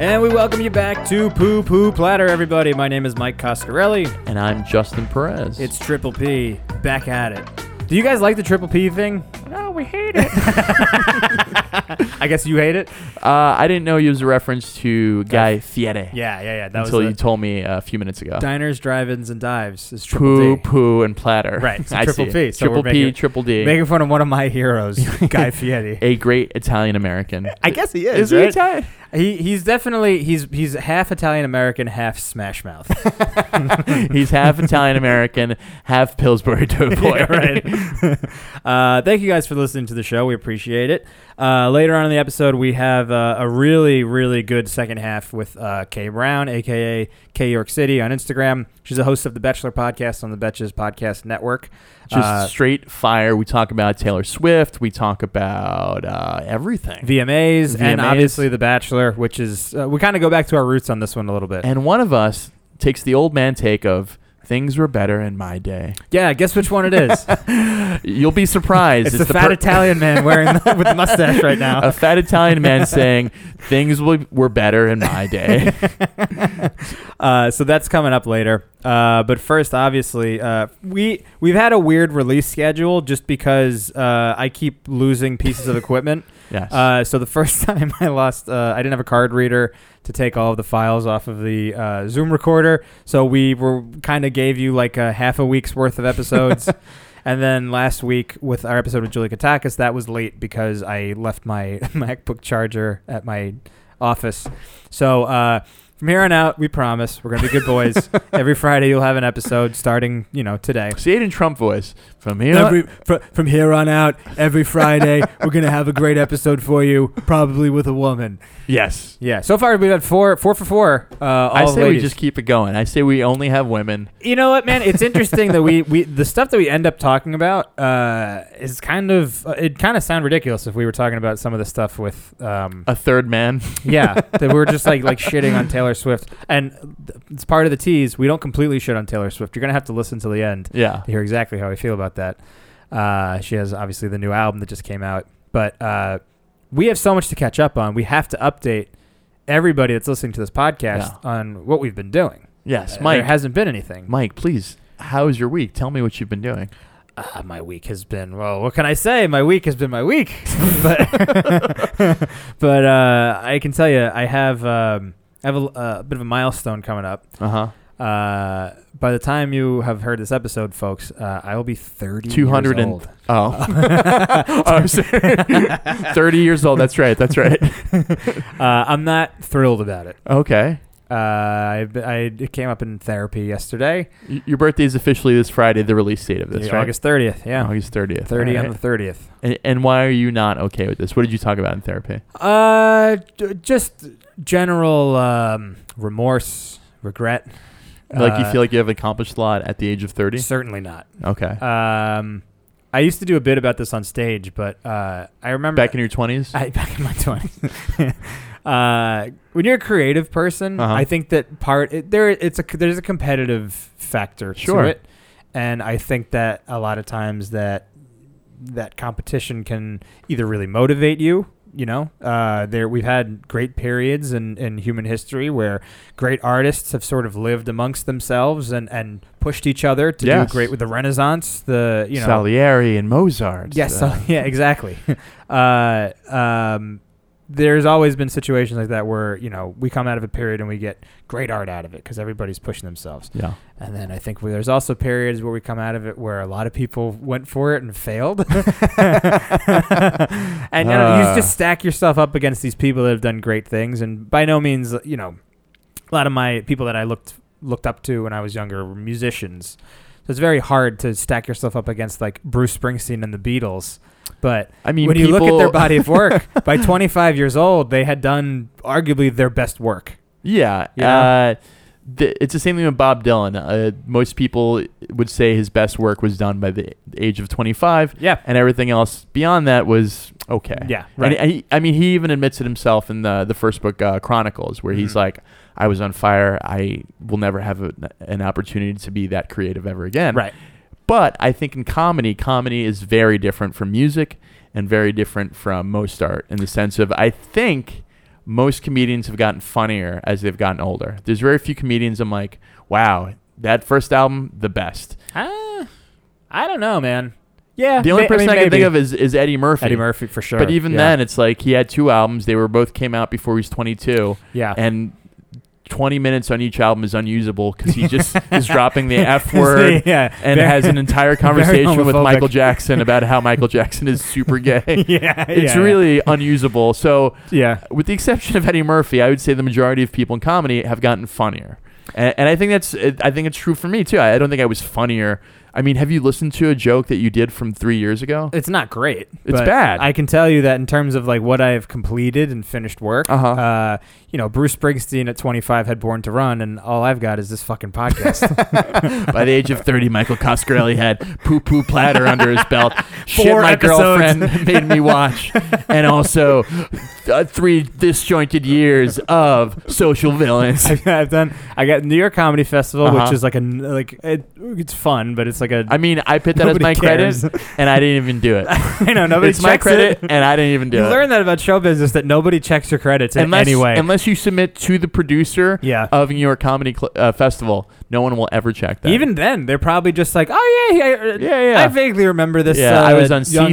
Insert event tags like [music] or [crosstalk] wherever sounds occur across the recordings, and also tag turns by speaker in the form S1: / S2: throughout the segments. S1: And we welcome you back to Poo Poo Platter, everybody. My name is Mike Coscarelli.
S2: And I'm Justin Perez.
S1: It's Triple P. Back at it. Do you guys like the Triple P thing?
S2: no, we hate it.
S1: [laughs] I guess you
S2: [laughs]
S1: hate it.
S2: uh, I didn't know it was a reference to Guy Fieri
S1: Yeah, yeah, yeah. That
S2: until
S1: was
S2: you
S1: the
S2: told me uh, a few minutes ago.
S1: diners, drive-ins, and dives is Triple
S2: Poo,
S1: P.
S2: poo, and platter.
S1: Right, so
S2: [laughs] I
S1: triple
S2: see.
S1: P, so
S2: triple
S1: we're
S2: P,
S1: making-
S2: triple D.
S1: Making fun of one of my
S2: [laughs]
S1: heroes, Guy Fieri.
S2: a great Italian American.
S1: I guess he
S2: Is
S1: is.
S2: he
S1: right?
S2: Italian?
S1: [laughs] He he's definitely he's he's half Italian American, half Smash Mouth.
S2: He's half Italian American,
S1: [laughs]
S2: half Pillsbury Doughboy.
S1: Yeah, right. uh, thank you guys for listening to the show. We appreciate it. Uh, later on in the episode, we have uh, a really, really good second half with uh, Kay Brown, aka Kay York City, on Instagram. She's a host of the Bachelor podcast on the Betches Podcast Network.
S2: [laughs] Just
S1: Uh,
S2: straight fire. We talk about Taylor Swift. We talk about uh, everything.
S1: VMAs, and
S2: VMAs.
S1: obviously The Bachelor, which is uh, we kind of go back to our roots on this one a little bit.
S2: and one of us takes the old man take of things were better in my day.
S1: yeah, guess which one it
S2: [laughs]
S1: is.
S2: You'll be surprised.
S1: it's the, fat
S2: per-
S1: Italian man wearing the, with the mustache right
S2: [laughs]
S1: now.
S2: a fat
S1: [laughs]
S2: Italian man saying things w- were better in my day.
S1: Uh, so that's coming up later. Uh, but first, obviously, uh, we we've had a weird release schedule just because uh, I keep losing pieces of equipment.
S2: yes.
S1: Uh, so the [laughs] first time I lost, uh, I didn't have a card reader to take all of the files off of the uh, Zoom recorder. So we were kind of gave you like a half a week's worth of episodes. And then last week with our episode with Julie Katakis, that was late because I left my [laughs] MacBook charger at my office. So uh, from here on out, we promise we're gonna be good boys. Every Friday, you'll have an episode starting, you know, today.
S2: See it in Trump voice from here.
S1: Every fr- from here on out, every Friday [laughs] we're gonna have a great episode for you, probably with a woman.
S2: yes.
S1: Yeah. So far we've had four, four for four. Uh, all
S2: I say we
S1: ladies.
S2: just keep it going. I say we only have women.
S1: You know what, man? It's interesting that we, we the stuff that we end up talking about uh, is kind of uh, it kind of sound ridiculous if we were talking about some of the stuff with um,
S2: A third man.
S1: yeah that we were just like like shitting on Taylor Swift and th- it's part of the tease. We don't completely shit on Taylor Swift. You're gonna have to listen to the end
S2: [laughs] Yeah.
S1: to hear exactly how I feel about that. Uh, she has obviously the new album that just came out, but uh, we have so much to catch up on. We have to update everybody that's listening to this podcast on what we've been doing.
S2: Yes.
S1: Uh,
S2: Mike.
S1: there hasn't been anything.
S2: Mike, please. How is your week? Tell me what you've been doing.
S1: Ah, my week has been well. What can I say? My week has been my week,
S2: [laughs]
S1: but [laughs] but uh, I can tell you, I have um, I have a, a bit of a milestone coming up.
S2: Uh huh.
S1: Uh, by the time you have heard this episode, folks, uh, I will be thirty. years
S2: 200 and-
S1: old. [laughs]
S2: Oh. [laughs] I'm sorry. 30 years old. That's right. That's right.
S1: [laughs] Uh, I'm not thrilled about it.
S2: Okay.
S1: Uh, I, I it came up in therapy yesterday,
S2: Y- Your birthday is officially this Friday, the release date of this,
S1: Yeah,
S2: right?
S1: August 30th. Yeah,
S2: August 30th.
S1: 30
S2: All
S1: on
S2: right.
S1: the 30th.
S2: and, and why are you not okay with this? What did you talk about in therapy?
S1: Uh, d- just general um, remorse, regret.
S2: Like you
S1: Uh,
S2: feel like you have accomplished a lot at the age of 30?
S1: certainly not.
S2: Okay.
S1: Um, I used to do a bit about this on stage, but uh, I remember
S2: Back in your 20s?
S1: I, back in my twenties. [laughs] uh, when you're a creative person,
S2: Uh-huh.
S1: I think that part it, there it's a there's a competitive factor
S2: Sure.
S1: to it, and I think that a lot of times that that competition can either really motivate you. You know, uh, there we've had great periods in, in human history where great artists have sort of lived amongst themselves and, and pushed each other to
S2: Yes.
S1: do great with the Renaissance, the you know
S2: Salieri and Mozart.
S1: Yes.
S2: uh,
S1: so- [laughs] yeah. Exactly. uh, um, there's always been situations like that where you know we come out of a period and we get great art out of it because everybody's pushing themselves.
S2: yeah.
S1: And then I think we, there's also periods where we come out of it where a lot of people went for it and failed. [laughs] and you, know, you
S2: Ah.
S1: just stack yourself up against these people that have done great things. And by no means, you know, a lot of my people that I looked looked up to when I was younger were musicians. So it's very hard to stack yourself up against like Bruce Springsteen and the Beatles. But
S2: I mean,
S1: when you look at
S2: people-
S1: their body of work, by 25 years old, they had done arguably their best work.
S2: [laughs] Yeah.
S1: [laughs] You
S2: Uh, th- it's the same thing with Bob Dylan. Uh, most people would say his best work was done by the the age of 25,
S1: Yeah.
S2: and everything else beyond that was okay.
S1: Yeah.
S2: And he- I mean, he even admits it himself in the the first book, uh, Chronicles, where he's
S1: Mhm.
S2: like, "I was on fire. I will never have a, an opportunity to be that creative ever again."
S1: Right.
S2: But I think in comedy, comedy is very different from music and very different from most art in the sense of I think most comedians have gotten funnier as they've gotten older. There's very few comedians I'm like, wow, that first album, the best.
S1: Ah, I don't know, man. Yeah.
S2: The only
S1: may-
S2: person I,
S1: mean,
S2: can think
S1: maybe.
S2: of is, is Eddie Murphy.
S1: Eddie Murphy for sure.
S2: But even
S1: Yeah.
S2: then, it's like he had two albums. They were both came out before he was 22,
S1: yeah.
S2: and 20 minutes on each album is unusable because
S1: [laughs]
S2: he just is dropping the f word
S1: yeah.
S2: and
S1: Very-
S2: has an
S1: [laughs] very
S2: entire conversation with
S1: homophobic.
S2: Michael Jackson
S1: [laughs]
S2: about how Michael Jackson is super gay.
S1: yeah.
S2: It's
S1: yeah,
S2: really unusable. So,
S1: Yeah.
S2: with the exception of Eddie Murphy, I would say the majority of people in comedy have gotten funnier, and, and I think that's I think it's true for me too. I, I don't think I was funnier. I mean, have you listened to a joke that you did from three years ago?
S1: It's not great.
S2: It's
S1: but
S2: bad.
S1: I can tell you that in terms of like what I have completed and finished work.
S2: Uh-huh.
S1: Uh, you know, Bruce Springsteen at 25 had Born to Run, and all I've got is this fucking podcast. [laughs]
S2: By the age of 30, Michael Coscarelli had poo poo platter under his belt. Shit,
S1: [laughs] Four
S2: my
S1: episodes. [laughs]
S2: girlfriend made me watch. And also uh, three disjointed years of social villains.
S1: I've, I've done. I got New York Comedy Festival,
S2: Uh-huh.
S1: which is like a n- like it, it's fun, but it's like a
S2: I mean, I put that
S1: Nobody
S2: as my
S1: cares. [laughs]
S2: credit, and I didn't even do it.
S1: I know [laughs] nobody
S2: it's my
S1: checks
S2: credit,
S1: It.
S2: and I didn't even do
S1: You
S2: it.
S1: learn that about show business that nobody checks your credits in
S2: unless,
S1: any way.
S2: unless you submit to the producer
S1: yeah.
S2: of New York Comedy Cl- uh, Festival, no one will ever check that.
S1: Even then, they're probably just like, oh yeah, yeah, uh,
S2: yeah, yeah.
S1: I vaguely remember this.
S2: yeah,
S1: uh,
S2: I was on
S1: young-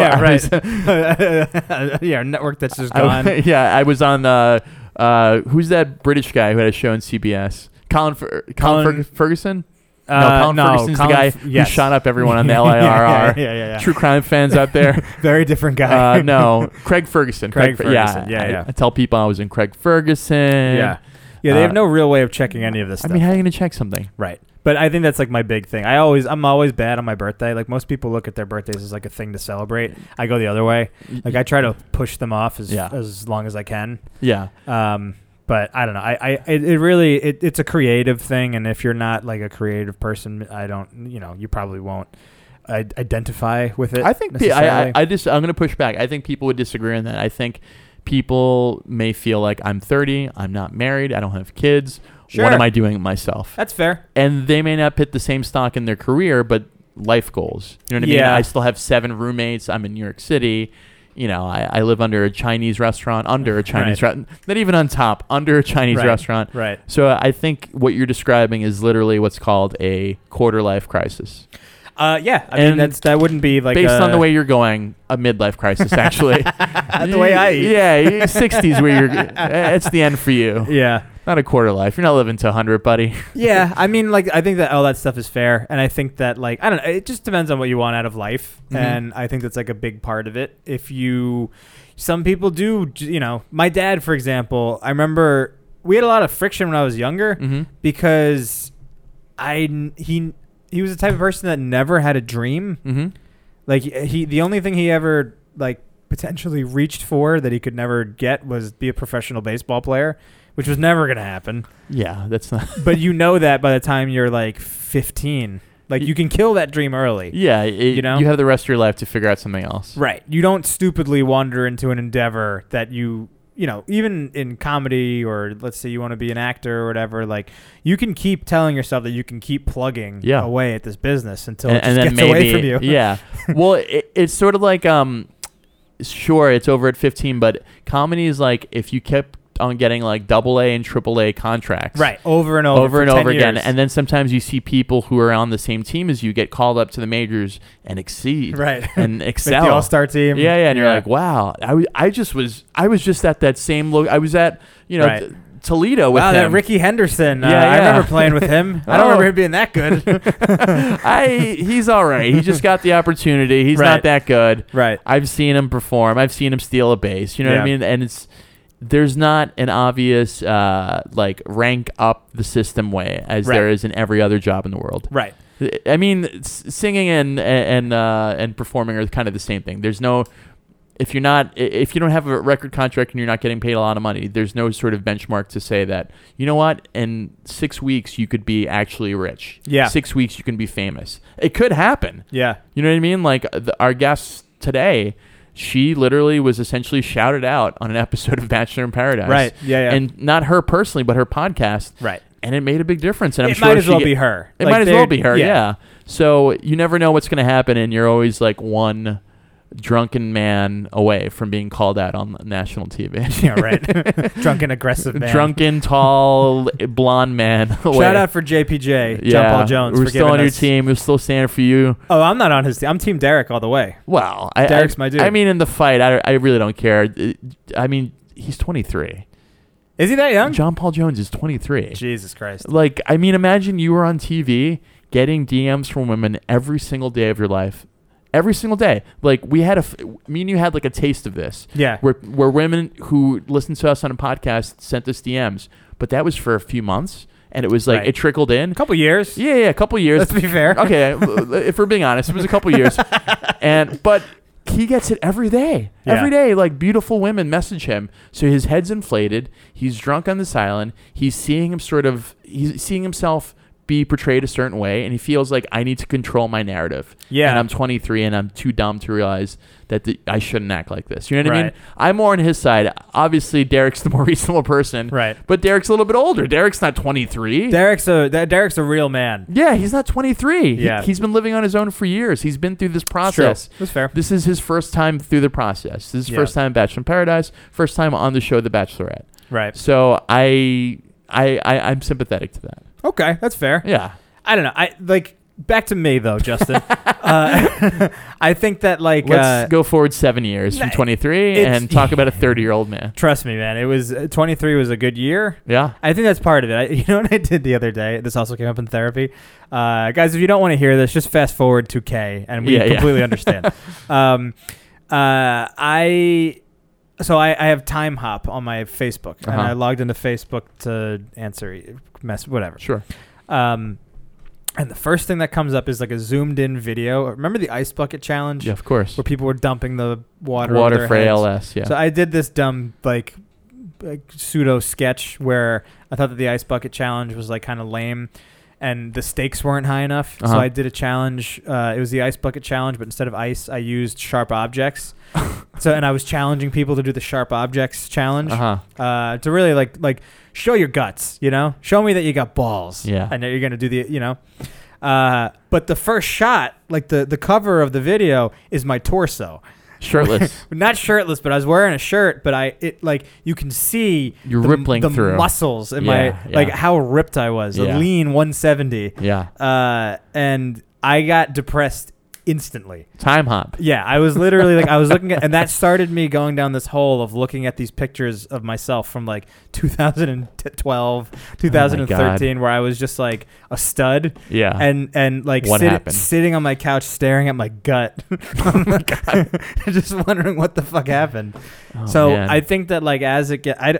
S1: [laughs] yeah,
S2: I
S1: right. [laughs]
S2: was-
S1: yeah, a network that's just
S2: I-
S1: gone.
S2: yeah, I was on uh, uh, who's that British guy who had a show on CBS? Colin, Fer- Colin,
S1: Colin-
S2: Fer- Ferguson?
S1: Uh,
S2: [laughs] no, Colin Ferguson's
S1: Colin
S2: the guy
S1: F- yes.
S2: who shot up everyone on
S1: [laughs]
S2: the
S1: Yeah,
S2: LIRR.
S1: Yeah, yeah, yeah. yeah.
S2: True crime fans out there.
S1: Very different [laughs] guy.
S2: Uh, no, Craig Ferguson.
S1: Craig
S2: Fer-
S1: Ferguson, yeah,
S2: I,
S1: yeah.
S2: I tell people I was in Craig Ferguson.
S1: [laughs] yeah, yeah. They have
S2: Uh,
S1: no real way of checking any of this
S2: I
S1: stuff.
S2: mean, how are you going to check something?
S1: right. But I think that's like my big thing. I always, I'm always bad on my birthday. Like most people look at their birthdays as like a thing to celebrate. I go the other way. Like I try to push them off as
S2: Yeah.
S1: as long as I can.
S2: yeah.
S1: Um, but I don't know. I, I it, it really it, it's a creative thing, and if you're not like a creative person, I don't. You know, you probably won't I- identify with it.
S2: I think pe- I, I,
S1: necessarily.
S2: I just I'm gonna push back. I think people would disagree on that. I think people may feel like I'm 30, I'm not married, I don't have kids.
S1: Sure.
S2: What am I doing myself?
S1: that's fair.
S2: And they may not put the same stock in their career, but life goals. You know what I mean?
S1: Yeah.
S2: I still have seven roommates. I'm in New York City. You know, I, I live under a Chinese restaurant, under a Chinese
S1: Right.
S2: restaurant, not even on top, under a Chinese
S1: Right.
S2: restaurant.
S1: Right.
S2: So I think what you're describing is literally what's called a quarter life crisis.
S1: Uh, yeah. I mean,
S2: And
S1: that's that wouldn't be like
S2: based
S1: a-
S2: on the way you're going, a midlife
S1: [laughs]
S2: crisis actually.
S1: The way I eat. [laughs]
S2: Yeah, sixties where you're. eh, It's the end for you.
S1: Yeah.
S2: Not a quarter life. You're not living to hundred, buddy.
S1: Yeah. I mean, like I think that all that stuff is fair, and I think that like I don't know. It just depends on what you want out of life,
S2: Mhm.
S1: and I think that's like a big part of it. If you, some people do. j- You know, my dad, for example. I remember we had a lot of friction when I was younger.
S2: Mm-hmm.
S1: because I n- he he was the type of person that never had a dream.
S2: [laughs] Mm-hmm.
S1: Like he the only thing he ever like potentially reached for that he could never get was be a professional baseball player, which was never going to happen.
S2: Yeah, that's not.
S1: But you know that by the time you're like 15,
S2: [laughs]
S1: like you can kill that dream early.
S2: Yeah, it-
S1: You
S2: you
S1: know?
S2: have the rest of your life to figure out something else.
S1: Right. You don't stupidly wander into an endeavor that you, you know, even in comedy or let's say you want to be an actor or whatever, like you can keep telling yourself that you can keep plugging
S2: Yeah.
S1: away at this business until
S2: And,
S1: it just
S2: and then
S1: gets
S2: maybe.
S1: away from you. [laughs]
S2: Yeah. Well, it, it's sort of like um, sure, it's over at fifteen, but comedy is like if you kept on getting like double A and triple A contracts.
S1: Right. Over and over.
S2: over
S1: for
S2: and
S1: 10
S2: over again.
S1: years.
S2: And then sometimes you see people who are on the same team as you get called up to the majors and exceed
S1: right. [laughs]
S2: and
S1: Make
S2: excel.
S1: the all star team.
S2: Yeah, yeah, and you're like, wow, I, w- I just was I was just at that same lo- I was at you know
S1: Right.
S2: t- Toledo with
S1: Wow, that
S2: him.
S1: Ricky Henderson. uh,
S2: Yeah,
S1: I
S2: yeah.
S1: remember playing with
S2: [laughs]
S1: him. I don't
S2: Oh.
S1: remember him being that good.
S2: [laughs] I he's all right. He just got the opportunity. He's
S1: Right.
S2: not that good.
S1: right.
S2: I've seen him perform. I've seen him steal a base. You know what I
S1: Yeah.
S2: mean? And it's there's not an obvious uh, like rank up the system way as
S1: Right.
S2: there is in every other job in the world.
S1: Right.
S2: I mean, s- singing and and uh, and performing are kind of the same thing. There's no if you're not i- if you don't have a record contract and you're not getting paid a lot of money, there's no sort of benchmark to say that you know what in six weeks you could be actually rich.
S1: Yeah.
S2: six weeks you can be famous. It could happen.
S1: Yeah.
S2: You know what I mean? Like uh, the, our guest today, she literally was essentially shouted out on an episode of Bachelor in Paradise.
S1: Right. Yeah. Yeah.
S2: and not her personally, but her podcast,
S1: right.
S2: and it made a big difference. And I'm
S1: it
S2: sure
S1: might as
S2: she
S1: well
S2: get-
S1: be her.
S2: it
S1: Like,
S2: might as
S1: they're-
S2: well be her, yeah. So you never know what's going to happen, and you're always like one drunken man away from being called out on national TV.
S1: [laughs] yeah,
S2: [laughs]
S1: right. Drunken aggressive man.
S2: drunken, tall, blonde man away.
S1: [laughs] Shout out for JPJ, John Paul Jones.
S2: We're
S1: for
S2: still
S1: giving
S2: on your
S1: us-
S2: team. We're still standing for you.
S1: Oh, I'm not on his team. I'm Team Derek all the way.
S2: Well, I,
S1: Derek's
S2: I-
S1: my dude.
S2: I mean, in the fight, I, I really don't care. It- I mean, he's 23.
S1: Is he that young?
S2: John Paul Jones is 23.
S1: Jesus Christ.
S2: Like, I mean, imagine you were on TV getting DMs from women every single day of your life. Every single day. Like, we had a, f- me and you had like a taste of this
S1: Yeah.
S2: where, where women who listened to us on a podcast sent us DMs, but that was for a few months and it was like,
S1: Right.
S2: it trickled in.
S1: A couple years.
S2: Yeah, yeah, a couple years.
S1: Let's be fair.
S2: [laughs] okay,
S1: [laughs]
S2: if we're being honest, it was a couple years, and but he gets it every day.
S1: Yeah.
S2: Every day, like beautiful women message him, so his head's inflated. He's drunk on this island. He's seeing him sort of. He's seeing himself be portrayed a certain way, and he feels like I need to control my narrative.
S1: Yeah.
S2: and I'm 23, and I'm too dumb to realize that the, I shouldn't act like this. You know what I mean?
S1: Right.
S2: I'm more on his side. Obviously, Derek's the more [laughs] reasonable person.
S1: Right.
S2: But Derek's a little bit older. Derek's not 23.
S1: Derek's a that Derek's a real man.
S2: Yeah, he's not 23.
S1: Yeah.
S2: He, has been living on his own for years. He's been through this
S1: It's true.
S2: process.
S1: That's fair.
S2: This is his first time through the process. This is
S1: Yeah.
S2: first time Bachelor in Paradise, first time on the show The Bachelorette.
S1: Right.
S2: So I I, I I'm sympathetic to that.
S1: Okay, that's fair. [laughs]
S2: Yeah.
S1: I don't know. I like back to me though, Justin. uh, [laughs] I think that like
S2: Let's
S1: uh,
S2: go forward 7 years from
S1: Nah,
S2: 23
S1: it's-
S2: and talk about a 30-year-old man.
S1: trust me, man. It was uh, 23 was a good year.
S2: Yeah.
S1: I think that's part of it. I, [laughs] you know what I did the other day? This also came up in therapy. Uh, guys, if you don't want to hear this, just fast forward to K, and we
S2: Yeah, yeah.
S1: completely
S2: [laughs]
S1: understand. Um, uh, I so I, I have time hop on my Facebook, and
S2: Uh-huh.
S1: I logged into Facebook to answer e- mess whatever.
S2: Sure.
S1: Um, and the first thing that comes up is like a zoomed in video. Remember the ice bucket challenge
S2: Yeah, of course.
S1: where people were dumping the water over
S2: Water
S1: their
S2: for
S1: heads?
S2: ALS, yeah.
S1: So I did this dumb like, like pseudo sketch where I thought that the ice bucket challenge was like kind of lame, and the stakes weren't high enough. So
S2: Uh-huh.
S1: I did a challenge. Uh, it was the ice bucket challenge, but instead of ice, I used sharp
S2: [laughs]
S1: objects. so and I was challenging people to do the sharp objects challenge
S2: uh-huh.
S1: uh, to really like like show your guts, you know, show me that you got balls.
S2: Yeah.
S1: I know you're gonna do the, you know, uh, but the first shot, like the the cover of the video, is my torso.
S2: Shirtless.
S1: [laughs] Not shirtless, but I was wearing a shirt. But I, it like you can see
S2: You're
S1: the,
S2: rippling
S1: the
S2: through.
S1: muscles in
S2: Yeah,
S1: my like
S2: yeah.
S1: how ripped I was, a
S2: Yeah.
S1: lean 170,
S2: yeah.
S1: uh, and I got depressed instantly.
S2: Time hop.
S1: Yeah, I was literally like, I was looking at, and that started me going down this hole of looking at these pictures of myself from like 2012, 2013, where I was just like a stud.
S2: Yeah.
S1: And and like
S2: What
S1: sit-
S2: happened?
S1: sitting on my couch, staring at my
S2: [laughs]
S1: gut, [laughs] I'm like, [laughs] just wondering what the fuck happened.
S2: Oh,
S1: so
S2: man.
S1: I think that like as it get, I d-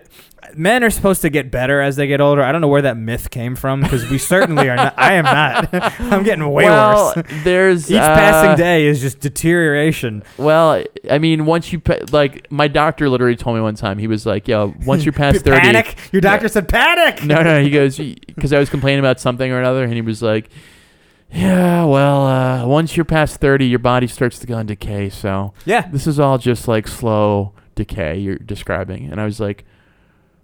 S1: men are supposed to get better as they get older. I don't know where that myth came from because we certainly are not. I am not. [laughs] I'm getting way
S2: well,
S1: worse. [laughs]
S2: there's
S1: Each
S2: uh,
S1: passing day is just deterioration.
S2: Well, I mean, once you pa- like, my doctor literally told me one time he was like, "Yo, once you're
S1: [laughs]
S2: past thirty,
S1: Panic! Your doctor
S2: Yeah.
S1: said panic.
S2: No, no, he goes because I was complaining about something or another, and he was like, "Yeah, well, uh, once you're past thirty, your body starts to go in decay. So
S1: Yeah.
S2: this is all just like slow decay you're describing." And I was like,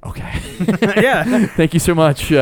S2: "Okay,
S1: [laughs] yeah.
S2: [laughs] thank you so much. Uh,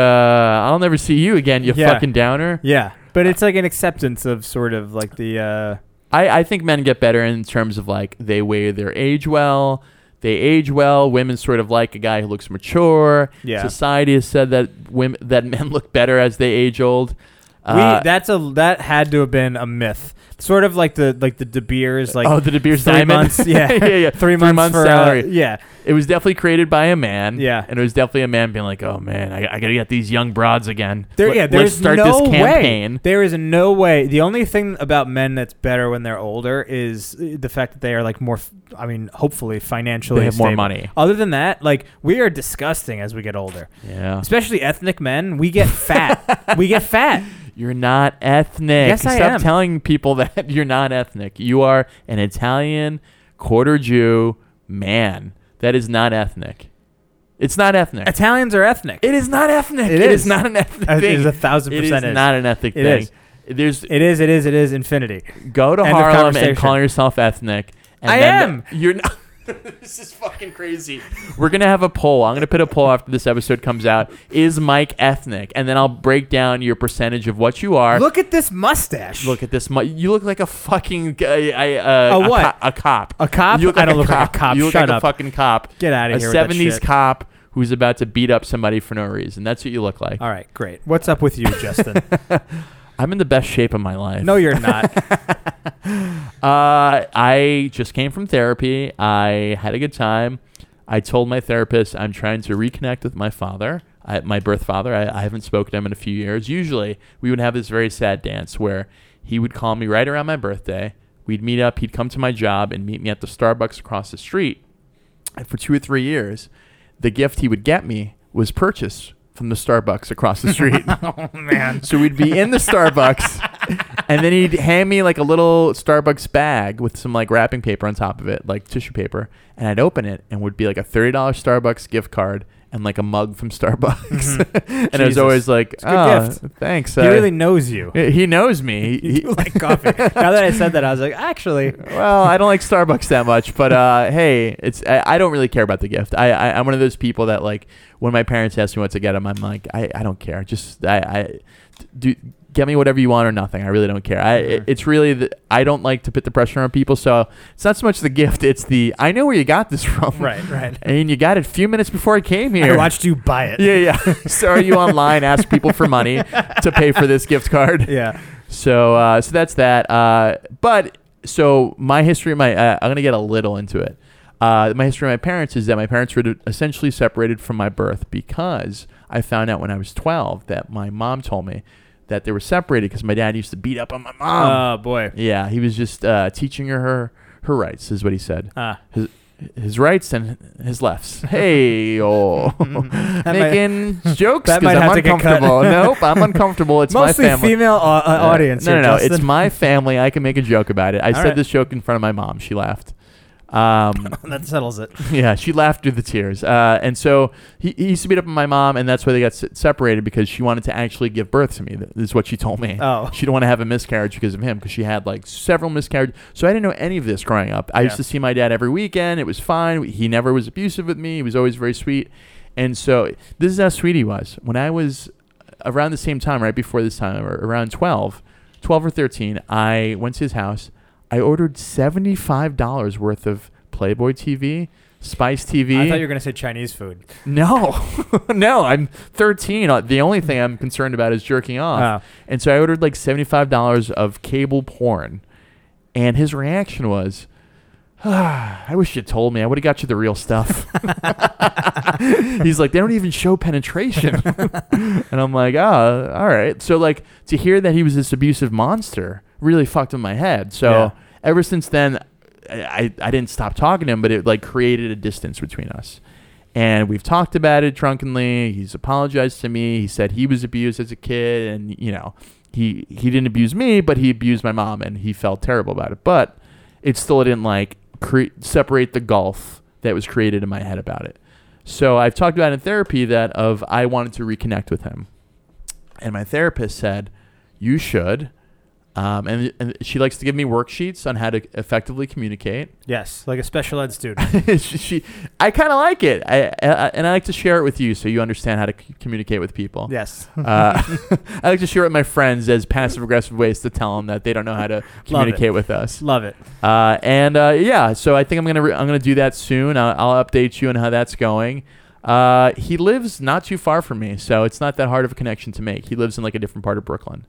S2: I'll never see you again, you
S1: Yeah.
S2: fucking downer."
S1: Yeah. But it's like an acceptance of sort of like the uh
S2: I, I think men get better in terms of like they weigh their age well. They age well. Women sort of like a guy who looks mature.
S1: Yeah.
S2: Society has said that women that men look better as they age old. Uh,
S1: we that's a that had to have been a myth. Sort of like the like the De Beers like
S2: oh, the De Beers
S1: three
S2: diamond.
S1: months-
S2: [laughs]
S1: yeah.
S2: yeah, yeah.
S1: three months, for, uh,
S2: salary.
S1: yeah.
S2: it was definitely created by a man.
S1: Yeah.
S2: and it was definitely a man being like, "Oh man, I, I gotta get these young broads again."
S1: There,
S2: Let-
S1: yeah,
S2: let's
S1: there's
S2: start
S1: no
S2: this campaign.
S1: way. There is no way. The only thing about men that's better when they're older is uh, the fact that they are like more. f- I mean, hopefully financially
S2: They have more
S1: stable.
S2: money.
S1: Other than that, like we are disgusting as we get older.
S2: Yeah,
S1: especially ethnic men, we get
S2: [laughs]
S1: fat. we get fat.
S2: You're not ethnic.
S1: Yes, I
S2: Stop
S1: am.
S2: telling people [laughs] that you're not ethnic. You are an Italian, quarter Jew man. That is not ethnic. It's not ethnic.
S1: Italians are ethnic.
S2: it is not ethnic.
S1: It
S2: it
S1: is.
S2: is. not an ethnic
S1: It
S2: thing.
S1: is a thousand
S2: It is
S1: percent is.
S2: not an ethnic
S1: It
S2: thing.
S1: is.
S2: There's
S1: It is. It is. It is infinity.
S2: go to
S1: End of
S2: Harlem and
S1: conversation.
S2: call yourself ethnic. And
S1: I
S2: then
S1: am.
S2: you're not. [laughs] this is fucking crazy. We're gonna have a poll. I'm gonna put a poll after this episode comes out. Is Mike ethnic? And then I'll break down your percentage of what you are.
S1: Look at this mustache.
S2: Look at this. Mu- you look like a fucking guy. I, uh,
S1: A what?
S2: co- a cop.
S1: A cop?
S2: You look
S1: I
S2: like
S1: don't
S2: a
S1: look
S2: cop.
S1: like a cop.
S2: You look
S1: Shut
S2: like
S1: up.
S2: a fucking cop.
S1: Get outta
S2: a
S1: here with that
S2: 70s
S1: shit.
S2: cop who's about to beat up somebody for no reason. That's what you look like.
S1: All right, great. What's up with you,
S2: [laughs]
S1: Justin?
S2: I'm in the best shape of my life.
S1: no, you're not.
S2: [laughs] Uh, I just came from therapy. I had a good time. I told my therapist I'm trying to reconnect with my father, I, my birth father. I, I haven't spoken to him in a few years. Usually, we would have this very sad dance where he would call me right around my birthday. We'd meet up. He'd come to my job and meet me at the Starbucks across the street. And for two or three years, the gift he would get me was purchased from the Starbucks
S1: [laughs]
S2: across the street.
S1: oh man.
S2: So we'd be in the Starbucks,
S1: [laughs]
S2: and then he'd hand me like a little Starbucks bag with some like wrapping paper on top of it, like tissue paper, and I'd open it and would be like a thirty dollar Starbucks gift card and like a mug from Starbucks, [laughs] and I
S1: Mm-hmm.
S2: was
S1: Jesus.
S2: always like,
S1: a good
S2: "Ah,
S1: gift."
S2: thanks."
S1: he
S2: I-
S1: really knows you.
S2: he knows
S1: [laughs]
S2: me.
S1: You
S2: He-
S1: do like coffee. now that I said that, I was like, actually,
S2: [laughs] well, I don't like Starbucks that much, but uh, [laughs] hey, it's I, I don't really care about the gift. I, I I'm one of those people that like when my parents ask me what to get them, I'm like I, I don't care. Just I, I do get me whatever you want or nothing. I really don't care. I
S1: Mm-hmm.
S2: it- it's really the, I don't like to put the pressure on people. So it's not so much the gift. It's the I know where you got this [laughs] from.
S1: right, right.
S2: And you got it a few minutes before I came here.
S1: I watched you buy it.
S2: yeah, yeah. [laughs] so are you online? Ask people for money to pay for this [laughs] gift card.
S1: Yeah.
S2: So uh, so that's that. Uh, but so my history, of my uh, I'm gonna get a little into it. Uh, my history of my parents is that my parents were essentially separated from my birth because I found out when I was 12 that my mom told me that they were separated because my dad used to beat up on my mom.
S1: oh boy.
S2: Um, yeah, he was just uh, teaching her, her her rights, is what he said.
S1: Ah.
S2: His, his rights and his
S1: [laughs]
S2: lefts. Hey, oh,
S1: Mm-hmm. might- [laughs]
S2: making jokes
S1: that
S2: because
S1: might
S2: I'm
S1: have to get cut.
S2: uncomfortable. nope, I'm
S1: [laughs]
S2: uncomfortable. It's
S1: Mostly
S2: my family.
S1: female au- uh,
S2: Uh,
S1: audience.
S2: No,
S1: here,
S2: no, no.
S1: Justin. [laughs]
S2: It's my family. I can make a joke about it. I said
S1: right.
S2: this joke in front of my mom. She laughed. Um, [laughs]
S1: that settles it.
S2: yeah, she laughed through the tears. Uh, and so he, he used to beat up on my mom, and that's why they got se- separated because she wanted to actually give birth to me. Th- This is what she told me.
S1: Oh.
S2: She didn't want to have a miscarriage because of him because she had like several miscarriages. So I didn't know any of this growing up. I
S1: Yeah.
S2: used to see my dad every weekend. It was fine. He never was abusive with me. He was always very sweet. And so this is how sweet he was. When I was around the same time, right before this time, or around 12, 12 or 13, I went to his house. I ordered $75 worth of Playboy TV, Spice TV.
S1: I thought you were gonna say Chinese food.
S2: No, [laughs] no, I'm 13. Uh, The only thing I'm concerned about is jerking off.
S1: Oh.
S2: And so I ordered like $75 of cable porn. And his reaction was, ah, I wish you told me. I would have got you the real stuff. [laughs] He's like, they don't even show penetration. [laughs] and I'm like, ah, all right. So, like, to hear that he was this abusive monster really fucked with my head. So,
S1: Yeah.
S2: ever since then, I, I, I didn't stop talking to him, but it like created a distance between us. And we've talked about it drunkenly. He's apologized to me. He said he was abused as a kid, and you know, he he didn't abuse me, but he abused my mom, and he felt terrible about it. But it still didn't like cre- separate the gulf that was created in my head about it. So I've talked about in therapy that of I wanted to reconnect with him, and my therapist said, "You should." Um, and, and she likes to give me worksheets on how to effectively communicate.
S1: Yes, like a special ed student.
S2: [laughs] she, she- I kind of like it. I, I and I like to share it with you so you understand how to c- communicate with people.
S1: yes.
S2: Uh, [laughs] I like to share it with my friends as passive aggressive ways to tell them that they don't know how to communicate with
S1: [laughs]
S2: us.
S1: Love it.
S2: Uh, and uh, yeah, so I think I'm gonna re- I'm gonna do that soon. I'll, I'll update you on how that's going. Uh, he lives not too far from me, so it's not that hard of a connection to make. He lives in like a different part of Brooklyn,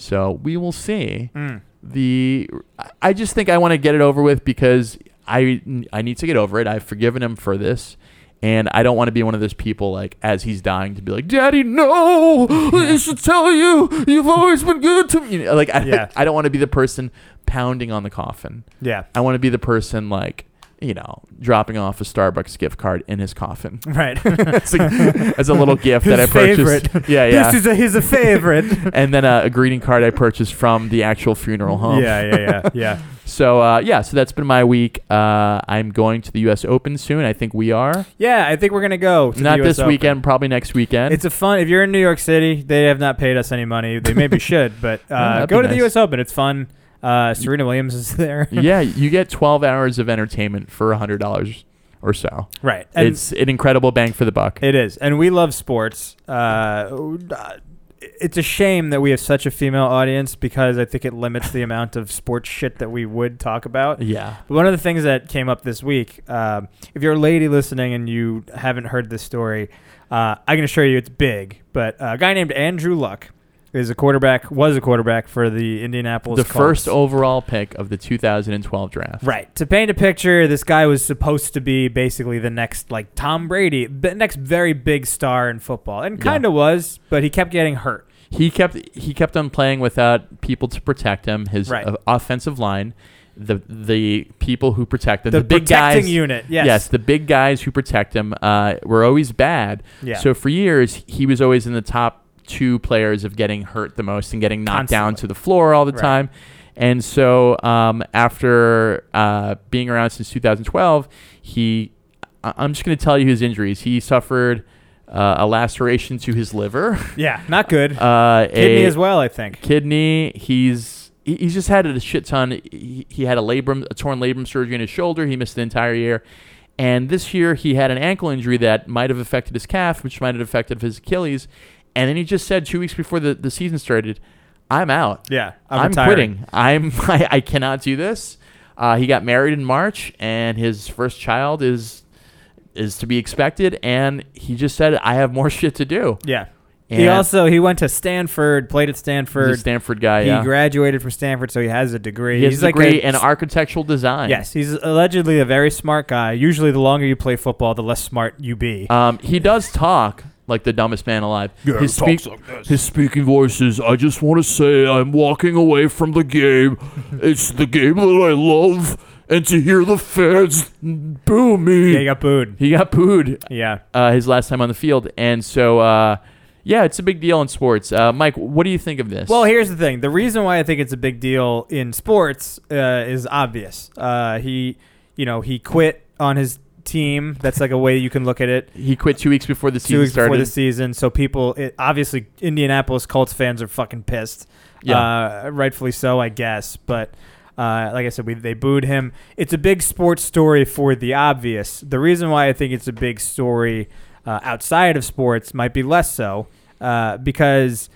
S2: so we will see.
S1: Mm.
S2: The I- I just think I want to get it over with because I I need to get over it. I've forgiven him for this. And I don't want to be one of those people like as he's dying to be like, Daddy, no, I should tell you, you've always been good to me. You know, like I,
S1: Yeah.
S2: [laughs] I don't want to be the person pounding on the coffin.
S1: Yeah.
S2: I want to be the person like, you know, dropping off a Starbucks gift card in
S1: [laughs]
S2: his coffin.
S1: Right.
S2: [laughs] It's like- as a little gift that
S1: [laughs]
S2: I
S1: His
S2: purchased.
S1: favorite.
S2: Yeah, yeah.
S1: This is a, his a favorite.
S2: [laughs] and then uh-huh. a, a greeting card I purchased from the actual funeral home.
S1: Yeah, yeah, yeah, yeah.
S2: So uh, yeah, so that's been my week. Uh, I'm going to the U.S. Open soon. I think we are
S1: Yeah, I think we're gonna go. To the
S2: not
S1: US
S2: this
S1: Open.
S2: weekend, probably next weekend.
S1: It's a fun. If you're in New York City, they have not paid us any money. They
S2: [laughs]
S1: maybe should, but uh,
S2: that'd
S1: go
S2: be
S1: to the
S2: nice.
S1: U.S. Open. It's fun. Uh, Serena Williams is [laughs] there.
S2: yeah, you get 12 hours of entertainment for hundred dollars. or so.
S1: Right. And
S2: it's an incredible bang for the buck.
S1: It is, and we love sports. Uh, it's a shame that we have such a female audience because I think it limits the amount of sports shit that we would talk about.
S2: yeah.
S1: But one of the things that came up this week, um, if you're a lady listening and you haven't heard this story, uh, I can assure you it's big. But uh, a guy named Andrew Luck is a quarterback, was a quarterback for the Indianapolis.
S2: The
S1: Colts.
S2: first overall pick of the 2012 draft.
S1: Right. To paint a picture, this guy was supposed to be basically the next, like Tom Brady, the next very big star in football, and
S2: Yeah.
S1: kind of was, but he kept getting hurt.
S2: He kept he kept on playing without people to protect him. His
S1: Right.
S2: uh, offensive line, the the people who protect him,
S1: The,
S2: big
S1: protecting
S2: guys.
S1: unit. Yes.
S2: the big guys who protect him uh, were always bad.
S1: Yeah.
S2: So for years, he was always in the top two players of getting hurt the most and getting knocked down
S1: Constantly.
S2: to the floor all the
S1: Right.
S2: time. And so um, after uh, being around since 2012, he, I- I'm just going to tell you his injuries. He suffered uh, a laceration to his liver, [laughs]
S1: yeah. Not good.
S2: uh,
S1: Kidney
S2: a
S1: as well, I think.
S2: kidney. He's he- he's just had a shit ton. He, he had a labrum, a torn labrum surgery in his shoulder. He missed the entire year, and this year he had an ankle injury that might have affected his calf, which might have affected his Achilles. And then he just said two weeks before the, the season started, "I'm out.
S1: Yeah. I'm,
S2: I'm,
S1: retiring.
S2: quitting. I'm [laughs] I, I cannot do this." Uh, he got married in March, and his first child is is to be expected. And he just said, "I have more [laughs] shit to do."
S1: Yeah.
S2: And
S1: he also he went to Stanford, played at Stanford.
S2: he's a Stanford guy.
S1: he
S2: yeah.
S1: graduated from Stanford, so he has a degree.
S2: He has
S1: He's
S2: a
S1: like
S2: degree
S1: a-
S2: in architectural design.
S1: Yes, he's allegedly a very smart guy. Usually, the longer you play football, the less smart you be.
S2: Um, he does talk like the dumbest man alive.
S3: Yeah,
S2: his,
S3: he talks
S2: speak-
S3: like this.
S4: His speaking voice is, I just want to say I'm walking away from the game. It's the game that I love. And to hear the fans boo me.
S2: hmm.
S1: yeah, he got booed.
S2: he got booed
S1: Yeah.
S2: uh, his last time on the field, and so uh, yeah, it's a big deal in sports. Uh, Mike, what do you think of this?
S1: Well, here's the thing. The reason why I think it's a big deal in sports uh, is obvious. Uh, he, you know, he quit on his team. That's like a way you can look at it.
S2: he quit two weeks before the
S1: Two
S2: season
S1: weeks
S2: started.
S1: before the season, so people it, obviously Indianapolis Colts fans are fucking pissed.
S2: Yeah.
S1: Uh, rightfully so, I guess. But uh, like I said, we, they booed him. It's a big sports story for the obvious. The reason why I think it's a big story uh, outside of sports might be less so uh, because,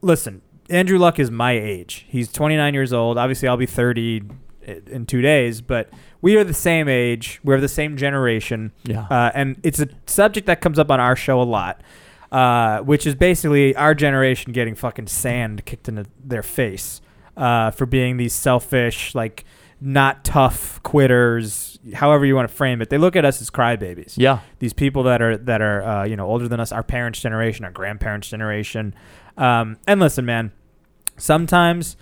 S1: listen, Andrew Luck is my age. He's 29 years old. Obviously, I'll be 30 i- in two days, but we are the same age. We're the same generation
S2: yeah,
S1: uh, and it's a subject that comes up on our show a lot, uh, which is basically our generation getting fucking sand kicked into their face uh, for being these selfish, like not tough quitters. However you want to frame it, they look at us as crybabies.
S2: yeah,
S1: These people that are that are uh, you know older than us, our parents' generation, our grandparents' generation. Um, and listen, man, sometimes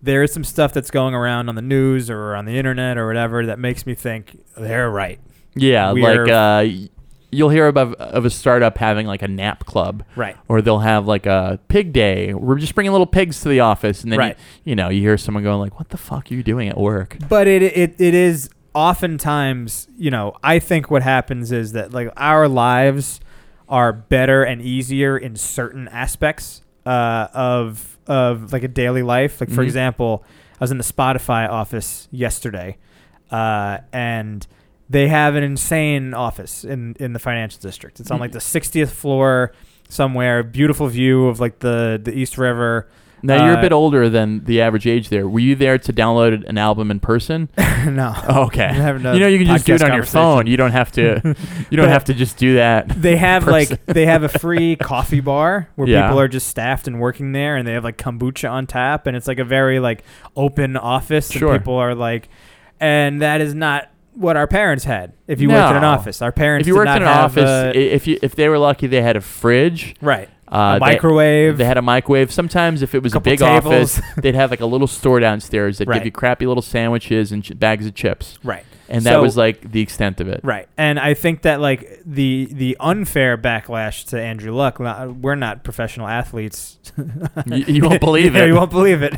S1: there is some stuff that's going around on the news or on the internet or whatever that makes me think they're right.
S2: yeah.
S1: we
S2: Like
S1: are-
S2: uh, y- you'll hear about of a startup having like a nap club.
S1: Right.
S2: or they'll have like a pig day. We're just bringing little pigs to the office, and then
S1: Right.
S2: you, you know you hear someone going like, "What the fuck are you doing at work?"
S1: But it, it it is oftentimes, you know, I think what happens is that like our lives are better and easier in certain aspects uh, of of like a daily life. Like for
S2: Mhm.
S1: example, I was in the Spotify office yesterday, uh, and they have an insane office in in the financial district. It's on
S2: Mm-hmm.
S1: like the 60th floor somewhere, beautiful view of like the the East
S2: [laughs]
S1: River.
S2: Now you're a
S1: Uh,
S2: bit older than the average age. There, were you there to download an album in person?
S1: [laughs] no.
S2: Okay,
S1: Having a
S2: you know you can just do it
S1: podcast
S2: on your
S1: conversation.
S2: phone. You don't have to.
S1: [laughs]
S2: You don't
S1: But-
S2: have to just do that.
S1: they have
S2: person.
S1: like they have a
S2: [laughs]
S1: free coffee bar where
S2: Yeah.
S1: people are just staffed and working there and they have like kombucha on tap and it's like a very like open office
S2: Sure.
S1: and people are like and that is not what our parents had if you worked in an
S2: No.
S1: office our parents
S2: If you
S1: did
S2: worked
S1: not
S2: in an
S1: have
S2: office, i
S1: a-
S2: if you if they were lucky, they had a fridge,
S1: right a
S2: uh, they- They,
S1: microwave
S2: had a microwave. Sometimes if it was a
S1: Couple
S2: big
S1: tables. [laughs]
S2: office, they'd have like a little store downstairs that would
S1: Right.
S2: give you crappy little sandwiches and ch- bags of chips,
S1: right
S2: and that
S1: So-
S2: was like the extent of it.
S1: Right, and I think that like the the unfair backlash to Andrew Luck. not- We're not professional athletes.
S2: [laughs] You- you won't
S1: [laughs]
S2: believe
S1: Yeah,
S2: it.
S1: You won't believe
S2: [laughs]
S1: it.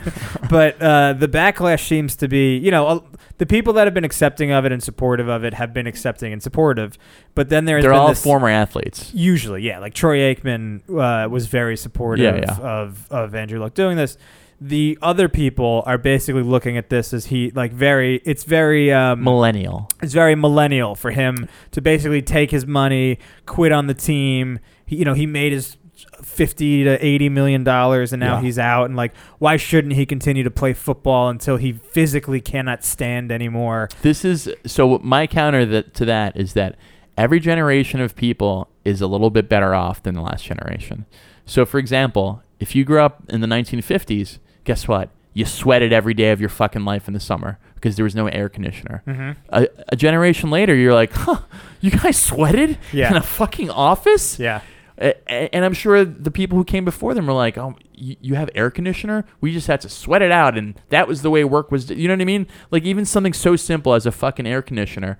S1: but uh, the backlash seems to be, you know, uh, the people that have been accepting of it and supportive of it have been accepting and supportive. But then there's
S2: They're
S1: been
S2: all
S1: this,
S2: former athletes.
S1: Usually, yeah. Like Troy Aikman uh, was very supportive
S2: Yeah, yeah.
S1: of of Andrew Luck doing this. the other people are basically looking at this as he like very it's very um,
S2: millennial.
S1: it's very millennial for him to basically take his money, quit on the team. He, you know, he made his fifty to eighty million dollars, and now
S2: Yeah.
S1: he's out. And like, why shouldn't he continue to play football until he physically cannot stand anymore?
S2: This is so my counter that to that is that every generation of people is a little bit better off than the last generation. So for example, if you grew up in the 1950s, guess what? You sweated every day of your fucking life in the summer because there was no air conditioner.
S1: Mm-hmm.
S2: A, a generation later, you're like, huh, you guys sweated
S1: Yeah.
S2: in a fucking office?
S1: Yeah, [laughs]
S2: A- a- And I'm sure the people who came before them were like, "Oh, you you have air conditioner? We just had to sweat it out, and that was the way work was." d-" You know what I mean? Like even something so simple as a fucking air conditioner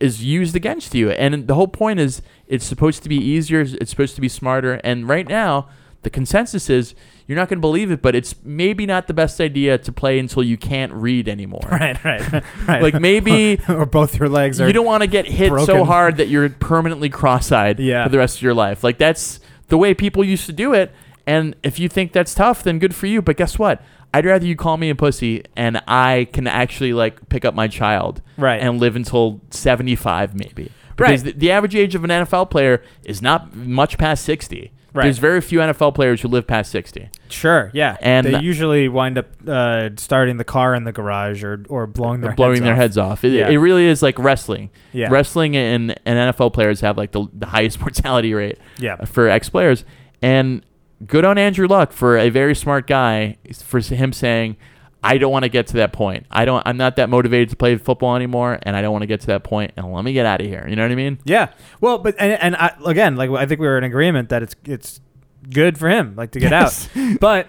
S2: is used against you. And the whole point is, it's supposed to be easier. It's supposed to be smarter. And right now, the consensus is you're not going to believe it, but it's maybe not the best idea to play until you can't read anymore.
S1: [laughs] right, right, right.
S2: Like maybe
S1: [laughs] or both your legs are.
S2: you don't want to get hit so
S1: broken.
S2: hard that you're permanently cross-eyed
S1: Yeah.
S2: for the rest of your life. Like that's the way people used to do it. And if you think that's tough, then good for you. But guess what? I'd rather you call me a pussy and I can actually like pick up my child
S1: Right.
S2: and live until 75 maybe.
S1: Right.
S2: Because the, the average age of an NFL player is not much past 60.
S1: Right.
S2: There's very few NFL players who live past 60.
S1: sure, yeah.
S2: And-
S1: they usually wind up uh, starting the car in the garage or or blowing their
S2: blowing
S1: heads
S2: their
S1: off.
S2: heads off. It,
S1: Yeah.
S2: it really is like wrestling.
S1: Yeah.
S2: Wrestling and, and NFL players have like the, the highest [laughs] mortality rate
S1: Yeah.
S2: for ex players. And good on Andrew Luck for a very smart guy for him saying, I don't want to get to that point. I don't. I'm not that motivated to play football anymore, and I don't want to get to that point. And let me get out of here. You know what I mean?
S1: Yeah. Well, but and, and I, again, like I think we were in agreement that it's it's good for him, like to get
S2: [laughs]
S1: out. But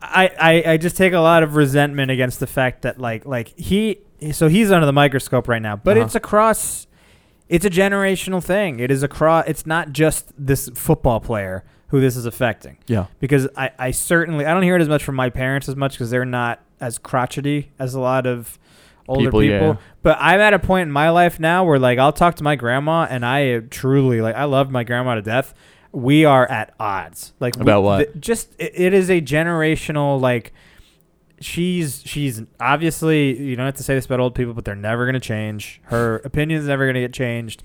S1: I, I I just take a lot of resentment against the fact that like like he so he's under the microscope right now, but
S2: Uh-huh.
S1: it's across. It's a generational thing. It is across. It's not just this football player who this is affecting
S2: Yeah.
S1: because I, I certainly I don't hear it as much from my parents as much because they're not as crotchety as a lot of older people.
S2: People, yeah.
S1: But I'm at a point in my life now where like I'll talk to my grandma and I truly like I love my grandma to death. We are at odds. Like we-
S2: About what?
S1: just it, it is a generational like she's she's obviously you don't have to say this about old people, but they're never gonna change. Her
S2: [laughs]
S1: opinion's never gonna get changed.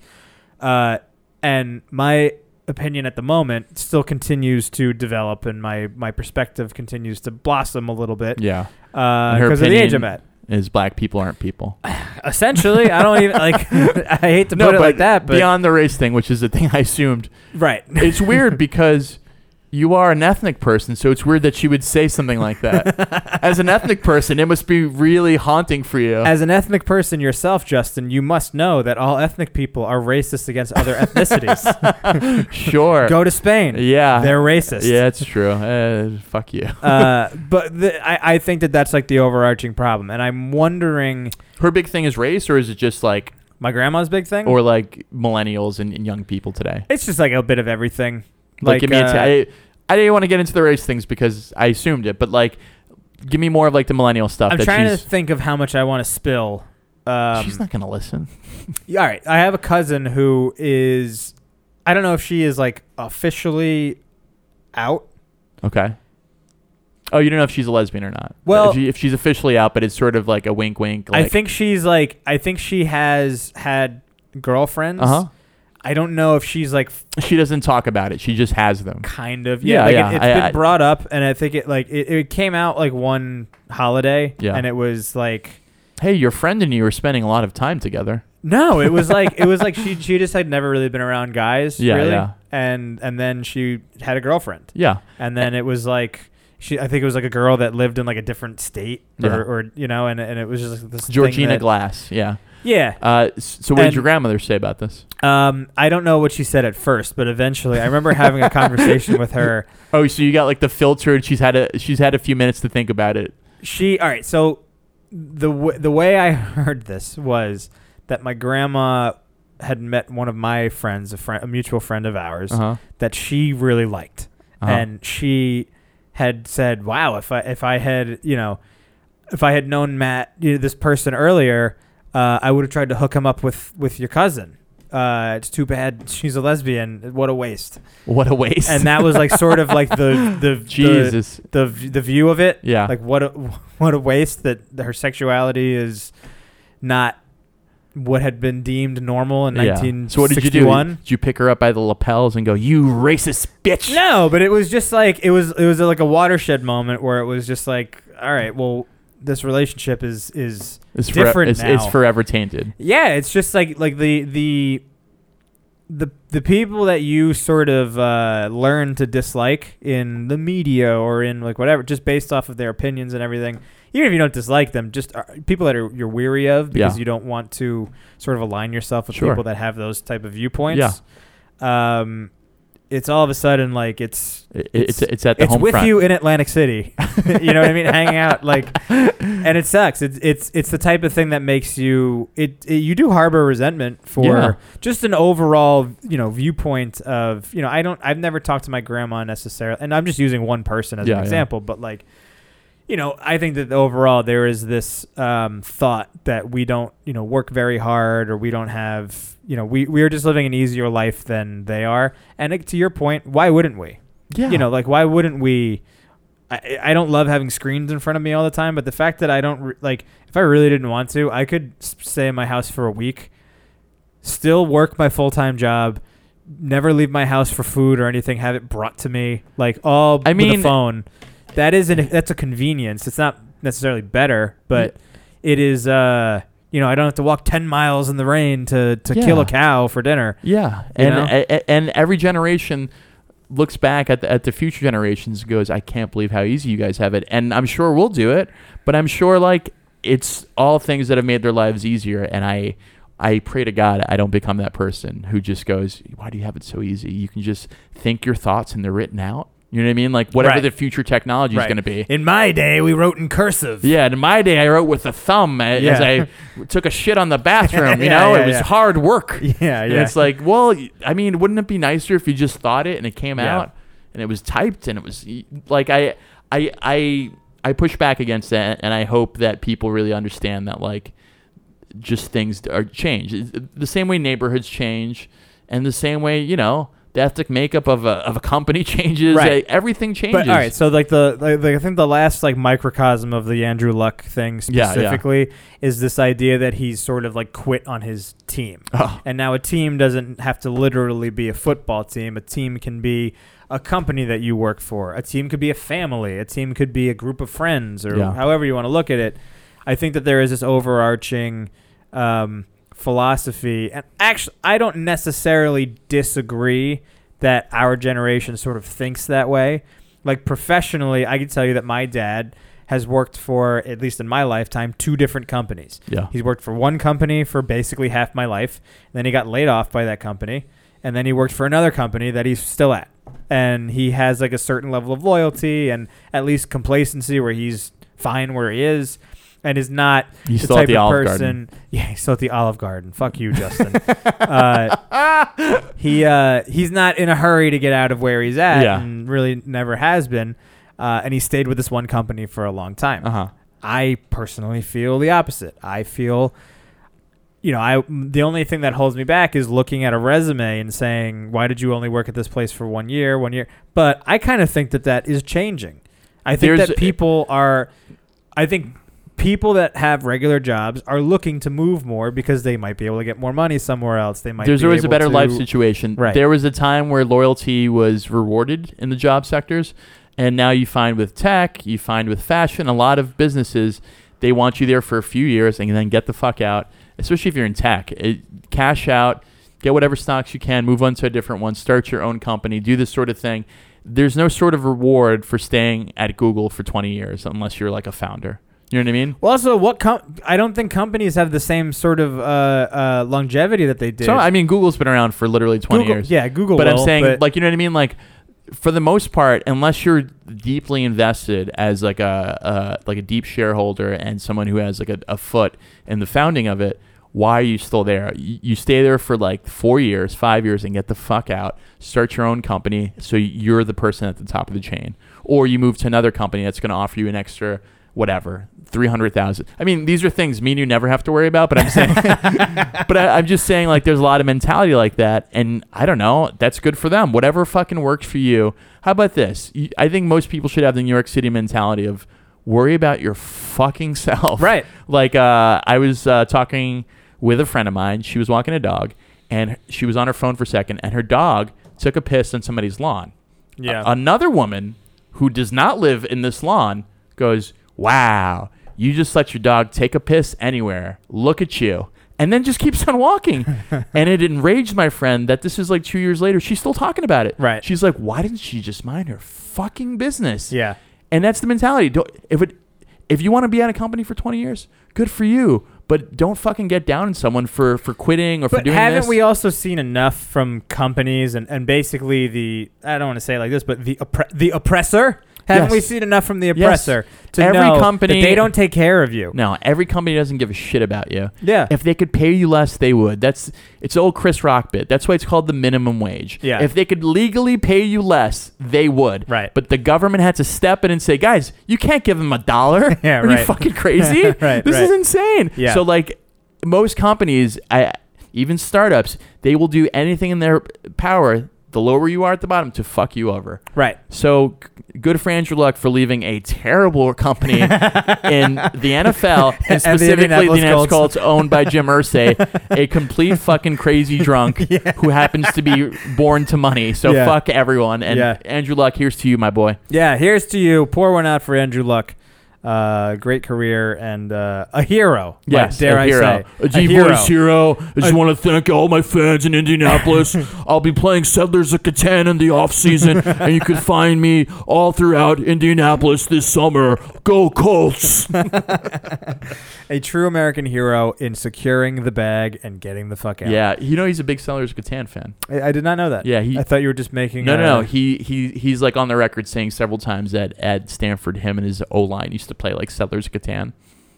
S1: Uh, and my opinion at the moment still continues to develop, and my my perspective continues to blossom a little bit
S2: Yeah. her
S1: because Uh, of the age
S2: opinion-
S1: I'm at.
S2: Is black people aren't people.
S1: [sighs] Essentially, I don't even like. [laughs] I hate to put it like that, but
S2: beyond the race thing, which is the thing [laughs] I assumed,
S1: right.
S2: it's weird because you are an ethnic person, so it's weird that she would say something like
S1: [laughs]
S2: that. As an ethnic person, it must be really haunting for you.
S1: As
S2: [laughs]
S1: an ethnic person yourself, Justin, you must know that all ethnic people are racist against other
S2: [laughs]
S1: ethnicities.
S2: sure.
S1: Go to Spain.
S2: yeah.
S1: They're racist.
S2: Yeah, it's true. Uh, fuck you.
S1: [laughs] Uh, but the, I, I think that that's like the overarching problem. And I'm wondering,
S2: [laughs] Her big thing is race, or is it just like,
S1: my grandma's big thing?
S2: or like millennials and, and young people today?
S1: it's just like a bit of everything.
S2: Like, give me
S1: uh,
S2: a t- I, I didn't want to get into the race things because I assumed it, but like, give me more of like the millennial stuff.
S1: I'm
S2: that
S1: trying to
S2: she's,
S1: think of how much I want to spill. Um,
S2: she's not gonna listen.
S1: yeah, all right. I have a cousin who is, I don't know if she is like officially out.
S2: Okay. Oh, you don't know if she's a lesbian or not.
S1: Well-
S2: if, she, if she's officially out, but it's sort of like a wink, wink. Like,
S1: I think she's like, I think she has had girlfriends.
S2: Uh huh.
S1: I don't know if she's like
S2: She doesn't talk about it. She just has them.
S1: kind of
S2: Yeah,
S1: yeah, like
S2: yeah,
S1: It, has
S2: I-
S1: been
S2: I-
S1: brought up and i think it like it, it came out like one holiday
S2: Yeah.
S1: and it was like
S2: Hey, your friend and you are spending a lot of time together.
S1: no it was like it was like she she just had never really been around guys
S2: Yeah,
S1: really
S2: yeah.
S1: and and then she had a girlfriend
S2: Yeah.
S1: and then it was like she i think it was like a girl that lived in like a different state or,
S2: Yeah.
S1: or you know and, and it was just like this thing
S2: Georgina
S1: that-
S2: Glass. Yeah.
S1: yeah
S2: Uh, s- so what
S1: And-
S2: did your grandmother say about this?
S1: um i don't know what she said at first but eventually i remember having a conversation with her
S2: Oh, so you got like the filter, and she's had a she's had a few minutes to think about it.
S1: She all right. So the w- the way I [laughs] heard this was that my grandma had met one of my friends, a friend, a mutual friend of ours,
S2: huh.
S1: that she really liked,
S2: Uh-huh.
S1: and she had said, "Wow, if I if I had you know, if I had known Matt, you know, this person earlier, uh, I would have tried to hook him up with with your cousin." uh, it's too bad she's a lesbian. What a waste.
S2: What a waste.
S1: And that
S2: [laughs]
S1: was like sort of like the the the,
S2: Jesus.
S1: the, the view of it.
S2: yeah.
S1: Like what a [laughs] what a waste that her sexuality is not what had been deemed normal in
S2: Yeah.
S1: 1961.
S2: So what did you do? Did you pick her up by the lapels and go, "You racist bitch"?
S1: No, but it was just like it was it was like a watershed moment where it was just like, all right, well, this relationship is is
S2: It's
S1: Different
S2: Forever, it's,
S1: now.
S2: it's forever tainted.
S1: yeah, it's just like like the the the the people that you sort of uh, learn to dislike in the media or in like whatever, just based off of their opinions and everything. Even if you don't dislike them, just uh, people that are you're weary of because
S2: Yeah.
S1: you don't want to sort of align yourself with
S2: Sure.
S1: people that have those type of viewpoints. Yeah. Um, it's all of a sudden like it's
S2: It,
S1: It's-
S2: it's, it's at the
S1: it's
S2: home
S1: with
S2: front.
S1: you in [laughs] Atlantic City. [laughs] you know what I mean?
S2: [laughs]
S1: Hanging out like, and it sucks. It's it's it's the type of thing that makes you it, it- you do harbor resentment for
S2: Yeah.
S1: just an overall you know viewpoint of you know I don't I've never talked to my grandma necessarily, and I'm just using one person as
S2: Yeah,
S1: an
S2: yeah.
S1: example, but like. You know, I think that overall there is this um, thought that we don't, you know, work very hard or we don't have, you know, we, we are just living an easier life than they are. And it, to your point, why wouldn't we?
S2: Yeah.
S1: you know like why wouldn't we I, I don't love having screens in front of me all the time but the fact that i don't re- like if i really didn't want to i could s- stay in my house for a week still work my full-time job never leave my house for food or anything have it brought to me like all
S2: I
S1: with
S2: mean-
S1: a phone that is an that's a convenience it's not necessarily better but it is uh you know i don't have to walk 10 miles in the rain to to kill a
S2: Yeah.
S1: cow for dinner
S2: Yeah,
S1: You
S2: and
S1: know?
S2: a- a- and every generation looks back at the, at the future generations and goes, "I can't believe how easy you guys have it." And I'm sure we'll do it, but I'm sure like it's all things that have made their lives easier. And I I pray to God I don't become that person who just goes, "Why do you have it so easy? You can just think your thoughts and they're written out." You know what I mean? Like whatever
S1: Right.
S2: the future technology
S1: Right.
S2: is going to be.
S1: in my day we wrote in cursive
S2: Yeah, and in my day, I wrote with a thumb a- as
S1: Yeah.
S2: I took a shit on the
S1: [laughs]
S2: bathroom. You
S1: Yeah,
S2: know,
S1: yeah,
S2: it was
S1: yeah.
S2: hard work.
S1: [laughs] yeah yeah
S2: And it's like, well, I mean, wouldn't it be nicer if you just thought it and it came
S1: Yeah.
S2: out and it was typed and it was like I I I I push back against that and I hope that people really understand that like just things are change. It's uh, The same way neighborhoods change and the same way, you know, the ethnic makeup of a of a company [laughs] changes.
S1: Right.
S2: uh, everything changes.
S1: But all right, so like the, like the I think the last like microcosm of the Andrew Luck thing
S2: Yeah, yeah.
S1: specifically is this idea that he's sort of like quit on his team,
S2: Oh.
S1: [sighs] and now a team doesn't have to literally be a football team. A team can be a company that you work for. A team could be a family. A team could be a group of friends, or
S2: Yeah.
S1: however you want to look at it. I think that there is this overarching um, philosophy, and actually, I don't necessarily disagree that our generation sort of thinks that way. Like professionally, I can tell you that my dad has worked for at least in my lifetime two different companies.
S2: Yeah.
S1: He's worked for one company for basically half my life, and then he got laid off by that company, and then he worked for another company that he's still at. And he has like a certain level of loyalty and at least complacency where he's fine where he is and is not
S2: You
S1: the
S2: still
S1: type
S2: at the
S1: of
S2: Olive
S1: person. [laughs]
S2: Garden.
S1: Yeah, he's still at the Olive Garden. Fuck you, Justin. uh,
S2: [laughs]
S1: he uh, he's not in a hurry to get out of where he's at,
S2: Yeah.
S1: and really never has been. Uh, and he stayed with this one company for a long time.
S2: Uh-huh.
S1: I personally feel the opposite. I feel, you know, I the only thing that holds me back is looking at a resume and saying, "Why did you only work at this place for one year? One year?" But I kind of think that that is changing. I think
S2: There's-
S1: that people are, I think people that have regular jobs are looking to move more because they might be able to get more money somewhere else. They might.
S2: There's
S1: be
S2: always a
S1: able
S2: better
S1: to-
S2: life situation.
S1: Right.
S2: There was a time where loyalty was rewarded in the job sectors, and now you find with tech, you find with fashion, a lot of businesses they want you there for a few years and then get the fuck out. Especially if you're in tech, It- cash out, get whatever stocks you can, move on to a different one, start your own company, do this sort of thing. There's no sort of reward for staying at Google for 20 years unless you're like a founder. You know what I mean?
S1: Well, also, what com- I don't think companies have the same sort of uh, uh, longevity that they did.
S2: So I mean, Google's been around for literally 20
S1: Google,
S2: years.
S1: Yeah, Google.
S2: but
S1: will,
S2: I'm saying,
S1: but-
S2: like, you know what I mean? Like, for the most part, unless you're deeply invested as like a, a like a deep shareholder and someone who has like a, a foot in the founding of it, why are you still there? You, you stay there for like four years, five years, and get the fuck out. Start your own company, so you're the person at the top of the chain, or you move to another company that's going to offer you an extra whatever, three hundred thousand. I mean, these are things me and you never have to worry about. But I'm saying, but I, I'm just saying, like, there's a lot of mentality like that, and I don't know. That's good for them. Whatever fucking works for you. How about this? You- I think most people should have the New York City mentality of worry about your fucking [laughs] self.
S1: Right.
S2: Like, uh, I was uh, talking with a friend of mine. She was walking a dog, and she was on her phone for a second, and her dog took a piss on somebody's lawn.
S1: Yeah.
S2: A- another woman who does not live in this lawn goes, Wow, you just let your dog take a piss anywhere. Look at you. And then just keeps on
S1: [laughs]
S2: walking. and it enraged my friend that this is like two years later. She's still talking about it.
S1: Right.
S2: She's like, Why didn't she just mind her fucking business?
S1: yeah.
S2: And that's the mentality. Don't, if it, if you want to be at a company for 20 years, good for you. But don't fucking get down on someone for, for quitting or for
S1: But
S2: doing
S1: haven't
S2: this.
S1: we also seen enough from companies and, and basically the I don't want to say it like this, but the oppre- the oppressor? Haven't
S2: Yes.
S1: we seen enough from the
S2: Yes.
S1: oppressor to
S2: Every
S1: know
S2: company-
S1: that they don't take care of you?
S2: no, every company doesn't give a shit about you.
S1: Yeah.
S2: If they could pay you less, they would. That's it's the old Chris Rock bit. That's why it's called the minimum wage.
S1: Yeah.
S2: If they could legally pay you less, they would.
S1: Right.
S2: But the government had to step in and say, guys, you can't give them a dollar.
S1: [laughs] Yeah,
S2: Are you
S1: right.
S2: fucking crazy?
S1: Right,
S2: This is
S1: right.
S2: insane.
S1: Yeah.
S2: So like most companies, I even startups, they will do anything in their power, the lower you are at the bottom, to fuck you over.
S1: right.
S2: So g- good for Andrew Luck for leaving a terrible company in the
S1: [laughs]
S2: NFL
S1: And
S2: and
S1: the
S2: specifically the
S1: Indianapolis
S2: Indianapolis Colts
S1: Colts.
S2: owned by Jim Irsay,
S1: [laughs]
S2: a complete fucking crazy drunk who happens to be born to money. So
S1: Yeah.
S2: fuck everyone. And
S1: Yeah.
S2: Andrew Luck, here's to you, my boy.
S1: Yeah, here's to you. Pour one out for Andrew Luck. Uh, great career and uh, a hero. like,
S2: Yes,
S1: dare
S2: a
S1: I
S2: hero.
S1: say
S4: A G Voice hero. I just want to thank all my fans in [laughs] Indianapolis. I'll be playing Settlers of Catan in the off season, and you can find me all throughout Indianapolis this summer. Go Colts!
S1: a true American hero in securing the bag and getting the fuck out.
S2: Yeah. You know he's a big Sellers Catan fan.
S1: I, I did not know that.
S2: Yeah, he-
S1: I thought you were just making.
S2: No,
S1: uh,
S2: no, no. He he he's like on the record saying several times that at Stanford, him and his O line used to play like Settlers of Catan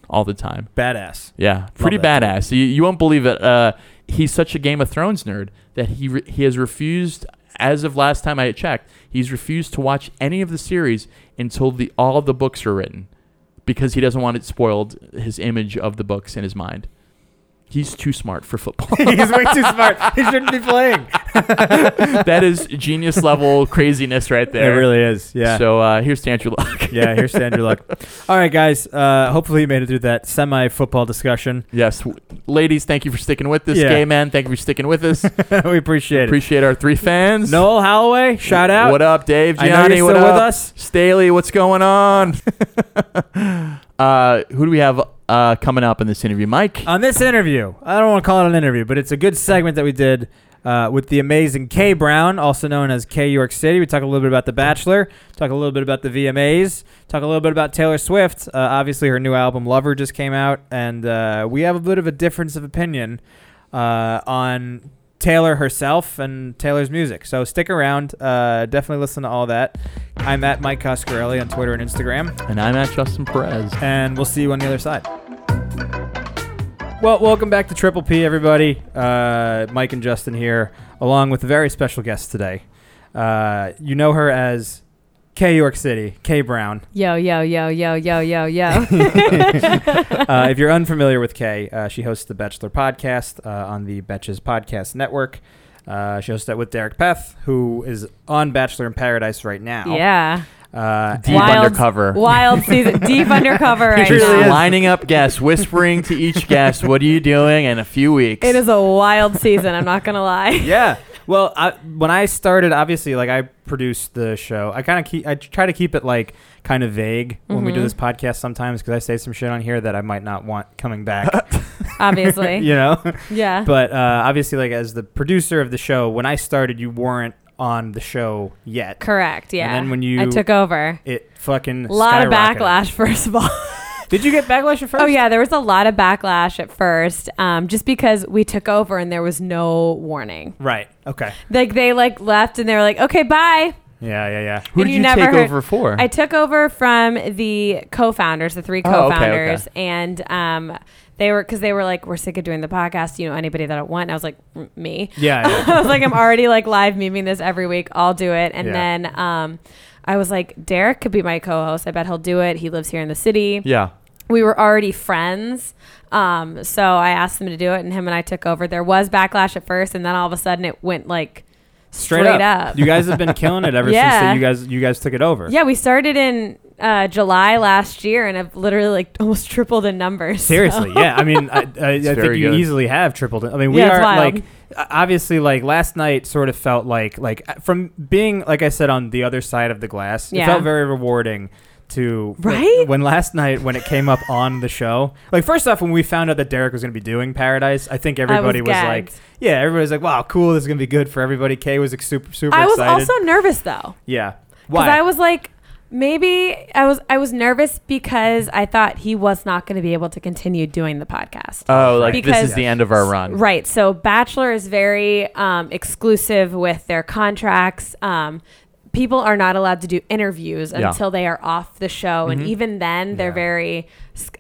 S2: all the time.
S1: badass.
S2: Yeah, pretty
S1: that
S2: badass. You, you won't believe it. Uh, he's such a Game of Thrones nerd that he re- he has refused, as of last time I checked, he's refused to watch any of the series until the all of the books are written, because he doesn't want it spoiled his image of the books in his mind. He's too smart for football.
S1: [laughs] He's way too smart.
S2: [laughs]
S1: He shouldn't be playing.
S2: that is genius level craziness right there.
S1: It really is. Yeah.
S2: So uh, here's to Andrew
S1: [laughs]
S2: Luck.
S1: yeah, here's to Andrew
S2: [laughs]
S1: Luck. All right, guys. Uh, hopefully, you made it through that semi football discussion.
S2: yes, w- ladies, thank you for sticking with this.
S1: Yeah.
S2: Gay man, thank you for sticking with us.
S1: [laughs] we appreciate it.
S2: Appreciate our three fans.
S1: Noel Holloway, shout out.
S2: What up, Dave?
S1: I
S2: Gianni,
S1: know you're
S2: what
S1: still
S2: up?
S1: with us.
S2: Staley, what's going on? [laughs] uh, who do we have uh, coming up in this interview? Mike?
S3: Uh,
S1: On this interview, I don't want to call it an interview, but it's a good segment that we did uh, with the amazing Kay Brown, also known as Kay York City. We talk a little bit about The Bachelor, talk a little bit about the VMAs, talk a little bit about Taylor Swift. Uh, obviously, her new album Lover just came out, and uh, we have a bit of a difference of opinion uh, on Taylor herself and Taylor's music. So stick around. Uh, definitely listen to all that. I'm at Mike Coscarelli on Twitter and Instagram
S2: and I'm at Justin Perez.
S1: and we'll see you on the other side. Well, welcome back to Triple P, everybody. Uh, Mike and Justin here, along with a very special guest today. Uh, you know her as K York City, K
S3: [laughs]
S1: Brown.
S3: Yo, yo, yo, yo, yo,
S1: [laughs]
S3: yo, yo. [laughs]
S1: uh, if you're unfamiliar with Kay, uh, she hosts the Bachelor podcast uh, on the Betches Podcast Network. Uh, she hosts that with Derek Peth, who is on Bachelor in Paradise right now.
S3: yeah.
S1: Uh,
S2: Deep
S3: Wild-
S2: undercover.
S3: Wild
S1: [laughs]
S3: season. Deep undercover right
S2: Just
S1: really is.
S3: now.
S2: lining up guests, whispering to
S3: [laughs]
S2: each guest, "What are you doing?" In a few weeks,
S3: It is a wild season. I'm not going to
S1: [laughs]
S3: lie.
S1: yeah. Well, I, when I started, obviously, like I produced the show. I kind of keep, I try to keep it like kind of vague when we do
S3: Mhm.
S1: this podcast sometimes because I say some shit on here that I might not want coming
S3: [laughs]
S1: back. [laughs]
S3: Obviously.
S1: you
S3: [laughs]
S1: know.
S3: Yeah.
S1: but uh, obviously, like as the producer of the show, when I started, you weren't on the show yet.
S3: Correct. Yeah.
S1: then when you-
S3: I took over.
S1: It fucking
S3: A lot of
S1: skyrocketed.
S3: backlash, [laughs] first of all.
S1: Did you get backlash at first?
S3: Oh yeah, there was a lot of backlash at first, um, just because we took over and there was no warning.
S1: Right. Okay.
S3: Like they like left and they were like, "Okay, bye."
S1: Yeah. Yeah.
S3: [laughs]
S1: Yeah.
S2: Who did
S3: and you
S2: you,
S3: never
S2: take
S3: heard-
S2: over for?
S3: I took over from the co-founders, the three
S2: Oh, okay, okay.
S3: co-founders, and um, they were because they were like, "We're sick of doing the podcast. You know, anybody that I want." And I was like, "Mm, "Me." [laughs]
S1: Yeah. yeah.
S3: I was like, "I'm already like live memeing this every week. I'll do it." And
S1: Yeah.
S3: then um, I was like, Derek could be my co-host. I bet he'll do it. He lives here in the city.
S2: Yeah.
S3: We were already friends. Um, so I asked him to do it, and him and I took over. There was backlash at first, and then all of a sudden it went like straight, up.
S1: You guys have been killing it
S3: [laughs]
S1: ever
S3: Yeah.
S1: since that you guys you guys took it over.
S3: Yeah, we started in uh, July last year and have literally like [laughs] almost tripled in numbers.
S1: Seriously, yeah. I mean,
S3: [laughs]
S1: I, I, I think
S2: very
S1: you
S2: good.
S1: easily have tripled. it. I mean, we
S3: Yeah, it's
S1: are
S3: wild.
S1: like o- obviously like last night sort of felt like like uh, from being like I said on the other side of the glass,
S3: Yeah.
S1: it felt very rewarding to like,
S3: Right?
S1: when last night when it came
S3: [laughs]
S1: up on the show. Like first off, when we found out that Derek was going to be doing Paradise, I think everybody was,
S3: gagged.
S1: like, yeah, everybody was like, wow, cool, this is going to be good for everybody. Kay was like, super super
S3: I was
S1: excited.
S3: also nervous though.
S1: yeah.
S3: Because
S1: Why?
S3: I was like, maybe I was I was nervous because I thought he was not going to be able to continue doing the podcast.
S2: Oh, like this
S3: Because-
S2: is the end of our run.
S3: Right. So Bachelor is very um, exclusive with their contracts. Um, people are not allowed to do interviews
S2: Yeah.
S3: until they are off the show, and even then, they're
S1: Yeah.
S3: very.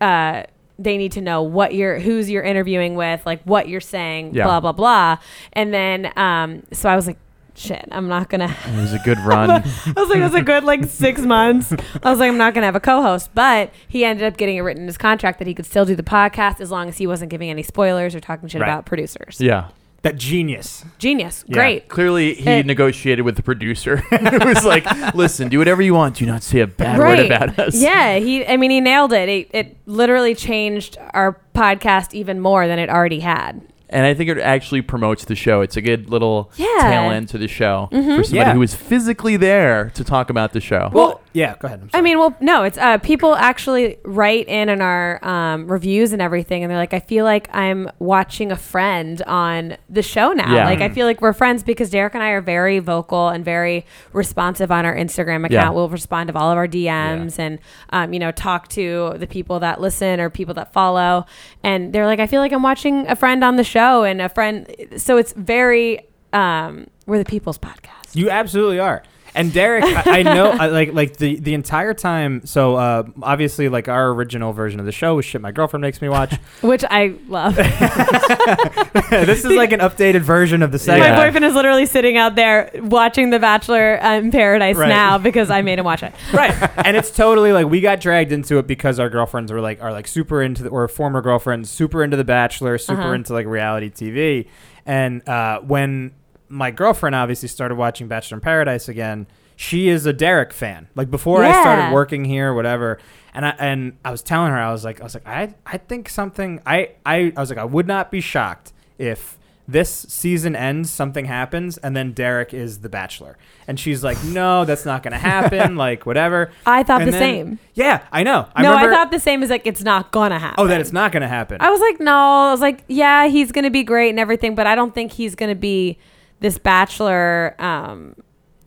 S3: Uh, they need to know what you're, who's you're interviewing with, like what you're saying,
S2: Yeah.
S3: blah blah blah. And then, um, so I was like, shit, I'm not gonna. [laughs]
S2: It was a good run.
S3: I was like, it was a good like six months. I was like, I'm not gonna have a co-host, but he ended up getting it written in his contract that he could still do the podcast as long as he wasn't giving any spoilers or talking shit
S1: Right.
S3: about producers.
S2: yeah.
S1: that genius.
S3: Genius,
S1: Yeah.
S3: great.
S2: Clearly, he
S3: It-
S2: negotiated with the producer. [laughs] it was like, listen, do whatever you want. Do not say a bad word about us.
S3: [laughs] Yeah, he. I mean, he nailed it. it. It literally changed our podcast even more than it already had.
S2: And I think it actually promotes the show. It's a good little
S3: Yeah. Mm-hmm.
S2: tail end to the show for somebody
S1: Yeah.
S2: who was physically there to talk about the show.
S1: Well, yeah. Go ahead. I'm
S3: I
S1: sorry.
S3: mean, well, no, it's uh, people actually write in in our um, reviews and everything, and they're like, I feel like I'm watching a friend on the show now.
S2: Yeah. Mm.
S3: Like, I feel like we're friends because Derek and I are very vocal and very responsive on our Instagram account.
S2: Yeah.
S3: We'll respond to all of our DMs and, um, you know, talk to the people that listen or people that follow. And they're like, I feel like I'm watching a friend on the show and a friend. So it's very, um, we're the people's podcast.
S1: You absolutely are. And Derek, I, I know, I, like, like the the entire time. So uh, obviously, like our original version of the show was shit. My girlfriend makes me watch. [laughs]
S3: Which I love.
S1: this is like an updated version of the segment.
S3: My
S2: Yeah.
S3: boyfriend is literally sitting out there watching The Bachelor in Paradise
S1: Right.
S3: now because I made him watch it.
S1: right [laughs] and it's totally like we got dragged into it because our girlfriends were like are like super into the, or former girlfriends super into the bachelor super
S3: Uh-huh.
S1: into like reality tv and uh, when my girlfriend obviously started watching bachelor in paradise again she is a derek fan like before i
S3: Yeah.
S1: started working here whatever and I, and I was telling her I was like I was like I I think something I, I I was like I would not be shocked if this season ends something happens and then Derek is the bachelor and she's
S3: [laughs]
S1: like no that's not going to happen like whatever
S3: I thought
S1: and
S3: the
S1: then-
S3: same.
S1: Yeah, I know. I
S3: no,
S1: remember,
S3: I thought the same as like it's not gonna happen.
S1: Oh, that it's not going to happen.
S3: I was like, no. I was like, yeah, he's gonna be great and everything, but I don't think he's gonna be this Bachelor. Um,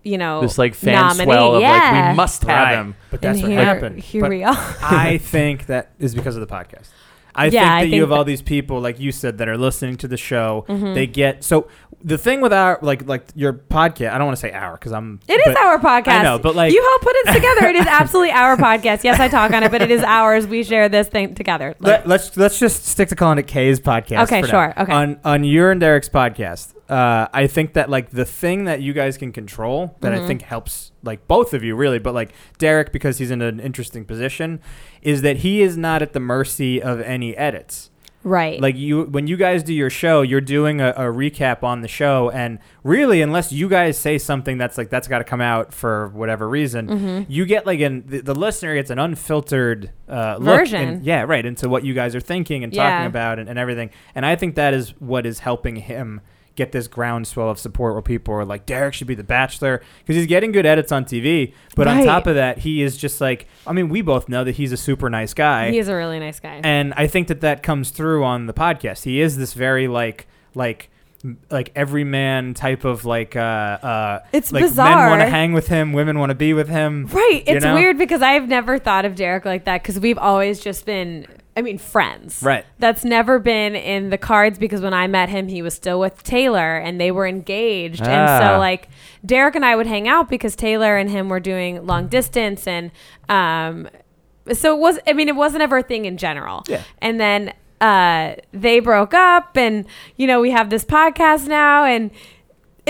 S3: you know,
S2: this like fan
S3: nominee.
S2: swell of
S3: yeah.
S2: like we must have
S1: Right.
S2: him.
S1: But that's
S3: and
S1: what
S3: here,
S1: happened.
S3: Here
S1: But
S3: we are. [laughs]
S1: I think that is because of the podcast. I
S3: Yeah,
S1: think that
S3: I
S1: you
S3: think
S1: have
S3: that- Mm-hmm.
S1: all these people, like you said, that are listening to the show. They get so the thing with our like like your podcast. I don't want to say our because I'm.
S3: It is
S1: but-
S3: our podcast.
S1: I know, but like
S3: you all put it together.
S1: [laughs]
S3: It is absolutely our podcast. Yes, I talk on it, but it is ours. We share this thing together. Like-
S1: Let, us let's just stick to calling it Kay's podcast.
S3: Okay,
S1: for now.
S3: sure, okay.
S1: On on your and Derek's podcast, uh, I think that like the thing that you guys can control that
S3: Mm-hmm.
S1: I think helps like both of you really, but like Derek because he's in an interesting position, is that he is not at the mercy of any edits
S3: right.
S1: like you when you guys do your show you're doing a, a recap on the show and really unless you guys say something that's like that's got to come out for whatever reason
S3: Mm-hmm.
S1: you get like an the, the listener gets an unfiltered uh, look
S3: Version.
S1: in- yeah right into what you guys are thinking and
S3: Yeah.
S1: talking about and, and everything and i think that is what is helping him get this groundswell of support where people are like derek should be the bachelor because he's getting good edits on tv but on
S3: Right.
S1: top of that he is just like i mean we both know that he's a super nice guy
S3: he is a really nice guy.
S1: and I think that that comes through on the podcast. He is this very like like like everyman type of like uh uh
S3: It's
S1: like men
S3: bizarre.
S1: want to hang with him, women want to be with him.
S3: Right.
S1: you
S3: It's
S1: know?
S3: weird because I've never thought of Derek like that because we've always just been, I mean, friends.
S1: Right.
S3: That's never been in the cards because when I met him, he was still with Taylor and they were engaged. And
S2: Ah.
S3: so, like, Derek and I would hang out because Taylor and him were doing long distance and, um, so it was i mean it wasn't ever a thing in general
S1: Yeah.
S3: and then uh they broke up and you know we have this podcast now and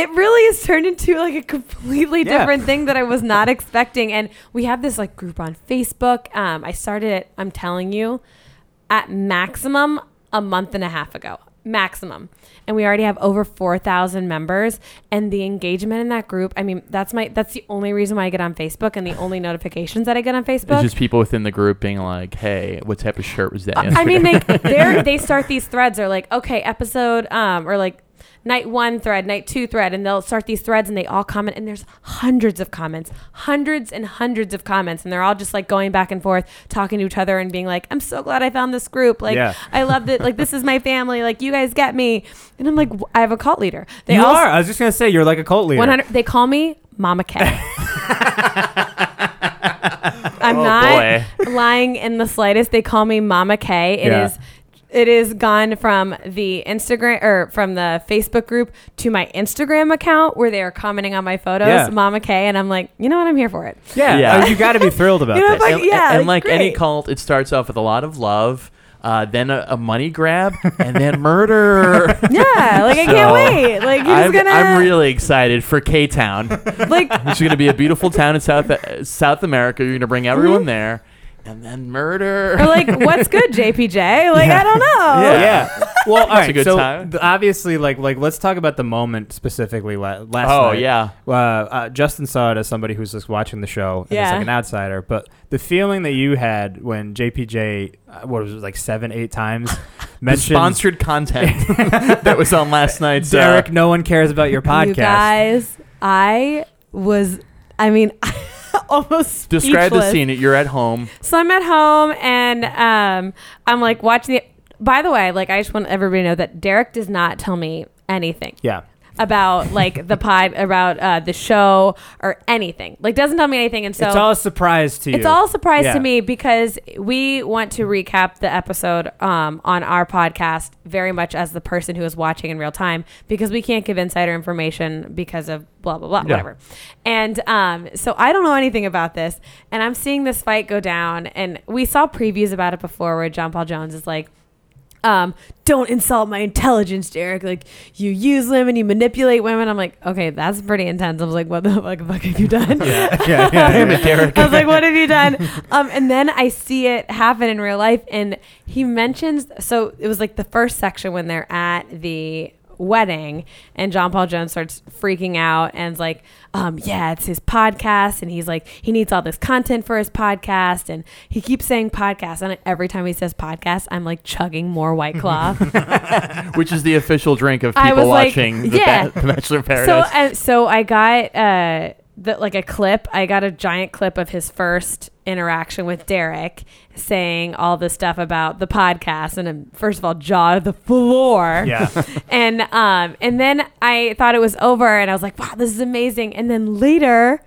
S3: it really has turned into like a completely
S1: Yeah.
S3: different thing that I was not expecting. And we have this like group on Facebook. Um, I started it, I'm telling you, at maximum a month and a half ago. Maximum. And we already have over 4,000 members. And the engagement in that group, I mean, that's my, that's the only reason why I get on Facebook and the only notifications that I get on
S2: It's
S3: Facebook.
S2: just people within the group being like, "Hey, what type of shirt was that?"
S3: I
S2: yesterday?"
S3: mean, they they they start these threads. They're like, okay, episode, um, or like night one thread, night two thread, and they'll start these threads, and they all comment, and there's hundreds of comments, hundreds and hundreds of comments, and they're all just like going back and forth, talking to each other, and being like, I'm so glad I found this group. Like,
S1: Yeah.
S3: I love that. Like, this is my family. Like, you guys get me. And I'm like, "Wh- I have a cult leader. They
S1: you
S3: all
S1: are. I was just gonna say you're like a cult leader.
S3: 100. They call me
S2: [laughs]
S3: Mama Cat. I'm
S2: Oh,
S3: not lying in the slightest. They call me Mama K. It is.
S1: Yeah.
S3: It is gone from the Instagram or from the Facebook group to my Instagram account where they are commenting on my photos,
S1: Yeah.
S3: Mama K, and I'm like, you know what, I'm here for it.
S1: Yeah,
S2: Yeah.
S1: uh, you got to be thrilled about
S3: [laughs] You know,
S1: this.
S3: like,
S2: [laughs] and,
S3: yeah,
S2: and like
S3: like,
S2: any
S3: great.
S2: cult, it starts off with a lot of love, uh, then a, a money grab, and then [laughs] murder.
S3: Yeah, [laughs] like I
S2: So,
S3: can't wait. Like he's
S2: I'm,
S3: gonna.
S2: I'm really excited for K Town. it's
S3: like
S2: going to be a beautiful town in South uh, South America. You're going to bring
S3: Mm-hmm.
S2: everyone there, and then murder.
S3: or like what's good, JPJ? Like I don't know.
S2: Yeah.
S1: Oh,
S2: [laughs]
S1: yeah. Well, all right.
S2: a good
S1: so
S2: time.
S1: th- obviously, like, like let's talk about the moment specifically. La- last
S2: oh
S1: night.
S2: yeah,
S1: Uh, uh, Justin saw it as somebody who's just watching the show and is
S3: Yeah.
S1: like an outsider, but the feeling that you had when JPJ, uh, what was it, like seven, eight times
S2: [laughs] the
S1: mentioned
S2: sponsored content [laughs] that was on last night's. uh,
S1: Derek, no one cares about your podcast.
S3: You guys, I was. I mean, [laughs] almost
S2: describe the
S3: speechless.
S2: scene. You're at home.
S3: So I'm at home and um, I'm like watching the. By the way, like I just want everybody to know that Derek does not tell me anything
S1: Yeah.
S3: about like the pod, about uh, the show, or anything. Like doesn't tell me anything, and so
S1: it's all a surprise to you.
S3: it's all a surprise
S1: Yeah.
S3: to me because we want to recap the episode um, on our podcast very much as the person who is watching in real time because we can't give insider information because of blah blah blah whatever. And um, so I don't know anything about this, and I'm seeing this fight go down, and we saw previews about it before where John Paul Jones is like um, don't insult my intelligence, Derek. Like you use women, you manipulate women. I'm like, okay, that's pretty intense. I was like, what the fuck, fuck have you done?
S1: [laughs] [laughs] yeah, yeah, Damn it,
S2: Derek.
S3: I was like, what have you done? Um, and then I see it happen in real life, and he mentions. So it was like the first section when they're at the wedding and John Paul Jones starts freaking out and's like um yeah it's his podcast and he's like he needs all this content for his podcast and he keeps saying podcast and every time he says podcast I'm like chugging more white claw
S2: which is the official drink of
S3: [laughs] I
S2: people
S3: was like,
S2: watching the,
S3: yeah.
S2: Ba- The Bachelor in Paradise.
S3: So, uh, so I got uh, the, like a clip. I got a giant clip of his first interaction with Derek, saying all this stuff about the podcast, and um, first of all, jaw to the floor. [laughs]
S1: Yeah.
S3: And um, and then I thought it was over, and I was like, wow, this is amazing. And then later.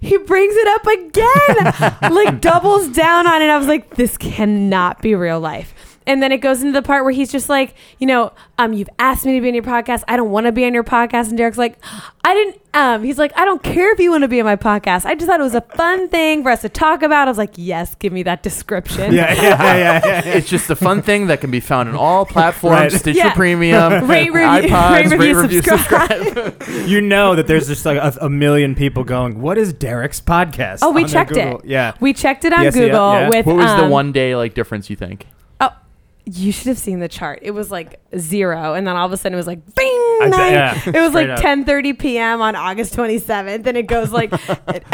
S3: He brings it up
S1: [laughs]
S3: again, like doubles down on it. I was like, this cannot be real life. And then it goes into the part where he's just like, you know, um, you've asked me to be on your podcast. I don't want to be on your podcast. And Derek's like, I didn't. Um, he's like, I don't care if you want to be on my podcast. I just thought it was a fun thing for us to talk about. I was like, yes, give me that description.
S1: yeah, yeah, yeah, yeah,
S2: [laughs]
S1: yeah.
S2: it's just a fun thing that can be found in [laughs] all
S1: Right.
S2: platforms: Stitcher
S3: Yeah.
S2: Premium,
S3: [laughs] Rate, review,
S2: iPods,
S3: rate, review, subscribe. [laughs]
S1: You know that there's just like a, a million people going, "What is Derek's podcast?"
S3: Oh, we
S1: on their
S3: checked
S1: Google.
S3: it.
S1: Yeah.
S3: We checked it on
S1: Yes, yeah,
S3: Google
S1: yeah.
S3: with.
S2: What was the
S3: um,
S2: one day like difference you think?
S3: Oh, you should have seen the chart. It was like zero, and then all of a sudden it was like bing.
S1: I bet-
S3: nine.
S1: yeah,
S3: It was
S1: straight
S3: like
S1: up.
S3: 10:30 p.m. on August 27th, and it
S1: [laughs]
S3: goes like,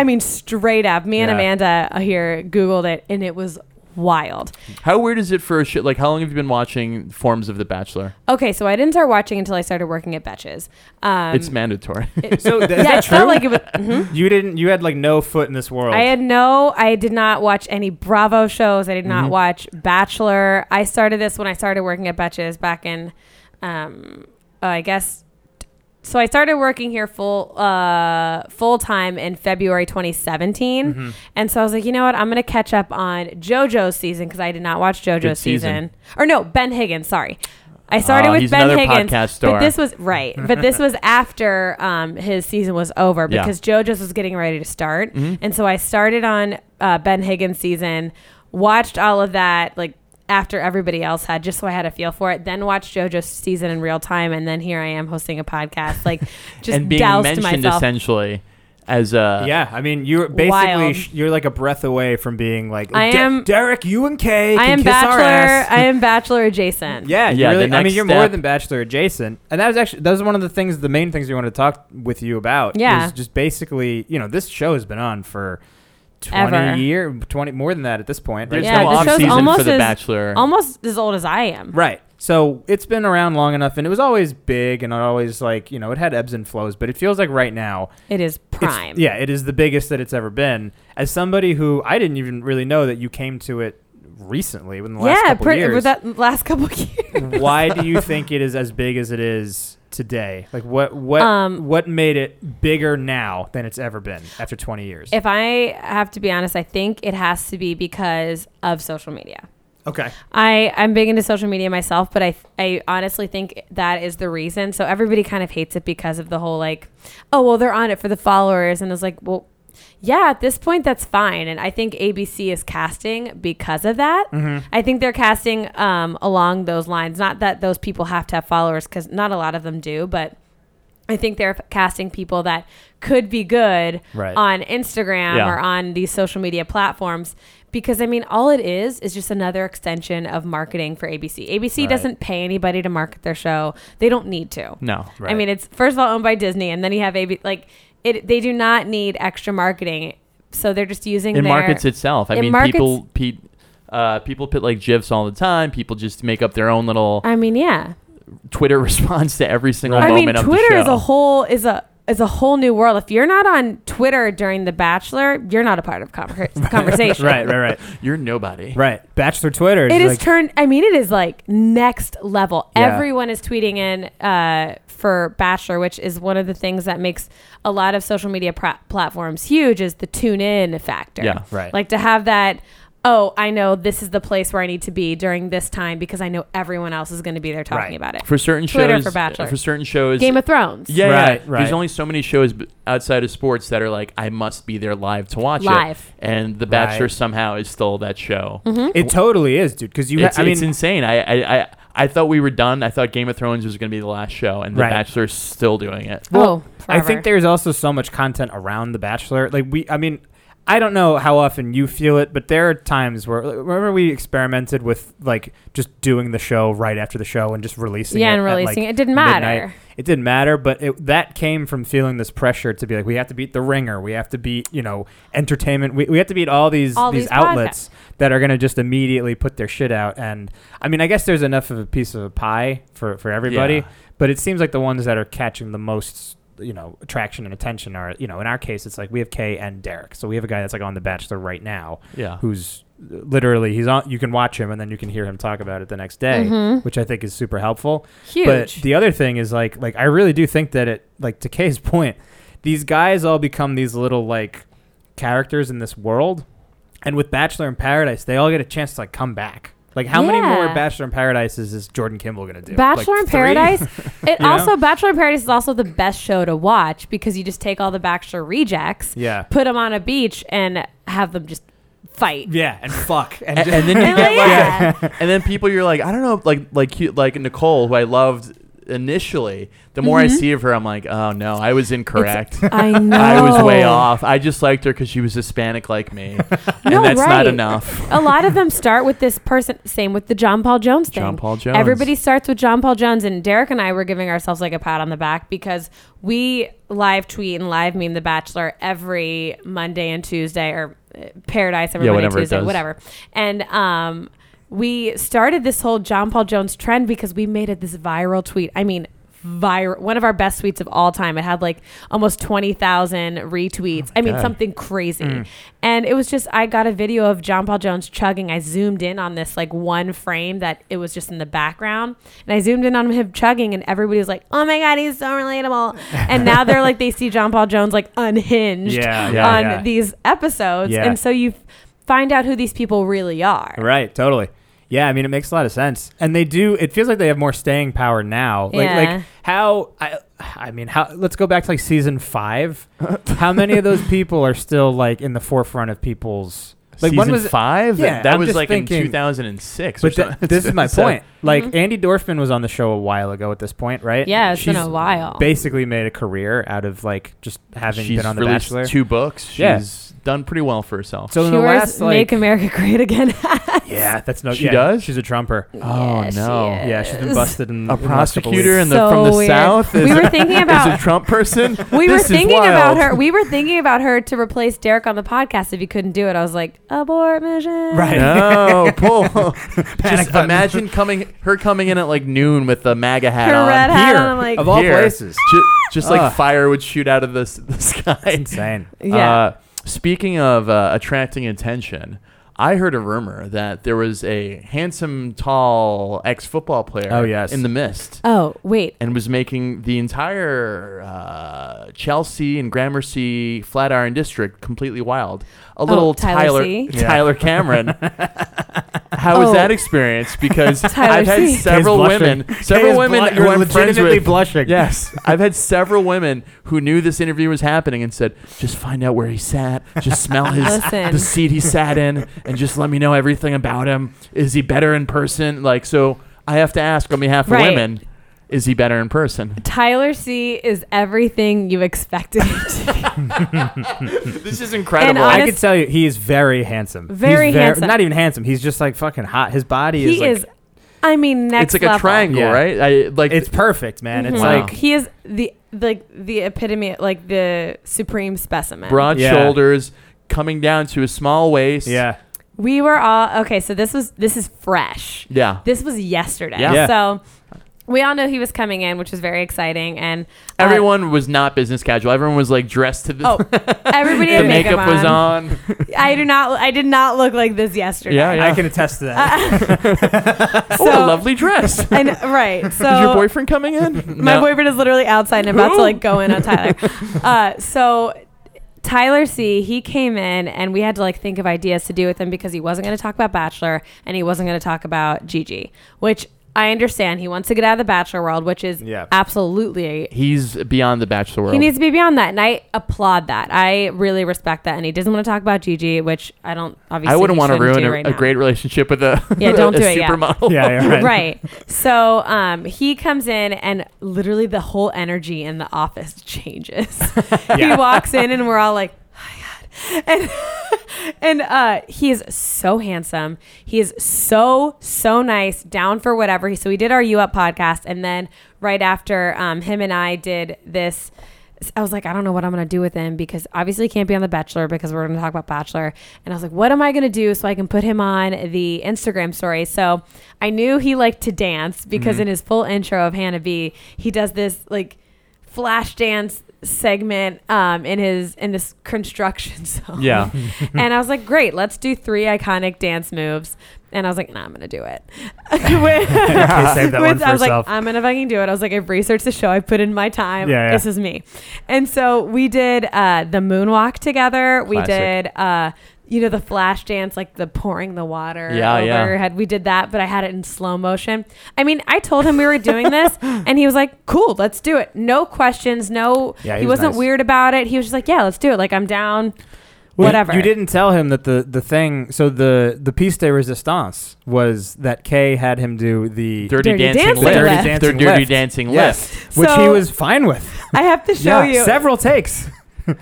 S3: I mean, straight up. Me and
S1: Yeah.
S3: Amanda uh, here Googled it, and it was wild.
S2: How weird is it for a shit? Like, how long have you been watching forms of The Bachelor?
S3: Okay, so I didn't start watching until I started working at Betches. Um,
S2: it's mandatory.
S1: So th- is
S3: [laughs] yeah,
S1: that
S3: it
S1: true?
S3: felt like it was. mhm.
S1: you didn't. You had like no foot in this world.
S3: I had no, I did not watch any Bravo shows. I did not
S2: Mm-hmm.
S3: watch Bachelor. I started this when I started working at Betches back in, um, uh, I guess. So I started working here full uh, full time in February 2017,
S2: Mm-hmm.
S3: and so I was like, you know what, I'm gonna catch up on JoJo's season because I did not watch
S2: Good
S3: JoJo's
S2: season.
S3: season. or no, Ben Higgins. Sorry, I started
S2: Ah,
S3: with
S2: he's
S3: Ben
S2: another
S3: Higgins,
S2: podcast star.
S3: but this was right. But
S1: [laughs]
S3: this was after um, his season was over
S2: Yeah.
S3: because JoJo's was getting ready to start,
S1: Mm-hmm.
S3: and so I started on uh, Ben Higgins season, watched all of that, like after everybody else had, just so I had a feel for it. Then watched JoJo's season in real time, and then here I am hosting a
S1: [laughs]
S3: podcast, like [laughs] just
S2: and being
S3: doused
S2: mentioned
S3: myself.
S2: essentially as a
S1: Uh, yeah, I mean, you're basically
S3: Wild.
S1: sh- you're like a breath away from being like
S3: I
S1: "De-
S3: am-
S1: Derek. You and Kay.
S3: I
S1: can
S3: am
S1: kiss Our ass.
S3: bachelor. uh, I am bachelor adjacent.
S1: Yeah,
S2: Yeah,
S1: yeah.
S2: the
S1: Really, I
S2: next
S1: mean, you're more
S2: step-
S1: than bachelor adjacent, and that was actually that was one of the things, the main things we wanted to talk with you about.
S3: Yeah.
S1: was just basically, you know, this show has been on for twenty
S3: Ever.
S1: year, twenty more than that at this point.
S2: there's
S1: Right?
S3: Yeah,
S2: no
S3: this
S2: off
S3: show's
S2: season for
S3: almost
S2: the
S3: as-
S2: bachelor
S3: Almost as old as I am.
S1: Right. So it's been around long enough, and it was always big, and it always like you know it had ebbs and flows, but it feels like right now
S3: It is
S1: It's-
S3: prime.
S1: yeah, it is the biggest that it's ever been. As somebody who I didn't even really know that you came to it recently within the last
S3: yeah,
S1: couple
S3: pretty,
S1: years.
S3: with that last couple [laughs] of
S1: [laughs]
S3: years.
S1: Why do you think it is as big as it is today? Like what what
S3: Um,
S1: what made it bigger now than it's ever been after 20 years?
S3: If I have to be honest, I think it has to be because of social media.
S1: okay.
S3: I I'm big into social media myself, but I I honestly think that is the reason. So everybody kind of hates it because of the whole like, oh well, they're on it for the followers, and it's like, well, yeah, at this point that's fine. And I think ABC is casting because of that. I think they're casting um, along those lines. Not that those people have to have followers, because not a lot of them do, but I think they're casting people that could be good
S1: Right.
S3: on Instagram
S2: Yeah.
S3: or on these social media platforms because I mean all it is is just another extension of marketing for ABC. ABC
S1: Right.
S3: doesn't pay anybody to market their show. They don't need to.
S2: no
S1: Right.
S3: I mean it's first of all owned by Disney and then you have ABC like it they do not need extra marketing. So they're just using
S2: it
S3: their
S2: markets itself i
S3: it
S2: mean
S3: markets-
S2: people pe- uh, people put like gifs all the time people just make up their own little
S3: I mean yeah.
S2: twitter [laughs] response to every single
S3: Uh, I
S2: moment
S3: mean
S2: of
S3: Twitter
S2: the show
S3: is a whole is a is a whole new world. If you're not on Twitter during The Bachelor, you're not a part of
S2: [laughs]
S3: conver- conversation.
S1: Right, right, right.
S2: you're nobody
S1: Right. Bachelor Twitter is
S3: It is
S1: like
S3: turned. I mean, it is like next level.
S1: Yeah.
S3: Everyone is tweeting in uh, for Bachelor, which is one of the things that makes a lot of social media pra- platforms huge. Is the tune in factor.
S2: Yeah,
S1: right.
S3: Like to have that. Oh, I know this is the place where I need to be during this time because I know everyone else is going to be there talking
S1: Right.
S3: about it.
S2: for certain
S3: Twitter
S2: shows uh,
S3: for Bachelor.
S2: for certain shows
S3: Game of Thrones.
S2: yeah,
S1: Right,
S2: yeah.
S1: right.
S2: There's only so many shows b- outside of sports that are like I must be there live to watch
S3: Live. Mm-hmm.
S2: it, and The Bachelor
S1: Right.
S2: somehow is still that show.
S3: hmm?
S1: it totally is, dude, cuz you ha-
S2: It's,
S1: I
S2: it's
S1: mean
S2: insane. I, I, I, I thought we were done. I thought Game of Thrones was going to be the last show, and The
S1: Right.
S2: Bachelor's still doing it.
S1: Well,
S3: oh,
S1: I
S3: forever.
S1: think there's also so much content around The Bachelor. Like we, I mean, I don't know how often you feel it, but there are times where like, remember we experimented with like just doing the show right after the show and just releasing.
S3: Yeah,
S1: it
S3: and
S1: at, like,
S3: releasing it. It didn't
S1: midnight.
S3: matter.
S1: It didn't matter, but it, that came from feeling this pressure to be like, we have to beat The Ringer, we have to beat you know entertainment, we, we have to beat all these
S3: All
S1: these,
S3: these
S1: outlets that are going to just immediately put their shit out. And I mean, I guess there's enough of a piece of a pie for for everybody,
S2: Yeah.
S1: but it seems like the ones that are catching the most you know attraction and attention are you know in our case it's like we have Kay and Derek, so we have a guy that's like on The Bachelor right now
S2: Yeah.
S1: who's literally he's on you can watch him and then you can hear him talk about it the next day which i think is super helpful
S3: Mm-hmm. Huge.
S1: but the other thing is like like I really do think that it like to Kay's [laughs] point, these guys all become these little like characters in this world. And with Bachelor in Paradise, they all get a chance to like come back. Like how many more
S3: Yeah.
S1: Bachelor in Paradise is this Jordan Kimball gonna do?
S3: Bachelor
S1: Like,
S3: in
S1: three? [laughs]
S3: Paradise. It
S1: You know?
S3: also Bachelor in Paradise is also the best show to watch because you just take all the Bachelor rejects,
S1: Yeah.
S3: put them on a beach, and have them just fight.
S1: Yeah, and fuck. And,
S2: A-
S1: just,
S2: and then you
S3: And
S2: get like,
S3: like, yeah.
S2: and then people you're like, I don't know, like like you, like Nicole, who I loved initially. The more I see of her, I'm like, oh no, I was incorrect.
S3: I
S2: [laughs]
S3: know.
S2: I was way off. I just liked her because she was Hispanic like me,
S3: No,
S2: and that's
S3: right.
S2: not enough.
S3: A lot of them start with this person. Same with the John Paul Jones thing.
S2: John Paul Jones.
S3: Everybody starts with John Paul Jones, and Derek and I were giving ourselves like a pat on the back because we live tweet and live meme The Bachelor every Monday and Tuesday, or uh, Paradise every
S2: Yeah,
S3: Monday and
S2: whenever it
S3: Tuesday,
S2: does.
S3: whatever. And um, we started this whole John Paul Jones trend because we made it this viral tweet. I mean. Viral, one of our best tweets of all time. It had like almost twenty thousand retweets. I mean,
S1: Oh God. Mm.
S3: something something crazy. And it was just I got a video of John Paul Jones chugging. I zoomed in on this like one frame that it was just in the background. And I zoomed in on him chugging and everybody was like, "Oh my god, he's so relatable." and now they're like they see John Paul Jones like unhinged
S1: [laughs] Yeah, yeah,
S3: on
S1: yeah.
S3: these episodes.
S1: Yeah.
S3: And so you f- find out who these people really are.
S1: [laughs] Right, totally. Yeah, I mean it makes a lot of sense, and they do. It feels like they have more staying power now. Like,
S3: Yeah.
S1: like how I, I mean, how let's go back to like season five. how many of those people are still like in the forefront of people's Like
S2: season
S1: when was it-
S2: five?
S1: Yeah,
S2: that
S1: I'm
S2: was
S1: just
S2: like in
S1: thinking-
S2: 2006. or
S1: But
S2: something.
S1: th- this
S2: [laughs]
S1: is my
S2: So-
S1: point. Like Andy Dorfman was on the show a while ago at this point, right?
S3: Mm-hmm. Yeah, it's been
S1: She's
S3: a while.
S1: Basically, made a career out of like just having
S2: She's
S1: been on The
S2: released
S1: Bachelor.
S2: two books. She's
S1: Yeah.
S2: done pretty well for herself.
S1: so in the
S3: wears
S1: last like
S3: "Make America Great Again."
S1: [laughs] yeah, that's no.
S2: She
S1: yeah,
S2: does?
S1: She's a Trumper.
S2: Oh,
S3: Yeah, she
S2: no.
S3: is.
S1: Yeah, she's been busted in
S2: a
S1: in the last couple
S2: prosecutor
S3: [laughs]
S1: weeks.
S2: in the,
S3: So
S2: from the
S3: weird.
S2: south
S3: We
S2: is,
S3: were
S2: [laughs]
S3: thinking
S2: is a
S3: about-
S2: Trump person.
S3: [laughs] We were
S2: This is
S3: thinking about
S2: wild.
S3: her. We were thinking about her to replace Derek on the podcast if he couldn't do it. I was like, abort mission.
S1: Right. [laughs]
S2: No, pull. Just
S1: button.
S2: imagine coming her coming in at like noon with the MAGA hat
S3: Her
S2: on.
S3: red hat
S1: Here,
S3: on. I'm like,
S1: of all
S2: Here.
S1: places.
S2: Ju- just like
S1: Ugh.
S2: fire would shoot out of the, s- the sky.
S1: [laughs] Insane.
S3: Yeah.
S2: Uh, speaking of uh, attracting attention, I heard a rumor that there was a handsome, tall ex football player
S1: Oh, yes.
S2: in the mist
S3: oh wait.
S2: and was making the entire uh, Chelsea and Gramercy Flatiron district completely wild. A little
S3: Oh, Tyler
S2: Tyler
S3: C?
S1: Yeah.
S2: Tyler
S1: [laughs]
S2: Cameron. How was
S3: Oh.
S2: that experience? Because
S3: Tyler
S2: I've had
S3: C.
S2: several
S1: Kay's blushing. [laughs]
S2: women, several
S1: Kay is
S2: women
S1: blu-
S2: who
S1: you're
S2: I'm friends
S1: legitimately
S2: with.
S1: [laughs] blushing.
S2: Yes, I've had several women who knew this interview was happening and said, "Just find out where he sat, just smell
S3: [laughs]
S2: his
S3: Listen.
S2: the seat he sat in, and just let me know everything about him. Is he better in person? Like, so I have to ask on behalf of
S3: Right.
S2: women, is he better
S1: [laughs]
S2: in person? [laughs]
S3: Tyler C is everything you expected. him to be.
S2: This is incredible.
S3: And
S1: I
S3: honest-
S1: could tell you, he is very handsome. He's
S3: Very
S1: ver-
S3: handsome.
S1: Not even handsome. He's just like fucking hot. His body is
S3: he
S1: like
S3: is, I mean,
S2: it's
S3: next.
S2: like a
S3: level. Mm-hmm.
S2: triangle,
S1: Yeah.
S2: right? I like
S1: it's perfect, man. It's
S2: Mhm.
S1: like
S2: Wow.
S3: he is the like the epitome, like the supreme specimen.
S2: broad
S1: Yeah.
S2: shoulders coming down to a small waist.
S1: yeah.
S3: we were all okay. So this was this is fresh.
S2: yeah.
S3: This was yesterday.
S2: Yeah.
S1: Yeah.
S3: So we all knew he was coming in, which was very exciting. And uh,
S2: Everyone was not business casual. Everyone was like dressed to the. [laughs]
S3: Oh, everybody
S2: the
S3: had
S2: makeup,
S3: makeup,
S2: was
S3: [laughs]
S2: on.
S3: I do not. I did not look like this yesterday.
S2: Yeah,
S3: [laughs]
S2: yeah.
S1: I can attest to that.
S2: oh, a lovely dress.
S3: I know, right.
S2: [laughs]
S3: So
S2: Is your boyfriend coming
S3: [laughs]
S2: in?
S3: my
S2: No.
S3: boyfriend is literally outside and about
S2: Who?
S3: to like go in
S2: [laughs]
S3: on Tyler. uh, so Tyler C, he came in and we had to like think of ideas to do with him because he wasn't going to talk about Bachelor and he wasn't going to talk about Gigi, which I understand. He wants to get out of the Bachelor world, which is
S1: Yeah.
S3: absolutely
S2: He's beyond the bachelor world.
S3: He needs to be beyond that, and I applaud that. I really respect that. And he doesn't want to talk about Gigi, which I don't obviously.
S2: I wouldn't
S3: want to
S2: ruin a,
S3: right
S2: a
S3: now.
S2: great relationship with a [laughs]
S3: Yeah, don't
S2: a
S3: do it, yeah.
S1: [laughs]
S2: supermodel.
S1: Yeah, yeah, right.
S3: Uh, right. So um, he comes in, and literally the whole energy in the office [laughs] changes. He
S1: Yeah.
S3: walks in, and we're all like, "Oh my god!" And and uh, he is so handsome. He is so so nice, down for whatever. So we did our "You Up" podcast, and then right after, um, him and I did this. I was like, I don't know what I'm gonna do with him because obviously he can't be on The Bachelor because we're gonna talk about Bachelor. And I was like, what am I gonna do so I can put him on the Instagram story? So I knew he liked to dance because in his full intro of Hannah B, he does this like flash dance segment um, in his in this construction [laughs]
S1: [laughs]
S3: zone.
S2: Yeah.
S3: [laughs] and I was like, great, let's do three iconic dance moves. And I was like, nah, I'm gonna do it. [laughs] With-
S1: Okay, save that one
S3: with-
S1: for
S3: I was
S1: yourself.
S3: like, I'm gonna fucking do it. I was like, I've researched the show. I put in my time.
S1: Yeah, yeah.
S3: This is me. And so we did uh, the moonwalk together. We
S2: Classic.
S3: did, uh, you know, the flash dance, like the pouring the water
S2: Yeah,
S3: over
S2: yeah.
S3: your head. We did that, but I had it in slow motion. I mean, I told him we were
S1: [laughs]
S3: doing this, and he was like, "Cool, let's do it. No questions. No.
S1: Yeah, he
S3: he
S1: was
S3: wasn't
S1: nice.
S3: weird about it. He was just like, yeah, let's do it. Like I'm down. Whatever.
S1: You, didn't tell him that the the thing. So the the piece de resistance was that Kay had him do the
S2: [laughs] Dirty,
S3: Dirty
S2: dancing,
S3: Dancing
S2: lift.
S3: Dirty
S1: Dancing
S2: Dirty
S1: lift.
S2: dancing
S1: yes,
S2: lift.
S1: which he
S3: So-
S1: was fine with.
S3: I have to show you.
S1: several takes.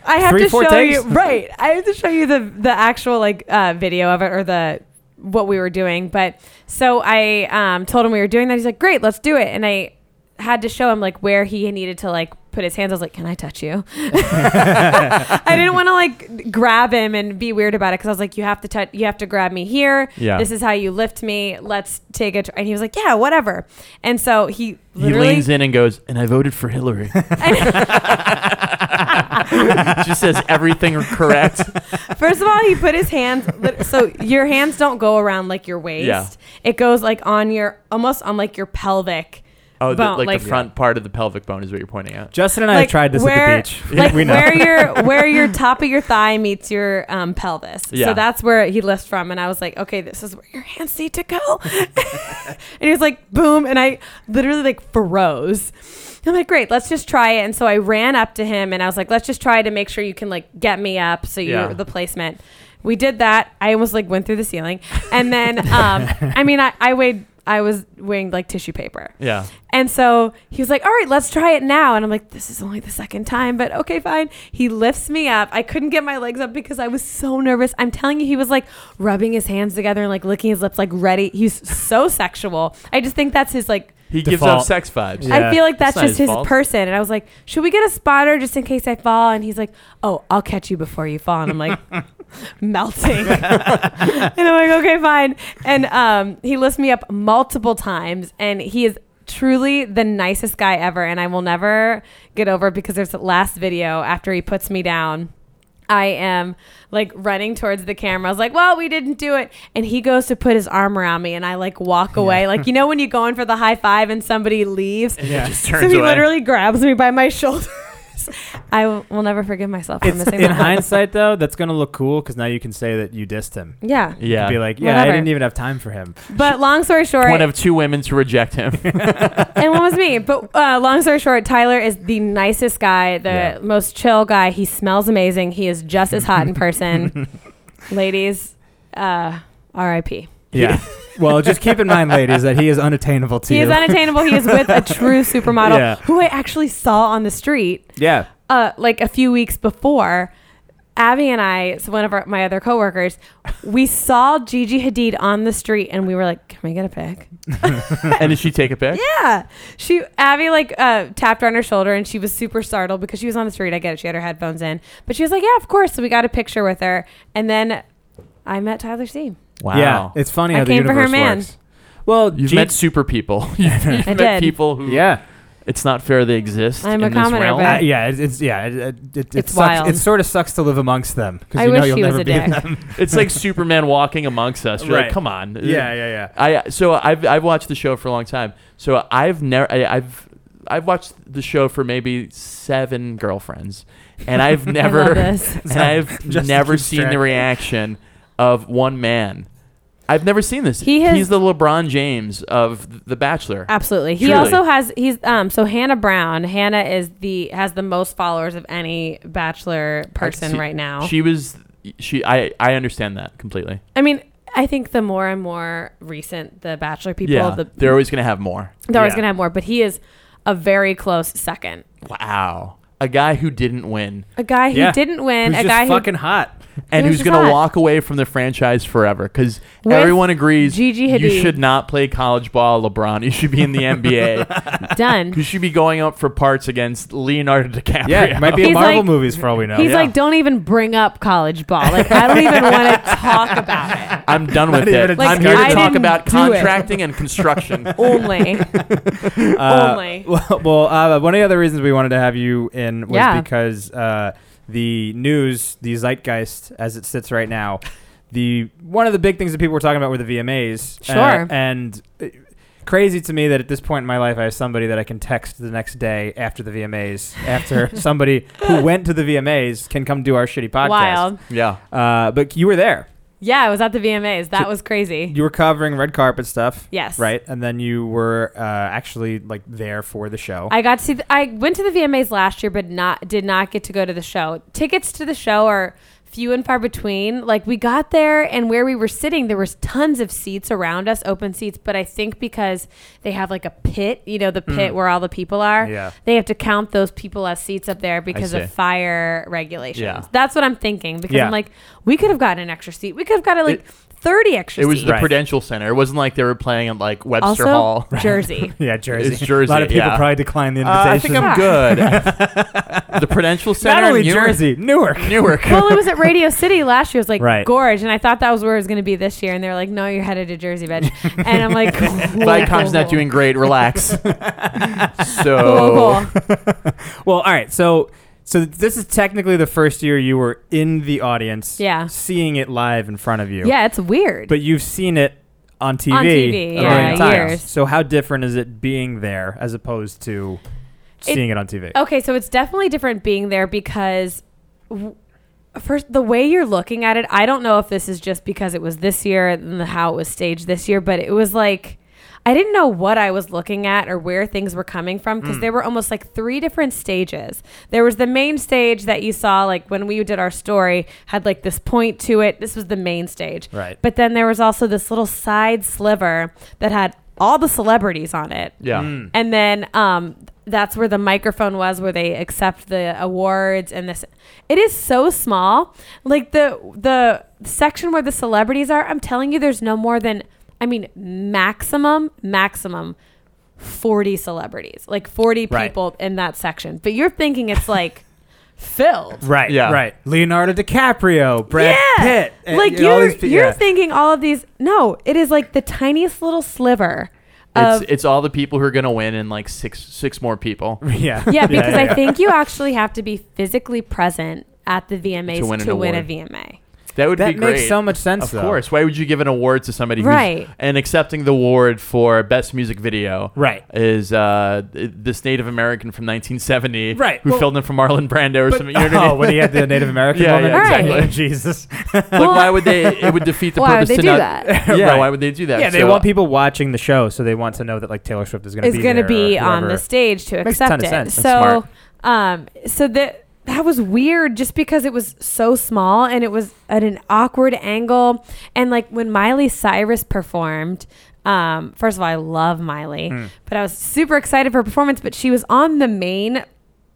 S3: I have
S1: Three,
S3: to
S1: four
S3: show
S1: takes?
S3: you right. I have to show you the the actual like uh, video of it or the what we were doing. But so I um, told him we were doing that. He's like, "Great, let's do it." And I had to show him like where he needed to like put his hands. I was like, "Can I
S2: [laughs]
S3: touch you?" I didn't want to like grab him and be weird about it because I was like, "You have to touch. You have to grab me here.
S2: Yeah.
S3: This is how you lift me. Let's take it." And he was like, "Yeah, whatever." And so he
S2: He
S3: literally
S2: leans in and goes, and I voted for [laughs] Hillary.
S3: [laughs]
S2: Just says everything
S3: [laughs]
S2: correct.
S3: First of all, he put his hands lit- so your hands don't go around like your waist.
S2: Yeah.
S3: It goes like on your almost on like your pelvic
S2: Oh, the,
S3: bone,
S2: like,
S3: like-
S2: the front part of the pelvic bone is what you're pointing at.
S1: Justin and I have
S3: Like,
S1: tried this
S3: where-
S1: at the [laughs] beach.
S3: [laughs] like
S1: we know.
S3: where your where your top of your thigh meets your um, pelvis.
S2: Yeah.
S3: So that's where he lifts from, and I was like, okay, this is where your hands need to go. [laughs] and he was like, boom, and I literally like froze. I'm like, great, let's just try it. And so I ran up to him, and I was like, let's just try to make sure you can like get me up, so you
S2: Yeah.
S3: are the placement. We did that. I almost like went through the ceiling, and then um, I mean, I, I weighed. I was weighing like tissue paper.
S2: Yeah.
S3: And so he was like, "All right, let's try it now." And I'm like, "This is only the second time, but okay, fine." He lifts me up. I couldn't get my legs up because I was so nervous. I'm telling you, he was like rubbing his hands together and like licking his lips, like ready. He's so sexual. I just think that's his like.
S2: He gives off
S1: Default.
S2: sex vibes.
S1: Yeah.
S3: I feel like
S2: That's
S3: that's,
S2: not
S3: just
S2: his
S3: his
S2: fault.
S3: person. And I was like, "Should we get a spotter just in case I fall?" And he's like, "Oh, I'll catch you before you fall." And I'm like, melting. [laughs] and I'm like, okay, fine. And um, he lifts me up multiple times, and he is truly the nicest guy ever. And I will never get over it because there's the last video after he puts me down. I am like running towards the camera. I was like, well, we didn't do it. And he goes to put his arm around me, and I like walk away. Like, you know, when you go in for the high five and somebody leaves?
S1: Yeah.
S2: Just turns
S3: [laughs] so he
S2: away.
S3: literally grabs me by my [laughs] shoulders. I will will never forgive myself for
S1: It's-
S3: missing
S1: in
S3: that. one.
S1: hindsight, though, that's gonna look cool because now you can say that you dissed him.
S3: Yeah.
S1: You
S2: Yeah.
S1: could be like, yeah, I
S3: Whatever.
S1: didn't even have time for
S2: [laughs]
S1: him.
S3: But long story short,
S2: one of two women to reject him.
S3: [laughs] and one was me. But uh, long story short, Tyler is the nicest guy, the
S1: Yeah.
S3: most chill guy. He smells amazing. He is just
S1: [laughs]
S3: as hot in person. Ladies, uh, R.I.P.
S1: Yeah. [laughs] well, just keep in mind, ladies, that he is unattainable to
S3: He
S1: you.
S3: is unattainable. He is with a true supermodel
S1: [laughs] Yeah.
S3: who I actually saw on the street
S1: yeah.
S3: uh, like a few weeks before. Abby and I, so one of our, my other coworkers, we saw Gigi Hadid on the street, and we were like, "Can we get a pic?"
S2: and did she take a pic?
S3: Yeah. She Abby like uh, tapped her on her shoulder and she was super startled because she was on the street. I get it. She had her headphones in. But she was like, Yeah, of course. So we got a picture with her. And then I met Tyler C.
S2: Wow.
S1: Yeah. It's funny
S3: I
S1: how the
S3: came for her
S1: universe
S3: man.
S1: works. Well,
S2: You've
S1: G-
S2: met super
S3: [laughs]
S2: people. You've, you've
S3: I
S2: met
S3: did.
S2: people who
S1: Yeah.
S2: it's not fair they exist.
S3: I'm
S2: in
S3: a
S2: this
S3: commoner,
S2: realm.
S1: Uh,
S3: but-
S1: yeah. It's, it's yeah. It, it, it, it
S3: It's
S1: sucks.
S3: wild.
S1: It sort of sucks to live amongst them because
S3: I
S1: you know
S3: wish
S1: you'll
S3: he was
S1: never
S3: a
S1: be in
S3: dick.
S1: them.
S2: [laughs]
S1: [laughs]
S2: it's
S3: [laughs]
S2: like Superman walking amongst us. You're
S1: Right.
S2: like, come on.
S1: yeah. Yeah. Yeah.
S2: I so I've I've watched the show for a long time. So I've never I, I've I've watched the show for maybe seven girlfriends, and I've
S3: [laughs] I love
S2: never
S3: this.
S2: [laughs]
S1: [laughs]
S2: and I've
S1: Justin
S2: never
S1: keeps
S2: seen
S1: track.
S2: the reaction of one man. I've never seen this.
S3: He has-
S2: He's the LeBron James of The Bachelor.
S3: Absolutely. He
S2: Truly.
S3: also has he's um so Hannah Brown. Hannah is the has the most followers of any bachelor person
S2: see-
S3: right now.
S2: She was she I I understand that completely.
S3: I mean, I think the more and more recent the bachelor people
S2: yeah,
S3: the
S2: they're always gonna have more.
S3: they're always
S1: yeah.
S3: gonna have more, but he is a very close second.
S2: Wow, a guy who didn't
S3: [laughs]
S2: win
S3: A guy who
S1: Yeah.
S3: didn't win,
S1: Who's
S3: a
S1: just
S3: guy who
S1: fucking [laughs]
S2: [laughs]
S1: hot.
S2: and
S3: He
S2: who's
S3: was just
S2: going to
S3: hot.
S2: walk away from the franchise forever because
S3: With
S2: everyone agrees
S3: Gigi
S2: you
S3: Hadid.
S2: should not play college ball, LeBron. You should be in the
S3: [laughs]
S2: NBA.
S3: done.
S2: You should be going up for parts against Leonardo DiCaprio.
S1: Yeah. It might be in
S3: He's
S1: Marvel
S3: like-
S1: movies for all
S3: [laughs]
S1: we know.
S3: He's
S1: yeah.
S3: like, don't even bring up college ball. Like, I don't even
S1: [laughs]
S3: want to talk about it.
S2: [laughs] I'm done
S1: Not
S2: with
S1: even
S2: it.
S1: a
S3: Like,
S2: I'm here to
S3: I
S2: talk
S3: didn't
S2: about
S3: do it.
S2: contracting and
S1: [laughs]
S2: construction.
S3: Only.
S1: Uh,
S3: Only.
S1: [laughs] Well, well uh, one of the other reasons we wanted to have you in was
S3: Yeah.
S1: because uh, the news, the zeitgeist as it sits right now, the one of the big things that people were talking about were the VMAs.
S3: Sure.
S1: Uh, and uh, crazy to me that at this point in my life, I have somebody that I can text the next day after the VMAs,
S3: [laughs]
S1: after somebody who went to the VMAs can come do our shitty podcast.
S3: Wild.
S2: Yeah.
S1: Uh, but you were there.
S3: Yeah, I was at the VMAs. That was crazy.
S1: You were covering red carpet stuff.
S3: Yes.
S1: Right, and then you were uh, actually like there for the show.
S3: I got to see. The, I went to the VMAs last year, but not did not get to go to the show. Tickets to the show are few and far between. Like we got there, and where we were sitting, there was tons of seats around us, open seats. But I think because they have like a pit, you know, the
S2: Mm.
S3: pit where all the people are,
S1: Yeah.
S3: they have to count those people as seats up there because
S2: see.
S3: of fire regulations.
S2: Yeah.
S3: That's what I'm thinking because
S1: Yeah.
S3: I'm like, we could have gotten an extra seat. We could have gotten like
S2: It-
S3: 30 extra
S2: It was
S3: seats.
S2: the
S1: Right.
S2: Prudential Center. It wasn't like they were playing at like Webster
S3: also,
S2: Hall. [laughs]
S3: Jersey.
S1: [laughs] Yeah, Jersey.
S2: It's Jersey,
S1: A lot of people
S2: yeah.
S1: probably declined the
S2: Uh,
S1: invitation.
S2: I think I'm
S3: Yeah.
S1: [laughs]
S2: good. the Prudential Center.
S1: Not only
S2: in Newark-
S3: [laughs]
S1: Jersey, Newark.
S2: Newark.
S3: well, it was at Radio City last year. It was like
S1: Right.
S3: Gorge, and I thought that was where it was going to be this year. And they were like, "No, you're headed to Jersey, bitch." And I'm like,
S2: Viacom's not doing great. Relax.
S3: [laughs]
S2: so
S1: Well, all right. So, so this is technically the first year you were in the audience,
S3: Yeah.
S1: seeing it live in front of you.
S3: Yeah, it's weird.
S1: But you've seen it on TV,
S3: TV,
S1: a
S3: yeah,
S1: million times.
S3: years.
S1: So how different is it being there as opposed to seeing it on TV?
S3: Okay, so it's definitely different being there because w- first the way you're looking at it, I don't know if this is just because it was this year and the- how it was staged this year, but it was like I didn't know what I was looking at or where things were coming from
S1: Hmm.
S3: because there were almost like three different stages. There was the main stage that you saw like when we did our story had like this point to it. This was the main stage.
S1: Right.
S3: But then there was also this little side sliver that had all the celebrities on it.
S2: Yeah.
S3: And then um, that's where the microphone was, where they accept the awards and this. It is so small. Like the the section where the celebrities are. I'm telling you, there's no more than I mean maximum maximum. 40 celebrities, like 40
S1: Right.
S3: people in that section. But you're thinking
S1: [laughs]
S3: it's like filled.
S1: Right,
S2: Yeah.
S1: right. Leonardo DiCaprio, Brad
S3: yeah.
S1: Pitt, and-
S3: like
S1: and all
S3: you're
S1: these pe-
S3: you're
S1: yeah. [laughs]
S3: thinking all of these. No, it is like the tiniest little sliver
S2: It's
S3: of
S2: it's all the people who are gonna win and like six six more people.
S1: [laughs] yeah,
S3: yeah, because
S1: yeah.
S3: I think you actually have to be physically present at the VMAs
S2: To
S3: to
S2: win
S3: win,
S2: an
S3: a
S2: award.
S3: VMA.
S2: That would
S1: that
S2: be
S1: makes
S2: great.
S1: so much sense.
S2: Of
S1: though.
S2: course. Why would you give an award to somebody
S3: Right.
S2: who's and accepting the award for best music video?
S1: Right.
S2: Is uh, this Native American from 1970?
S1: Right.
S2: Who
S1: Well-
S2: filled in for Marlon Brando or
S1: But,
S2: something? You know what I mean?
S1: oh, when he had the Native
S3: [laughs]
S1: American
S2: Yeah,
S1: woman,
S2: yeah,
S3: exactly.
S1: [laughs] Jesus. [laughs]
S2: Like, why would they? It would defeat the
S3: Why
S2: purpose
S3: would they
S2: to
S3: do
S2: not- [laughs]
S3: that?
S2: Yeah,
S1: Right.
S2: why would they do that?
S1: Yeah, they
S2: So-
S1: want people watching the show, so they want to know that like Taylor Swift is going to
S3: Is
S1: be
S3: going to
S1: there
S3: be
S1: or
S3: on
S1: whoever.
S3: the stage to
S1: Makes a ton
S3: accept
S1: of
S3: it.
S1: sense.
S2: That's
S3: So, um, so that that was weird, just because it was so small and it was at an awkward angle, and like when Miley Cyrus performed. Um, first of all, I love
S1: Mm.
S3: Miley, but I was super excited for her performance. But she was on the main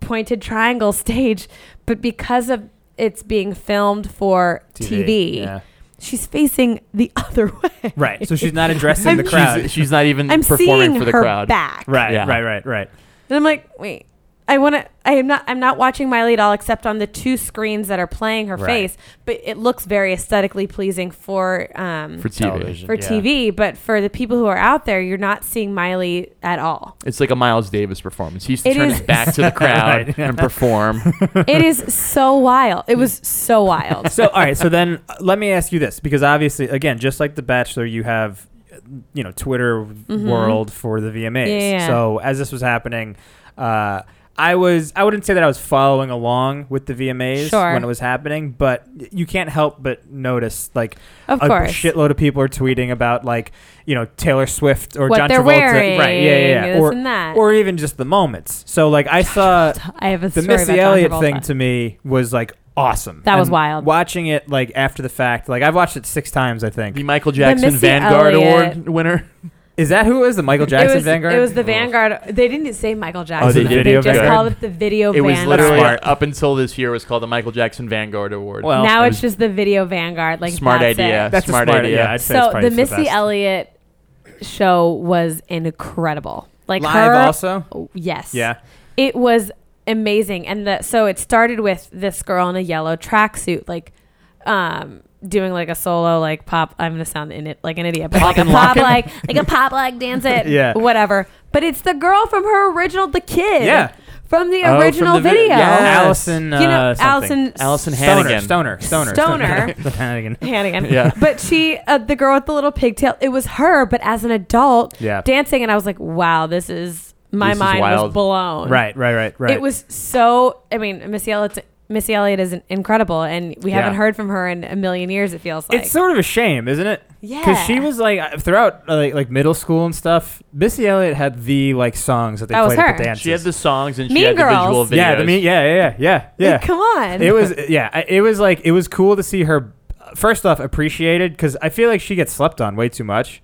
S3: pointed triangle [laughs] stage, but because of it's being filmed for TV,
S1: Yeah.
S3: she's facing the [laughs] other way.
S1: Right. So she's not addressing
S3: I'm-
S1: the crowd.
S2: She's, she's not even
S3: [laughs] I'm
S2: performing
S3: seeing
S2: for the
S3: her
S2: crowd.
S3: back.
S1: right.
S2: Yeah.
S1: Right. Right. Right.
S3: And I'm like, wait, I want to. I am not. I'm not watching Miley at all, except on the two screens that are playing her
S1: Right.
S3: face. But it looks very aesthetically pleasing for um
S2: For
S3: for,
S2: TV.
S1: Television. yeah.
S3: TV. But for the people who are out there, you're not seeing Miley at all.
S2: It's like a Miles Davis performance. He used to
S3: It
S2: turn
S3: is-
S2: his back
S3: [laughs]
S2: to the crowd
S1: Right.
S2: and perform.
S3: it is so wild. It was so
S1: [laughs]
S3: wild.
S1: So all right. So then uh, let me ask you this, because obviously, again, just like The Bachelor, you have uh, you know Twitter world for the VMAs.
S3: Mm-hmm. Yeah, yeah, yeah.
S1: So as this was happening, uh, I was I wouldn't say that I was following along with the VMAs
S3: Sure.
S1: when it was happening, but y- you can't help but notice like
S3: Of
S1: a
S3: course.
S1: shitload of people are tweeting about like you know Taylor Swift or
S3: What
S1: John
S3: they're
S1: Travolta,
S3: wearing,
S1: right? Yeah, yeah, yeah.
S3: this
S1: or
S3: and that.
S1: or even just the moments. So like I saw
S3: I have a
S1: the
S3: story
S1: Missy
S3: about John
S1: Elliott
S3: Travolta.
S1: thing to me was like awesome.
S3: That was
S1: And
S3: wild.
S1: Watching it like after the fact, like I've watched it six times. I
S2: the
S1: think
S2: Michael Jackson
S3: Missy
S2: Vanguard
S3: Elliott.
S2: Award winner.
S3: [laughs]
S1: is that who it was the Michael Jackson
S3: it was,
S1: Vanguard?
S3: It was the Vanguard. They didn't say Michael Jackson.
S1: they
S3: they,
S1: did? Video
S3: just
S1: Vanguard?
S3: called it the Video
S2: It was
S3: Oh, Vanguard.
S2: literally
S1: Smart.
S2: up until this year was called the Michael Jackson Vanguard Award.
S1: Well,
S3: now
S2: it
S3: it's
S2: was-
S3: just the Video Vanguard. Like
S2: smart
S3: that's it.
S2: idea.
S1: That's a
S2: smart, idea.
S1: Yeah, I'd say it's
S3: so
S1: probably
S3: the Missy
S1: best.
S3: Elliott show was incredible. Like
S1: live
S3: her,
S1: also.
S3: Oh, yes,
S1: Yeah,
S3: it was amazing. And the so it started with this girl in a yellow tracksuit, like, um, doing like a solo, like pop. I'm gonna sound in it like an idiot, but like a
S2: and
S3: pop,
S2: lockin'?
S3: like like a pop, like
S2: [laughs]
S3: dance it,
S1: Yeah.
S3: whatever. But it's the girl from her original, the kid,
S1: Yeah.
S3: from the
S1: Oh, from
S3: original
S1: the vid-
S3: video,
S1: yeah, Allison. Uh,
S3: you know,
S1: something.
S3: Allison,
S2: Allison
S1: Stoner,
S2: Hannigan.
S1: Stoner, Stoner, [laughs]
S3: Stoner.
S1: Hannigan.
S3: Hannigan.
S2: Yeah.
S3: [laughs] But she, uh, the girl with the little pigtail, it was her, but as an adult,
S1: Yeah.
S3: dancing. And I was like, wow, this is, my
S2: This is
S3: mind
S2: wild.
S3: was blown.
S1: Right, right, right, right.
S3: It was so, I mean, Missy Elliott's, Missy Elliott is incredible. And we
S1: Yeah.
S3: haven't heard from her in a million years, it feels like.
S1: it's sort of a shame, isn't it? because she
S3: Yeah.
S1: was like uh, throughout uh, like, like middle school and stuff. Missy Elliott had the like songs that they
S3: That was
S1: played at the
S3: her.
S1: dances.
S2: She had the songs and she
S3: Mean
S2: had the visual
S3: Girls.
S2: videos.
S1: yeah, the me- yeah, yeah, yeah, yeah, yeah.
S3: Like, come on.
S1: it was yeah I- it was like it was cool to see her first off appreciated because i feel like she gets slept on way too much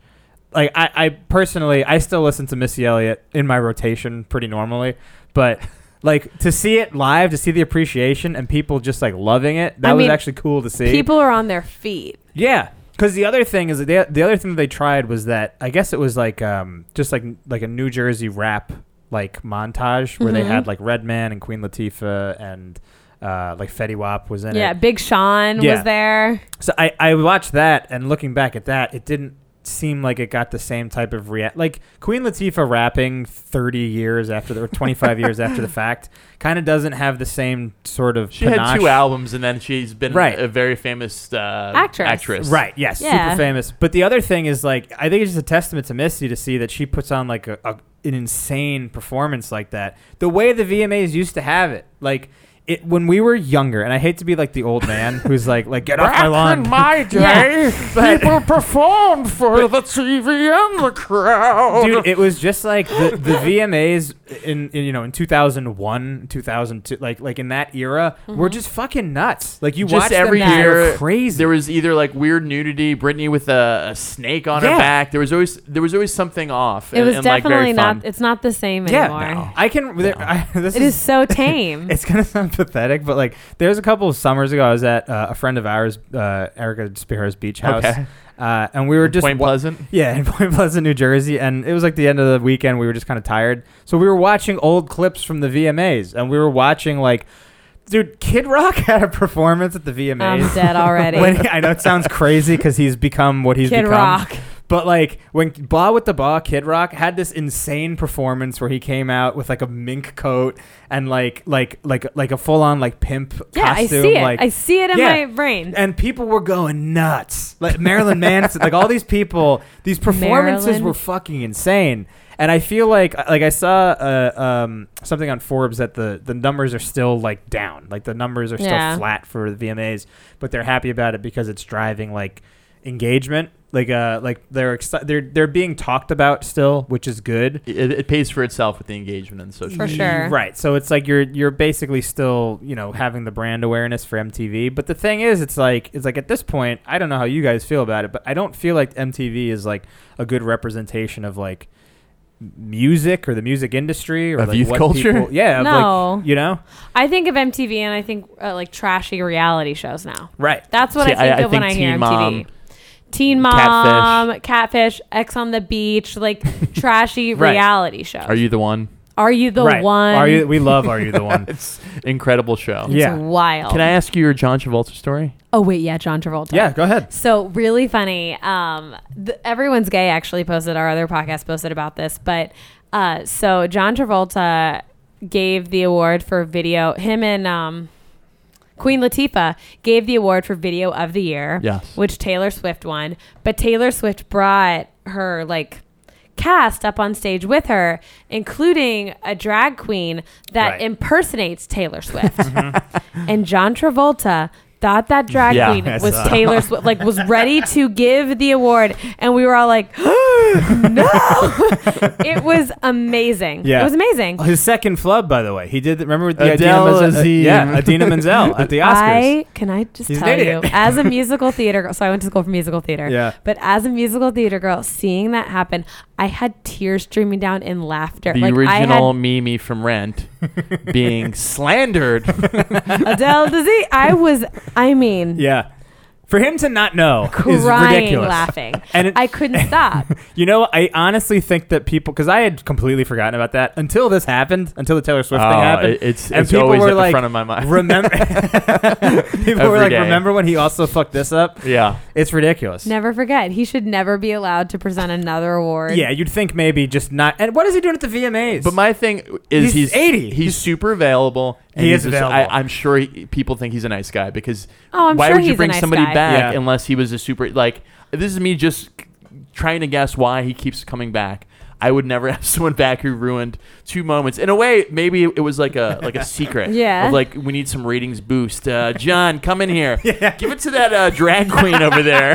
S1: like I, I personally i still listen to missy elliott in my rotation pretty normally but like to see it live to see the appreciation and people just like loving it that
S3: I
S1: was
S3: mean,
S1: actually cool to see
S3: People are on their feet.
S1: yeah because the other thing is that they, the other thing that they tried was that i guess it was like um just like like a new jersey rap like montage where they had like redman and queen latifah and uh, like Fetty Wap was in it.
S3: Yeah. Big Sean
S1: Yeah.
S3: was there.
S1: So I, I watched that and looking back at that, it didn't seem like it got the same type of react. Like Queen Latifah rapping 30 years after the or 25 years after the fact kind of doesn't have the same sort of
S2: She had
S1: panache.
S2: two albums, and then she's been
S1: Right.
S2: a very famous uh,
S3: Actress.
S2: Actress,
S1: Right. Yes.
S3: Yeah.
S1: Super famous. But the other thing is like I think it's just a testament to Misty to see that she puts on like a, a an insane performance like that. The way the VMAs used to have it, like it when we were younger, and I hate to be like the old man
S2: [laughs]
S1: who's like like get off my lawn. [laughs]
S4: my
S3: day,
S4: people performed for the TV and the crowd.
S1: Dude, it was just like the, the
S2: [laughs]
S1: VMAs in, in you know in 2001, 2002, like like in that era,
S3: Mm-hmm.
S1: were just fucking nuts. Like you
S2: Just
S1: watched
S2: every
S1: them, they were
S2: year,
S1: crazy.
S2: There was either like weird nudity, Britney with a, a snake on
S1: Yeah.
S2: her back. There was always there was always something off.
S3: It was
S2: and, like,
S3: definitely
S2: very
S3: not.
S2: fun.
S3: It's not the same
S1: yeah,
S3: anymore.
S1: I can. There, I, [laughs] this
S3: It
S1: [laughs]
S3: is so
S2: Mm.
S3: tame.
S1: It's gonna sound pathetic, but like there's a couple of summers ago, I was at uh, a friend of ours, uh, Erica Spiro's beach house,
S2: Okay.
S1: uh, and we were just
S2: Point
S1: wa-
S2: Pleasant.
S1: [laughs] yeah in Point Pleasant, New Jersey, and it was like the end of the weekend. We were just kind of tired, so we were watching old clips from the VMAs, and we were watching like, dude, Kid Rock [laughs] had a performance at the
S3: I'm
S1: VMAs.
S3: dead already.
S1: [laughs] when he- I know it sounds crazy because he's become what he's
S3: Kid
S1: become.
S3: Rock.
S1: But like when Blah with the Blah, Kid Rock had this insane performance where he came out with like a mink coat and like like like like a full on like pimp
S3: Yeah, I
S1: costume.
S3: see it.
S1: Like,
S3: I see it in
S1: Yeah.
S3: my brain.
S1: and people were going nuts. Like Marilyn Manson, like all these people, these performances
S3: Marilyn.
S1: were fucking insane. And I feel like like I saw uh, um, something on Forbes that the the numbers are still like down. Like the numbers are still
S3: Yeah.
S1: flat for the VMAs, but they're happy about it because it's driving like engagement. Like uh like they're exci- they're they're being talked about still, which is good.
S2: It, it pays for itself with the engagement and social.
S3: For
S2: media.
S3: sure.
S1: Right. So it's like you're you're basically still, you know, having the brand awareness for MTV. But the thing is it's like it's like at this point, I don't know how you guys feel about it, but I don't feel like MTV is like a good representation of like m- music or the music industry or
S2: Of
S1: like
S2: youth
S1: what
S2: culture?
S1: people- yeah, of, like,
S3: No.
S1: you know?
S3: I think of MTV and I think uh, like trashy reality shows now.
S1: Right.
S3: That's what
S2: See,
S3: I think
S2: I- I
S3: of when
S2: think
S3: I hear
S2: Teen
S3: MTV.
S2: Mom,
S3: Teen Mom, Catfish, X on the Beach, like
S2: [laughs]
S3: trashy
S1: Right.
S3: reality shows.
S2: Are you the one?
S3: Are you the
S1: right.
S3: one?
S1: Are you we love Are You the
S2: [laughs]
S1: One?
S2: It's incredible show.
S3: It's
S1: Yeah.
S3: wild.
S2: Can I ask you your John Travolta story?
S3: Oh wait, yeah, John Travolta.
S1: yeah, go ahead.
S3: So really funny. Um, th- everyone's gay actually posted our other podcast posted about this, but uh, so John Travolta gave the award for video. Him and um, Queen Latifah gave the award for video of the year,
S2: Yes.
S3: which Taylor Swift won. But Taylor Swift brought her like cast up on stage with her, including a drag queen that
S1: Right. Mm-hmm.
S3: impersonates Taylor Swift [laughs] and John Travolta thought that drag
S2: Yeah,
S3: queen
S1: I
S3: was
S1: saw.
S3: Taylor Swift, like was ready to give the award, and we were all like, [gasps] "No!" [laughs] it was amazing.
S1: Yeah. Oh,
S3: it was amazing.
S1: His second flub, by the way. He did remember the
S2: Adele
S1: Idina Menzel,
S2: Azim.
S1: yeah, Adina Menzel at the Oscars.
S3: [laughs] I can I just
S1: He's an
S3: tell you,
S1: idiot. [laughs]
S3: as a musical theater girl, so I went to school for musical theater.
S1: Yeah.
S3: But as a musical theater girl, seeing that happen, I had tears streaming down in laughter.
S2: The
S3: like
S2: original
S3: I
S2: Mimi from Rent
S1: [laughs]
S2: being slandered.
S3: had [laughs] Adele Dizzy. I was, I mean,
S1: yeah. For him to not know is
S3: crying,
S1: ridiculous.
S3: laughing.
S1: And it-
S3: I couldn't stop.
S1: You know, I honestly think that people, because I had completely forgotten about that until this happened, until the Taylor Swift thing
S2: Oh,
S1: happened.
S2: [laughs] it- it's- it's always at the front of my mind.
S1: Remember,
S2: [laughs]
S1: people were
S2: Every
S1: like,
S2: day.
S1: remember when he also fucked this up?
S2: [laughs] yeah.
S1: It's ridiculous.
S3: Never forget. He should never be allowed to present another award.
S1: Yeah, you'd think maybe just not. And what is he doing at the VMAs?
S2: But my thing
S1: He's
S2: is he's,
S1: 80.
S2: He's,
S1: He's-
S2: super available. and
S1: He
S2: he's
S1: is
S2: just-
S1: available.
S2: I, I'm sure he, people think he's a nice guy because
S3: Oh, I'm
S2: why
S3: sure
S2: would
S3: he's
S2: you
S3: a
S2: bring
S3: nice
S2: somebody
S3: guy.
S2: back
S1: Yeah.
S2: unless he was a super like? This is me just trying to guess why he keeps coming back. I would never [laughs] have someone back who ruined two moments. In a way, maybe it was like a like a secret.
S3: [laughs] Yeah.
S2: Of like we need some ratings boost. Uh, John, come
S1: [laughs]
S2: in here. Give it to that uh, drag queen over there,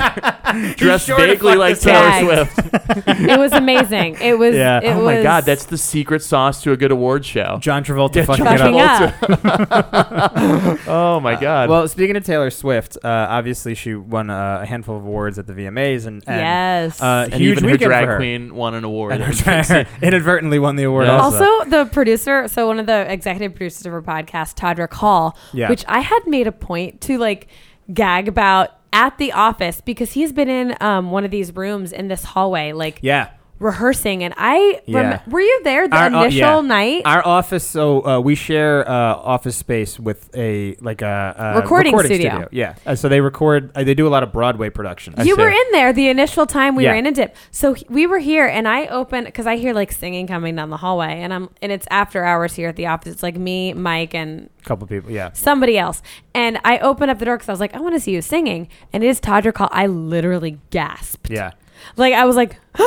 S2: dressed
S1: sure to
S2: vaguely
S1: fuck
S2: like
S1: this
S2: Taylor
S3: up.
S2: Swift.
S1: [laughs]
S3: It was amazing. It was.
S1: Yeah.
S3: It
S2: oh
S3: was
S2: my God, that's the secret sauce to a good award show.
S1: John Travolta
S2: Yeah,
S1: fucking
S2: John
S1: it up.
S3: fucking up.
S2: Oh my God.
S1: Well, speaking of Taylor Swift, uh, obviously she won uh, a handful of awards at the VMAs, and, and
S3: Yes.
S1: uh,
S2: and
S1: huge
S2: even her
S1: weekend
S2: drag
S1: for her.
S2: queen won an award.
S1: And her [laughs] drag- inadvertently won the award.
S2: Yeah.
S1: Also,
S3: also, the producer, so one of the executive producers of her podcast, Todrick Hall,
S1: Yeah.
S3: which I had made a point to like gag about at the office because he's been in um, one of these rooms in this hallway, like
S1: yeah,
S3: rehearsing, and I
S1: Yeah.
S3: rem- were you there the
S1: Our-
S3: initial
S1: uh, yeah.
S3: night?
S1: Our office, so uh, we share uh, office space with a like a, a
S3: Recording studio.
S1: Yeah, Uh, so they record. Uh, they do a lot of Broadway productions.
S2: I
S3: you
S2: see.
S3: were in there the initial time we were
S1: Yeah.
S3: in a dip. So he- we were here, and I opened because I hear like singing coming down the hallway, and I'm and it's after hours here at the office. It's like me, Mike, and
S1: A couple people. Yeah,
S3: somebody else. And I opened up the door because I was like, I want to see you singing. And it is Todd Call. I literally gasped.
S1: yeah.
S3: Like I was like, [gasps]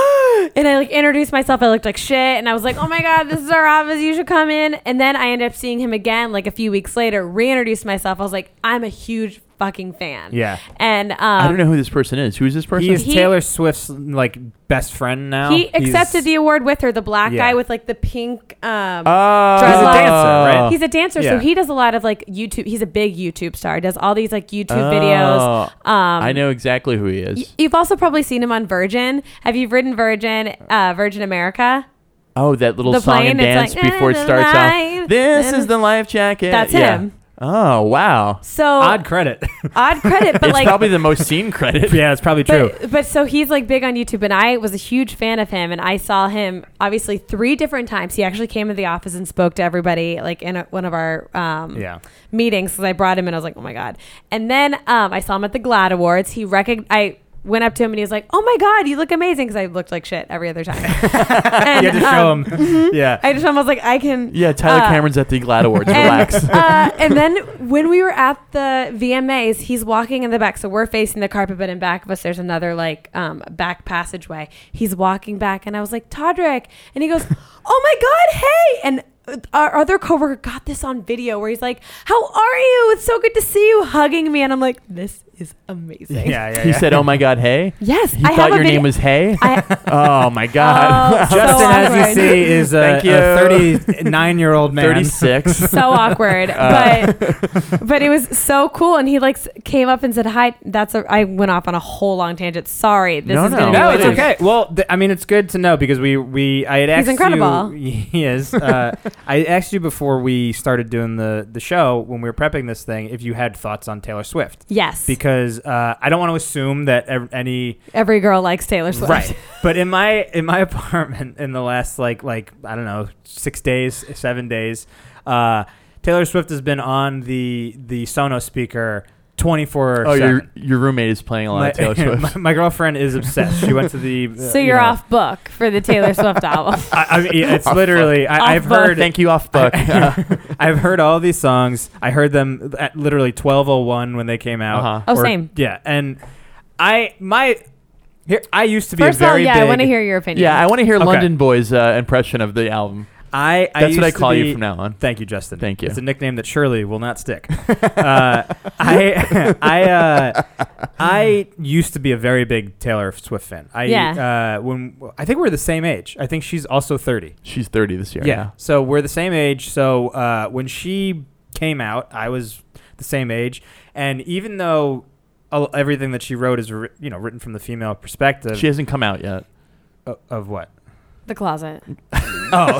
S3: and I like introduced myself. I looked like shit, and I was like, "Oh my god, this is our office. You should come in." And then I ended up seeing him again, like a few weeks later. Reintroduced myself. I was like, "I'm a huge fucking fan."
S1: Yeah.
S3: And um,
S2: I don't know who this person is. Who is this person?
S1: He is
S3: He-
S1: Taylor Swift's like best friend now.
S3: He accepted
S1: He's-
S3: the award with her, the black
S1: Yeah.
S3: guy with like the pink. Um,
S2: Oh,
S3: He's a dancer,
S1: right?
S3: he's a dancer, so
S1: Yeah.
S3: he does a lot of like YouTube. He's a big YouTube star. Does all these like YouTube
S2: Oh.
S3: videos. Um,
S2: I know exactly who he is.
S3: y- you've also probably seen him on Virgin. Have you ridden Virgin, uh, Virgin America?
S2: oh, that little
S3: the
S2: song
S3: plane,
S2: and
S3: it's
S2: dance
S3: like,
S2: before it
S3: "And
S2: starts
S3: the
S2: off. This
S3: life,
S2: is the life jacket.
S3: That's him.
S2: Oh wow.
S3: So
S1: Odd
S3: odd,
S1: credit. [laughs]
S3: credit, but
S2: it's
S3: like
S2: probably the most seen
S3: [laughs]
S2: credit.
S1: yeah, it's probably true.
S3: But, but so he's like big on YouTube, and I was a huge fan of him, and I saw him obviously three different times. He actually came to the office and spoke to everybody, like in a, one of our um,
S1: Yeah.
S3: meetings. Because I brought him, and I was like, oh my god. And then um, I saw him at the Glad Awards. He recog I went up to him, and he was like, oh my god, you look amazing, because I looked like shit every other time. and,
S1: [laughs] you had to show
S3: um,
S1: him. [laughs] Yeah.
S3: I just almost like I can.
S2: Yeah, Tyler
S3: uh,
S2: Cameron's at the Glad Awards.
S3: and,
S2: Relax.
S3: [laughs] uh, and then when we were at the VMAs, he's walking in the back. So we're facing the carpet, but in back of us, there's another like um, back passageway. He's walking back, and I was like, Todrick.
S2: [laughs]
S3: And he goes, Oh my God, hey. And uh, our other coworker got this on video where he's like, How are you? It's so good to see you hugging me. And I'm like, This is amazing.
S1: [laughs] yeah, yeah,
S2: he
S1: yeah.
S2: said, "Oh my God, hey."
S3: Yes.
S2: He
S3: I
S2: thought
S3: have
S2: your
S3: a video.
S2: name was
S3: [laughs]
S2: Hey. [laughs]
S3: I,
S2: Oh my God. [laughs]
S3: Oh, [laughs] so
S1: Justin, as you
S3: awkward.
S1: see, is a,
S2: Thank you.
S1: a 39-year-old [laughs] man.
S2: Thirty-six.
S3: [laughs]
S1: [laughs]
S3: so awkward,
S2: Uh.
S3: but but it was so cool. And he like s- came up and said hi. That's a, I went off on a whole long tangent. Sorry, this
S2: No,
S3: is
S2: no.
S3: gonna be
S1: No,
S3: way
S1: it's
S3: too-
S2: Please.
S1: okay. Well, th- I mean, it's good to know because we we I had asked
S3: He's incredible.
S1: you. [laughs] He is. Uh, I asked you before we started doing the the show when we were prepping this thing if you had thoughts on Taylor Swift
S3: Yes,
S1: because uh, I don't want to assume that ev- any
S3: every girl likes Taylor Swift.
S1: right. But in my in my [laughs] apartment in the last like like I don't know six days seven days, uh, Taylor Swift has been on the the Sonos speaker twenty four.
S2: Oh, your your roommate is playing a
S1: [laughs]
S2: lot
S1: my,
S2: of Taylor Swift.
S1: my, my girlfriend is obsessed. She went to
S3: [laughs]
S1: the. uh,
S3: So
S1: you
S3: you're
S1: know,
S3: off book for
S1: [laughs]
S3: the Taylor Swift album.
S1: I, I mean, yeah,
S2: [laughs] Oh,
S1: it's literally.
S3: Off
S1: I, I've
S3: book.
S1: heard.
S2: Thank you,
S1: [laughs]
S2: off book.
S1: I've heard all these songs. I heard them at literally 12:01 when they came out.
S2: Uh-huh.
S3: Oh, same.
S1: Yeah, and I my here I used to be
S3: First
S1: a
S3: of all,
S1: very
S3: yeah, I
S1: big.
S3: want to hear your opinion.
S2: yeah, I want to hear
S1: Okay.
S2: London Boy's uh, impression of the album.
S1: I, I
S2: That's what I
S1: used to
S2: call you
S1: be-
S2: from now on.
S1: Thank you, Justin.
S2: Thank you.
S1: It's a nickname that surely will not
S2: [laughs]
S1: stick. uh, I [laughs] I uh, I used to be a very big Taylor Swift fan. I
S3: Yeah.
S1: uh, when I think we're the same age. I think she's also 30.
S2: She's 30 this year.
S1: Yeah. So we're the same age. So uh, when she came out, I was the same age, and even though all, everything that she wrote is wri- you know written from the female perspective
S2: She hasn't come out yet.
S1: o- of what?
S3: the closet.
S1: Oh,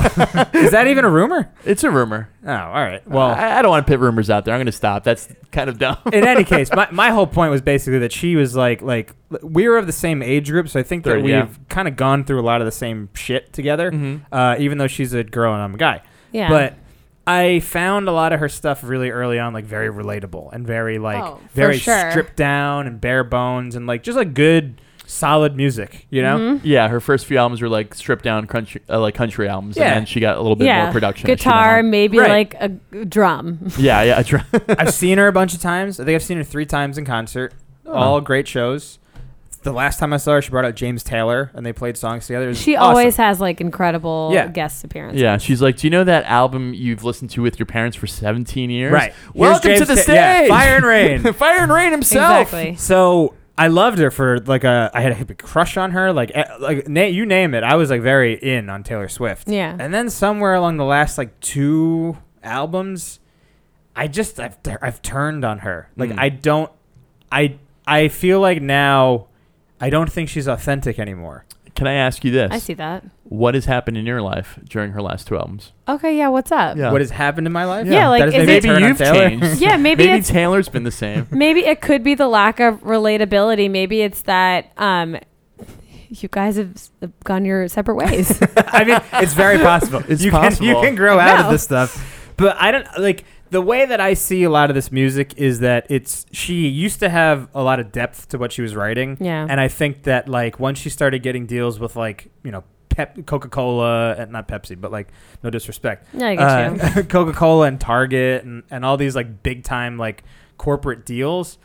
S1: [laughs] is that even a rumor?
S2: It's a rumor.
S1: Oh, all right. Well.
S2: [laughs] I, I don't want to put rumors out there. I'm going to stop. That's kind of dumb.
S1: in any case, my, my whole point was basically that she was like like we were of the same age group, so I think that
S2: Thirty,
S1: we've
S2: yeah.
S1: kind of gone through a lot of the same shit together.
S2: Mhm.
S1: Uh, even though she's a girl and I'm a guy,
S3: Yeah,
S1: but I found a lot of her stuff really early on, like very relatable and very like
S3: Oh, for
S1: very
S3: sure.
S1: stripped down and bare bones and like just like good solid music, you know.
S3: Mhm.
S2: [laughs] Yeah, her first few albums were like stripped down country, uh, like country albums,
S1: Yeah.
S2: and then she got a little bit
S3: yeah,
S2: more production. as she went
S3: guitar,
S2: on.
S3: maybe
S1: Right.
S3: like a g- drum.
S2: [laughs] Yeah, yeah, that's right.
S3: Mm-hmm.
S1: I've seen her a bunch of times. I think I've seen her three times in concert. All great shows. The last time I saw her, she brought out James Taylor and they played songs together. It was
S3: She
S1: awesome.
S3: always has like incredible
S1: Yeah.
S3: guest appearances.
S2: Yeah, she's like, do you know that album you've listened to with your parents for 17 years?
S1: Right.
S2: Welcome
S1: Here's
S2: to the
S1: James
S2: stage.
S1: Ta- yeah, Fire and Rain.
S2: [laughs] Fire and Rain himself.
S3: exactly.
S1: so I loved her for like a. I had a big crush on her. Like eh, like na- you name it, I was like very in on Taylor Swift.
S3: Yeah.
S1: And then somewhere along the last like two albums, I just I've I've turned on her. Like
S2: Mm.
S1: I don't. I I feel like now. I don't think she's authentic anymore.
S2: Can I ask you this?
S3: I see that.
S2: What has happened in your life during her last two albums?
S3: Okay, yeah. What's up?
S2: Yeah.
S1: What has happened in my life?
S3: Yeah, Yeah. like,
S1: That has made
S3: is
S1: me
S3: it-
S2: Maybe
S1: turn on
S2: you've
S1: Taylor?
S2: changed.
S3: [laughs] Yeah, maybe
S2: Maybe
S3: it's-
S2: Taylor's been the same.
S3: Maybe it could be the lack of relatability. Maybe it's that um, you guys have s- gone your separate ways.
S1: [laughs] I mean, it's very possible.
S2: It's
S1: you Can, you
S2: possible.
S1: can grow out of
S3: No.
S1: this stuff. But I don't like the way that I see a lot of this music is that it's she used to have a lot of depth to what she was writing.
S3: Yeah.
S1: And I think that like once she started getting deals with like, you know, Pep Coca-Cola and not Pepsi, but like no disrespect.
S3: Yeah, I get you.
S1: uh, [laughs] Coca-Cola and Target and, and all these like big time like corporate deals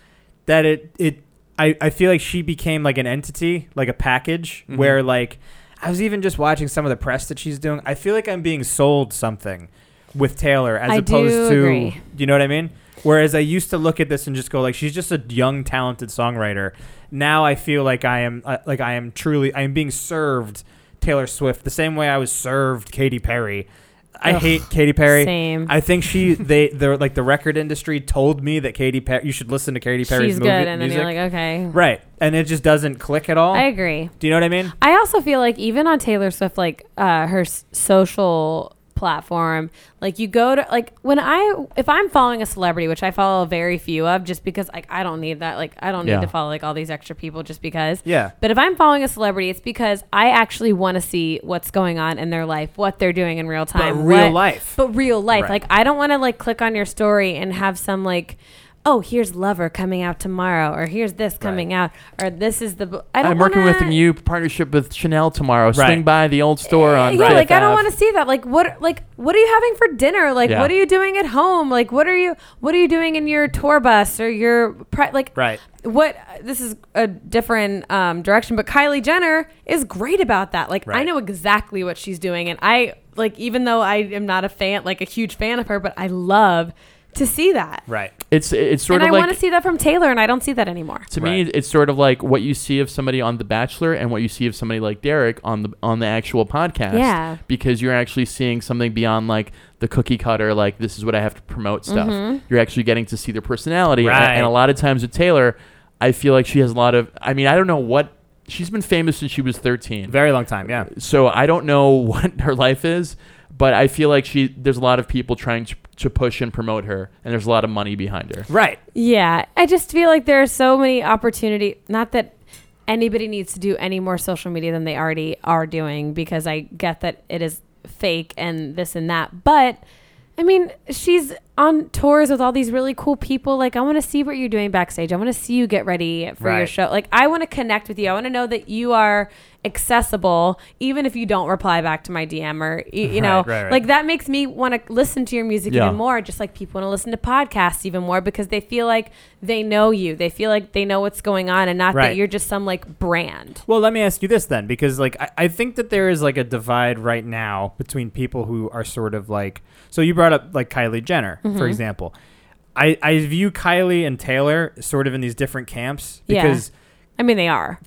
S1: that it it I, I feel like she became like an entity, like a package
S2: Mhm.
S1: where like I was even just watching some of the press that she's doing. I feel like I'm being sold something with Taylor as
S3: I
S1: opposed
S3: do
S1: to
S3: agree.
S1: you know what I mean? Whereas I used to look at this and just go like she's just a young talented songwriter. Now I feel like I am uh, like I am truly I am being served Taylor Swift the same way I was served Katy Perry. I
S3: Ugh,
S1: hate Katy Perry.
S3: Same.
S1: I think she they [laughs] the like the record industry told me that Katy Perry you should listen to Katy Perry's
S3: She's
S1: movie,
S3: good, and then
S1: music.
S3: you're like, okay.
S1: right. And it just doesn't click at all.
S3: I agree.
S1: Do you know what I mean?
S3: I also feel like even on Taylor Swift, like uh, her s- social platform, like you go to like when I if I'm following a celebrity, which I follow very few of, just because like I don't need that. Like I don't
S2: Yeah.
S3: need to follow like all these extra people just because.
S1: Yeah.
S3: But if I'm following a celebrity, it's because I actually want to see what's going on in their life, what they're doing in real time,
S1: real
S3: what-
S1: life.
S3: But real life,
S1: Right.
S3: like I don't want to like click on your story and have some like. Oh, here's Lover coming out tomorrow, or here's this coming out, or this is the. b- I don't
S2: I'm working with a
S3: wanna-
S2: new partnership with Chanel tomorrow. Swing by the old store on
S3: yeah,
S2: Fifth
S3: like I don't
S2: Ave.
S3: want to see that. Like what? Like what are you having for dinner? Like
S2: Yeah.
S3: what are you doing at home? Like what are you? What are you doing in your tour bus or your pri- like?
S1: Right.
S3: What? This is a different um, direction, but Kylie Jenner is great about that. Like I
S1: Right.
S3: know exactly what she's doing, and I like even though I am not a fan, like a huge fan of her, but I love to see that.
S1: Right.
S2: It's it's sort
S3: And I
S2: of like
S3: want to see that from Taylor, and I don't see that anymore.
S2: to me,
S1: Right.
S2: it's sort of like what you see of somebody on The Bachelor and what you see of somebody like Derek on the on the actual podcast.
S3: Yeah.
S2: Because you're actually seeing something beyond like the cookie cutter, like this is what I have to promote stuff.
S3: Mm-hmm.
S2: You're actually getting to see their personality. A-
S1: Right.
S2: And a lot of times with Taylor, I feel like she has a lot of. I mean, I don't know what she's been famous since she was 13
S1: Very long time, yeah.
S2: so I don't know [laughs] what her life is, but I feel like she there's a lot of people trying to, to push and promote her, and there's a lot of money behind her.
S1: Right.
S3: Yeah, I just feel like there are so many opportunity. Not that anybody needs to do any more social media than they already are doing, because I get that it is fake and this and that. But I mean, she's on tours with all these really cool people. Like, I want to see what you're doing backstage. I want to see you get ready for your
S1: Right.
S3: show. Like, I want to connect with you. I want to know that you are accessible, even if you don't reply back to my DM or y- you, you know,
S1: Right, right, right.
S3: like that makes me want to listen to your music
S2: Yeah.
S3: even more just like people want to listen to podcasts even more because they feel like they know you they feel like they know what's going on and not that
S1: Right.
S3: you're just some like brand
S1: Well, let me ask you this then, because like I, I think that there is like a divide right now between people who are sort of like so you brought up like Kylie Jenner,
S3: Mm-hmm.
S1: for example. I, I view Kylie and Taylor sort of in these different camps
S3: Yeah.
S1: because
S3: i mean they are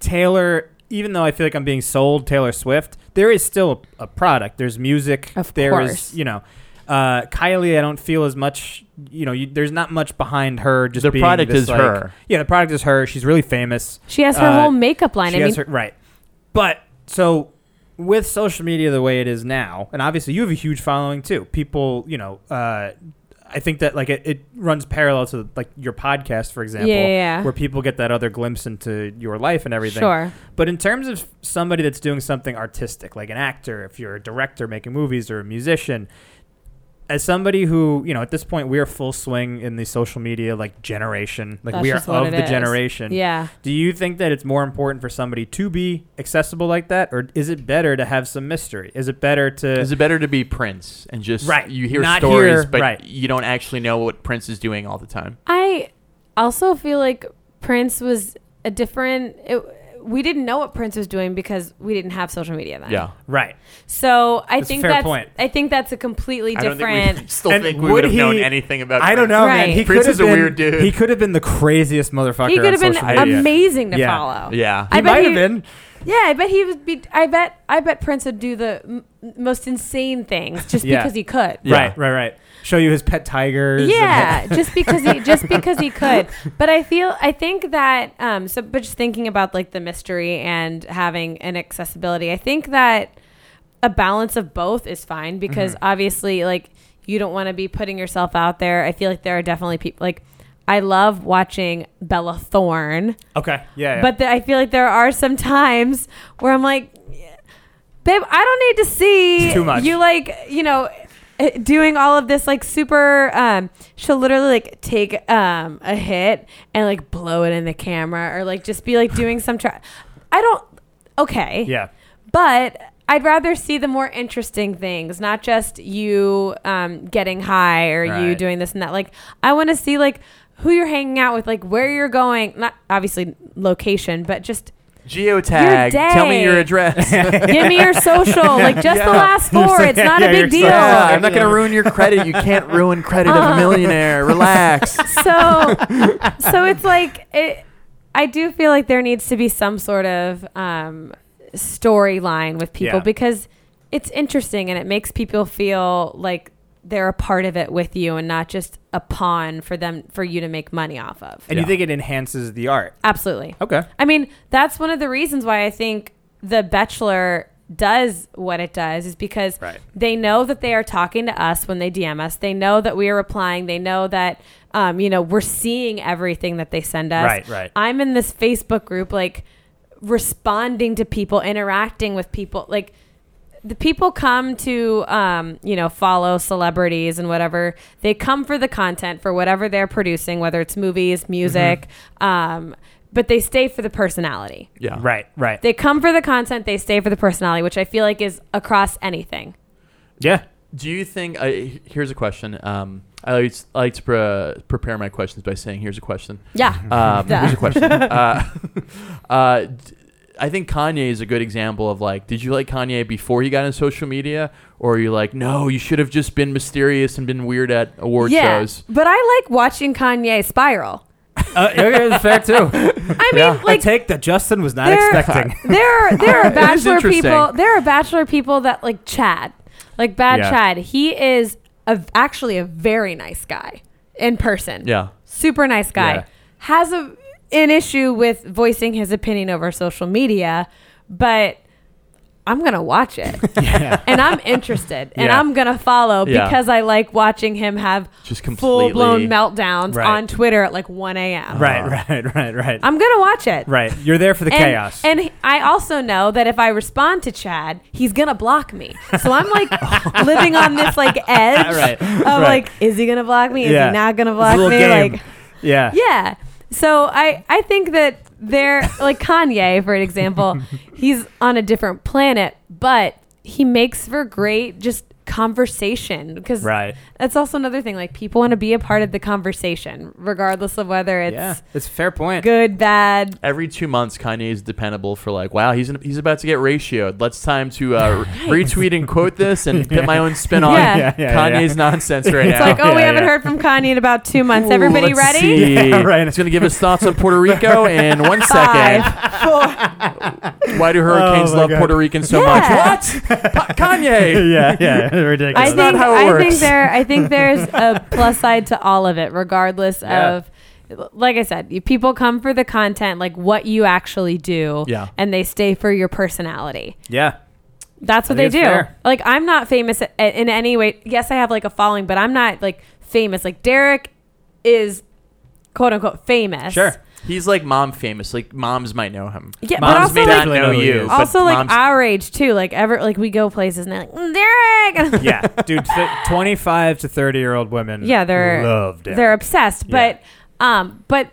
S1: Taylor, even though I feel like I'm being sold Taylor Swift, there is still a product. There's music.
S3: Of
S1: there is,
S3: course.
S1: you know, uh, Kylie. I don't feel as much. You know, you, there's not much behind her. Just
S2: The
S1: being
S2: product
S1: this,
S2: is
S1: like-
S2: her.
S1: Yeah, the product is her. She's really famous.
S3: she has her
S1: Uh,
S3: whole makeup line
S1: She
S3: i mean
S1: has her, right. But so with social media the way it is now, and obviously you have a huge following too. People, you know, uh, I think that like it, it runs parallel to like your podcast, for example,
S3: Yeah, yeah, yeah.
S1: where people get that other glimpse into your life and everything.
S3: sure
S1: But in terms of somebody that's doing something artistic, like an actor, if you're a director making movies or a musician, as somebody who, you know, at this point we are full swing in the social media like generation, like
S3: That's
S1: we are
S3: just what
S1: of
S3: it
S1: the
S3: is.
S1: generation.
S3: yeah
S1: Do you think that it's more important for somebody to be accessible like that, or is it better to have some mystery? Is it better to
S2: Is it better to be Prince and just
S1: Right.
S2: you hear
S1: Not
S2: stories,
S1: here,
S2: but
S1: right.
S2: you don't actually know what Prince is doing all the time?
S3: I also feel like Prince was a different. It, we didn't know what Prince was doing because we didn't have social media then.
S2: Yeah,
S1: right?
S3: So I
S1: That's a
S3: think
S1: fair
S3: that's.
S1: point.
S3: I think that's a completely
S2: I don't think we
S1: [laughs]
S2: [laughs]
S3: different.
S2: still
S1: And
S2: think we
S1: would
S2: would have known
S1: he-
S2: anything about.
S1: I don't
S2: Prince.
S1: know,
S3: Right.
S1: man. He
S2: Uh, Prince
S1: could have
S2: is a
S1: been,
S2: weird dude.
S1: He could have been the craziest motherfucker.
S3: He
S1: on
S3: could have been
S1: social media.
S3: amazing to
S1: Yeah.
S3: follow.
S2: [laughs] Yeah,
S3: I
S1: He
S3: bet
S1: might
S3: he-
S1: have been.
S3: Yeah, I bet he would be. I bet. I bet Prince would do the m- most insane things just
S1: Yeah.
S3: because he could.
S2: Yeah.
S1: Right, right, right. Show you his pet tigers. and-
S3: Yeah, just because he just because he could. But I feel I think that um so but just thinking about like the mystery and having an accessibility, I think that a balance of both is fine
S1: Mm-hmm.
S3: because obviously like you don't want to be putting yourself out there. I feel like there are definitely people like I love watching Bella Thorne,
S1: Okay. Yeah. yeah.
S3: but the, I feel like there are some times where I'm like, babe, I don't need to see
S1: It's too much.
S3: you like, you know, eh, doing all of this like super. Um, she'll literally like take um a hit and like blow it in the camera or like just be like doing some. Tra- I don't. Okay
S1: yeah.
S3: but I'd rather see the more interesting things, not just you um, getting high or you
S1: Right.
S3: doing this and that. Like, I want to see like who you're hanging out with, like where you're going. Not obviously location,
S1: [laughs]
S3: but just
S2: Geotag.
S3: Your
S2: Tell me your
S3: day.
S2: address.
S3: give me your social, like just the last
S1: You're
S3: four.
S1: saying-
S3: It's not
S1: yeah,
S3: a
S1: you're
S3: big deal.
S2: [laughs] yeah,
S1: Yeah.
S2: I'm not gonna ruin your credit. You can't ruin credit
S1: [laughs]
S2: of a
S3: Uh.
S2: millionaire. [laughs] Relax.
S3: so so it's like it i do feel like there needs to be some sort of um storyline with people
S1: Yeah.
S3: because it's interesting and it makes people feel like they're a part of it with you and not just a pawn for them for you to make money off of
S1: And
S2: Yeah.
S1: you think it enhances the art?
S3: absolutely
S1: Okay.
S3: I mean, that's one of the reasons why I think The Bachelor does what it does is because
S1: Right.
S3: they know that they are talking to us when they DM us. They know that we are replying. They know that, um, you know, we're seeing everything that they send us.
S1: Right, right.
S3: I'm in this Facebook group, like responding to people, interacting with people. Like, the people come to um, you know follow celebrities and whatever they come for the content for whatever they're producing whether it's movies music um, but they stay for the personality
S2: Yeah.
S1: Right. Right.
S3: they come for the content they stay for the personality which i feel like is across anything
S1: yeah.
S2: Do you think? I here's a question. Um, I like, I like to pre- prepare my questions by saying, "Here's a
S3: [laughs]
S2: question."
S3: yeah
S2: Um,
S3: Duh.
S2: here's a
S3: [laughs]
S2: question. uh, [laughs] uh, d- I think Kanye is a good example of like, did you like Kanye before he got on social media, or are you like, no, you should have just been mysterious and been weird at award
S3: yeah
S2: shows?
S3: but i like watching kanye spiral
S1: [laughs] Uh, okay, it's fair too.
S3: [laughs] i mean like
S1: a take that Justin was not
S3: They're-
S1: [laughs] expecting.
S3: there
S2: [laughs]
S3: are there are
S2: It is
S3: bachelor
S2: interesting.
S3: people there are bachelor people that like chad like bad
S1: Yeah.
S3: chad he is a, actually a very nice guy in person
S2: Yeah.
S3: super nice guy,
S1: Yeah.
S3: has a an issue with voicing his opinion over social media, but I'm gonna
S2: [laughs]
S3: watch it and I'm interested and
S1: Yeah.
S3: I'm gonna follow
S2: Yeah.
S3: because I like watching him have
S2: Just
S3: full blown
S2: completely-
S3: meltdowns
S1: Right.
S3: on Twitter at like 1 a.m.
S1: right. Right. Right. Right.
S3: I'm gonna watch it.
S1: right. You're there for the
S3: And,
S1: chaos.
S3: and he- I also know that if I respond to Chad, he's gonna block me. So
S1: [laughs]
S3: I'm like living on this like edge
S1: Right,
S3: of
S1: right.
S3: like, is he gonna block me? Is
S1: Yeah.
S3: he not gonna
S1: It's
S3: block
S1: a little
S3: me?
S1: game.
S3: Like,
S1: yeah.
S3: yeah. So I I think that they're like Kanye,
S1: [laughs]
S3: for example, he's on a different planet, but he makes for great just conversation because
S1: Right.
S3: that's also another thing. Like people want to be a part of the conversation, regardless of whether it's
S1: yeah. It's a fair point.
S3: good, bad.
S2: Every two months, Kanye is dependable for like, wow, he's in, he's about to get ratioed. Let's time to
S3: [laughs]
S2: uh, retweet and quote this and put my own spin on
S3: Yeah.
S1: Yeah, yeah,
S2: Kanye's
S1: yeah.
S2: nonsense right
S3: [laughs] It's
S2: now.
S3: like, oh, we
S1: Yeah,
S3: haven't
S1: yeah.
S3: heard from Kanye in about two months. Everybody
S2: Let's
S3: ready?
S2: see.
S1: Yeah, right.
S2: It's going to give us thoughts on
S3: [laughs]
S2: Puerto Rico in one second.
S1: [laughs]
S2: Why do hurricanes
S1: Oh my
S2: love
S1: God.
S2: Puerto Ricans so
S3: Yeah.
S2: much? What? Pa- Kanye.
S1: [laughs] yeah.
S2: [laughs]
S1: Yeah. Ridiculous.
S3: I
S2: It's not
S3: think
S2: how it
S3: I
S2: works.
S3: think there I think there's
S1: [laughs]
S3: a plus side to all of it, regardless
S1: Yeah.
S3: of like I said, you- people come for the content, like what you actually do,
S2: Yeah.
S3: and they stay for your personality.
S1: yeah.
S3: That's what
S1: I
S3: they
S1: think
S3: do.
S1: it's fair.
S3: Like I'm not famous a- in any way. Yes, I have like a following, but I'm not like famous. Like Derek is quote unquote famous.
S1: Sure.
S2: He's like mom famous. Like moms might know him.
S3: Yeah, but
S2: moms
S3: also,
S2: may not
S1: like-
S2: know
S1: Definitely know
S2: you.
S1: you.
S2: but
S3: Also, like
S2: moms-
S3: our age too. Like ever, like we go places and they're like "Mm, Derek. [laughs] And I'm
S1: Yeah. Dude, th- 25 to 30 year old women.
S3: yeah they're
S1: loved it.
S3: they're obsessed
S1: Yeah.
S3: but um but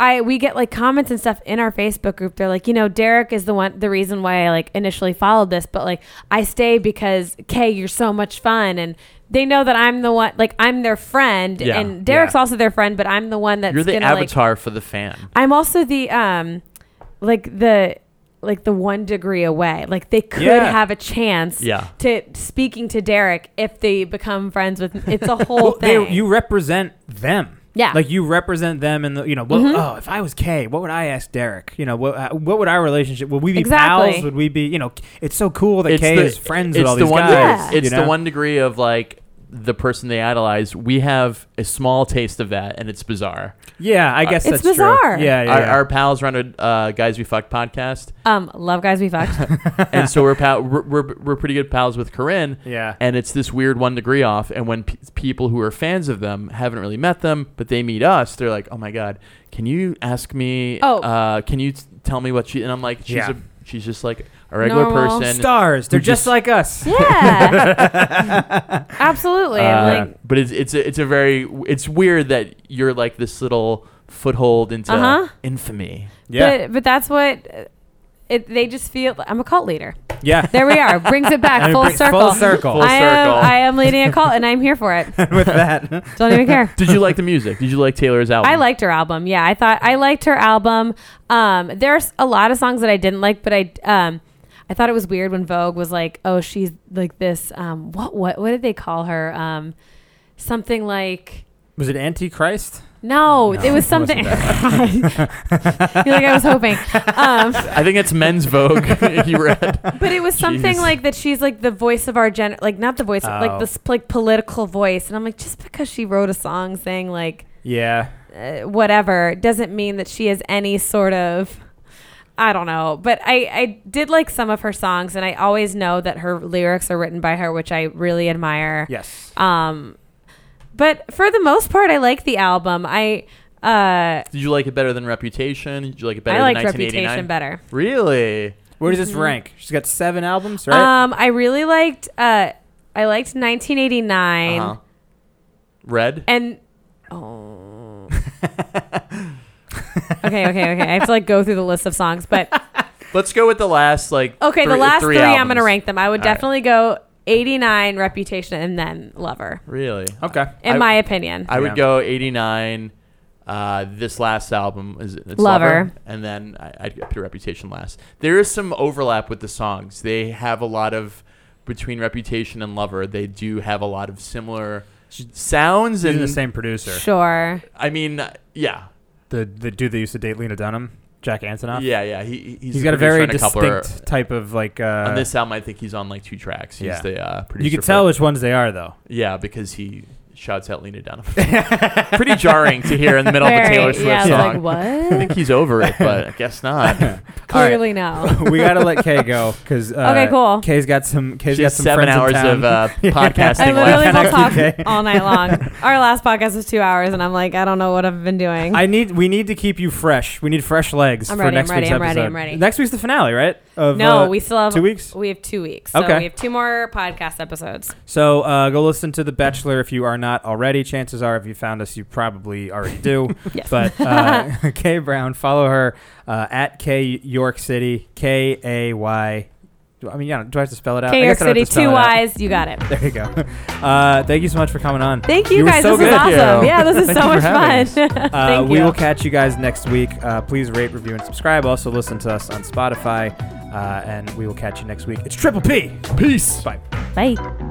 S3: i we get like comments and stuff in our facebook group they're like you know derek is the one the reason why i like initially followed this but like i stay because kay you're so much fun and they know that i'm the one like i'm their friend
S2: Yeah,
S3: and derek's
S1: yeah.
S3: also their friend but i'm the one that's
S2: You're the
S3: gonna like
S2: avatar for the fan.
S3: i'm also the um like the like the one degree away like they could
S1: Yeah.
S3: have a chance
S2: Yeah.
S3: to speaking to derek if they become friends with it's
S1: [laughs]
S3: a whole
S1: Well,
S3: thing
S1: They, you represent them.
S3: Yeah. Mm-hmm.
S1: Like you represent them in the, you know, well, oh, if I was Kay, what would I ask Derek? You know, what uh, what would our relationship, would we be
S3: Exactly.
S1: pals? Would we be, you know, it's so cool that Kay is friends with
S2: it's
S1: all
S2: the
S1: these
S2: one,
S1: guys.
S3: Yeah.
S2: It's
S1: you
S2: the
S1: know?
S2: one degree of like the person they idolize, we have a small taste of that, and it's bizarre.
S1: Yeah, I guess
S3: It's
S1: that's true.
S3: bizarre.
S1: Yeah, yeah.
S2: Our,
S1: yeah.
S2: our pals run a uh, guys we fuck podcast,
S3: Um, love guys
S1: [laughs]
S3: we fucked.
S2: and so we're, pal- [laughs] we're we're we're pretty good pals with Corinne.
S1: Yeah.
S2: and it's this weird one degree off. And when p- people who are fans of them haven't really met them, but they meet us, they're like, "Oh my god, can you ask me?
S3: Oh.
S2: uh, can you t- tell me what she?" And I'm like, "She's
S1: Yeah.
S2: a she's just like a regular
S3: Normal.
S2: person."
S1: Stars. They're
S2: We
S1: just,
S2: just-
S1: like us.
S3: yeah, absolutely.
S2: Uh,
S3: I'm like,
S2: but it's it's a, it's a very it's weird that you're like this little foothold into
S3: Uh-huh.
S2: infamy.
S1: Yeah.
S3: but but that's what. uh, It, they just feel I'm a cult leader.
S1: yeah.
S3: There we are. Brings it
S1: [laughs]
S3: back
S1: And it
S3: full
S1: brings-
S3: circle.
S1: Full circle.
S2: Full
S3: I am
S2: circle.
S3: I am leading a cult and I'm here for it.
S1: [laughs]
S3: [laughs]
S1: With that.
S3: Don't even care.
S2: Did you like the music? Did you like Taylor's album?
S3: I liked her album. Yeah, I thought I liked her album. Um, there's a lot of songs that I didn't like, but I um, I thought it was weird when Vogue was like, "Oh, she's like this. Um, what what what did they call her? Um, something like."
S1: Was it Antichrist? No,
S3: No, it was
S1: it wasn't
S3: something. You're like [laughs] I was hoping, um,
S2: I think it's Men's Vogue. [laughs] if you read.
S3: but it was something
S2: Jeez.
S3: like that. She's like the voice of our gen, like not the voice,
S1: Oh.
S3: like this like political voice. And I'm like, just because she wrote a song saying like
S1: Yeah.
S3: uh, whatever doesn't mean that she has any sort of I don't know, but I, I did like some of her songs, and I always know that her lyrics are written by her, which I really admire.
S1: Yes.
S3: Um, but for the most part, I like the album. I uh,
S2: Did you like it better than Reputation? Did you like it better
S3: I
S2: than
S3: liked
S2: 1989?
S3: Reputation better.
S2: Really?
S1: Where does this
S3: Mm-hmm.
S1: rank? She's got seven albums, right?
S3: Um, I really liked uh, I liked 1989
S2: Uh-huh. Red?
S3: and oh. [laughs] okay, okay, okay. I have to like go through the list of songs, but
S2: Let's go with the last like.
S3: Okay, the last 3 I'm
S2: albums.
S3: going to rank them. I would
S2: All right.
S3: definitely go 89, Reputation, and then Lover,
S2: Really?
S3: Uh,
S1: okay.
S3: in
S2: I-
S3: my opinion.
S2: I
S1: Yeah.
S2: would go 89. Uh, this last album is it's
S3: Lover.
S2: Lover. and then I, I'd put Reputation last. There is some overlap with the songs. They have a lot of between Reputation and Lover. They do have a lot of similar sounds
S1: These are
S2: and
S1: the same producer.
S3: mm, sure.
S2: I mean, uh, yeah,
S1: The the dude that used to date Lena Dunham, Jack Antonoff.
S2: yeah, yeah. He,
S1: he's
S2: he's the
S1: got a
S2: producer
S1: very
S2: on couple-
S1: distinct type of like. Uh,
S2: on this album, I think he's on like two tracks. He's
S1: Yeah.
S2: the uh, producer.
S1: you can
S2: for-
S1: tell which ones they are,
S2: [laughs]
S1: though.
S2: Yeah, because he shouts out Lena
S1: [laughs]
S2: Dunham. Pretty jarring to hear in the middle of a
S3: Very-
S2: Taylor Swift
S3: yeah, I was
S2: song. [laughs]
S3: like,
S2: I think he's over it, but I guess not.
S3: what?
S2: [laughs]
S3: Clearly no.
S1: we gotta let Kay go because uh,
S3: Okay, cool.
S1: Kay's got some. [laughs] Kay's
S2: She
S1: got
S2: has
S1: some
S2: seven
S1: friends in
S2: hours
S1: town. [laughs]
S2: of uh,
S3: I
S2: podcasting
S3: literally
S2: left.
S1: Can I
S2: [laughs]
S3: will
S1: keep [laughs]
S3: talk
S1: it?
S3: all night long. Our last podcast was two hours, and I'm like, I don't know what I've been doing.
S1: I need. We need to keep you fresh. We need fresh legs
S3: I'm
S1: for
S3: ready,
S1: next
S3: I'm ready,
S1: week's
S3: I'm ready,
S1: episode.
S3: I'm ready.
S1: Next week's the finale, right? Of,
S3: no,
S1: uh,
S3: we still have
S1: two weeks.
S3: We have two weeks. So
S1: Okay.
S3: we have two more podcast episodes.
S1: So uh, go listen to The Bachelor if you are not already. Chances are, if you found us, you probably already do.
S3: [laughs] Yes.
S1: [laughs] But uh, [laughs] Kay Brown, follow her uh, at K York City K A Y. Do- I mean, yeah. Do I have to spell it out? I
S3: K York
S1: guess I don't
S3: City,
S1: have to spell
S3: two
S1: it out.
S3: Y's. You got it.
S1: [laughs] There you go. Uh, thank you so much for coming on.
S3: Thank you,
S1: were
S3: guys.
S1: so
S3: this is
S1: good.
S3: awesome.
S2: you.
S3: Yeah, this is
S1: Thank
S3: so
S1: you for
S3: much fun.
S1: having Uh,
S3: [laughs] Thank
S1: we
S3: you.
S1: will catch you guys next week. Uh, please rate, review, and subscribe. Also, listen to us on Spotify. Uh, and we will catch you next week. It's Triple P. Peace. Bye.
S3: Bye.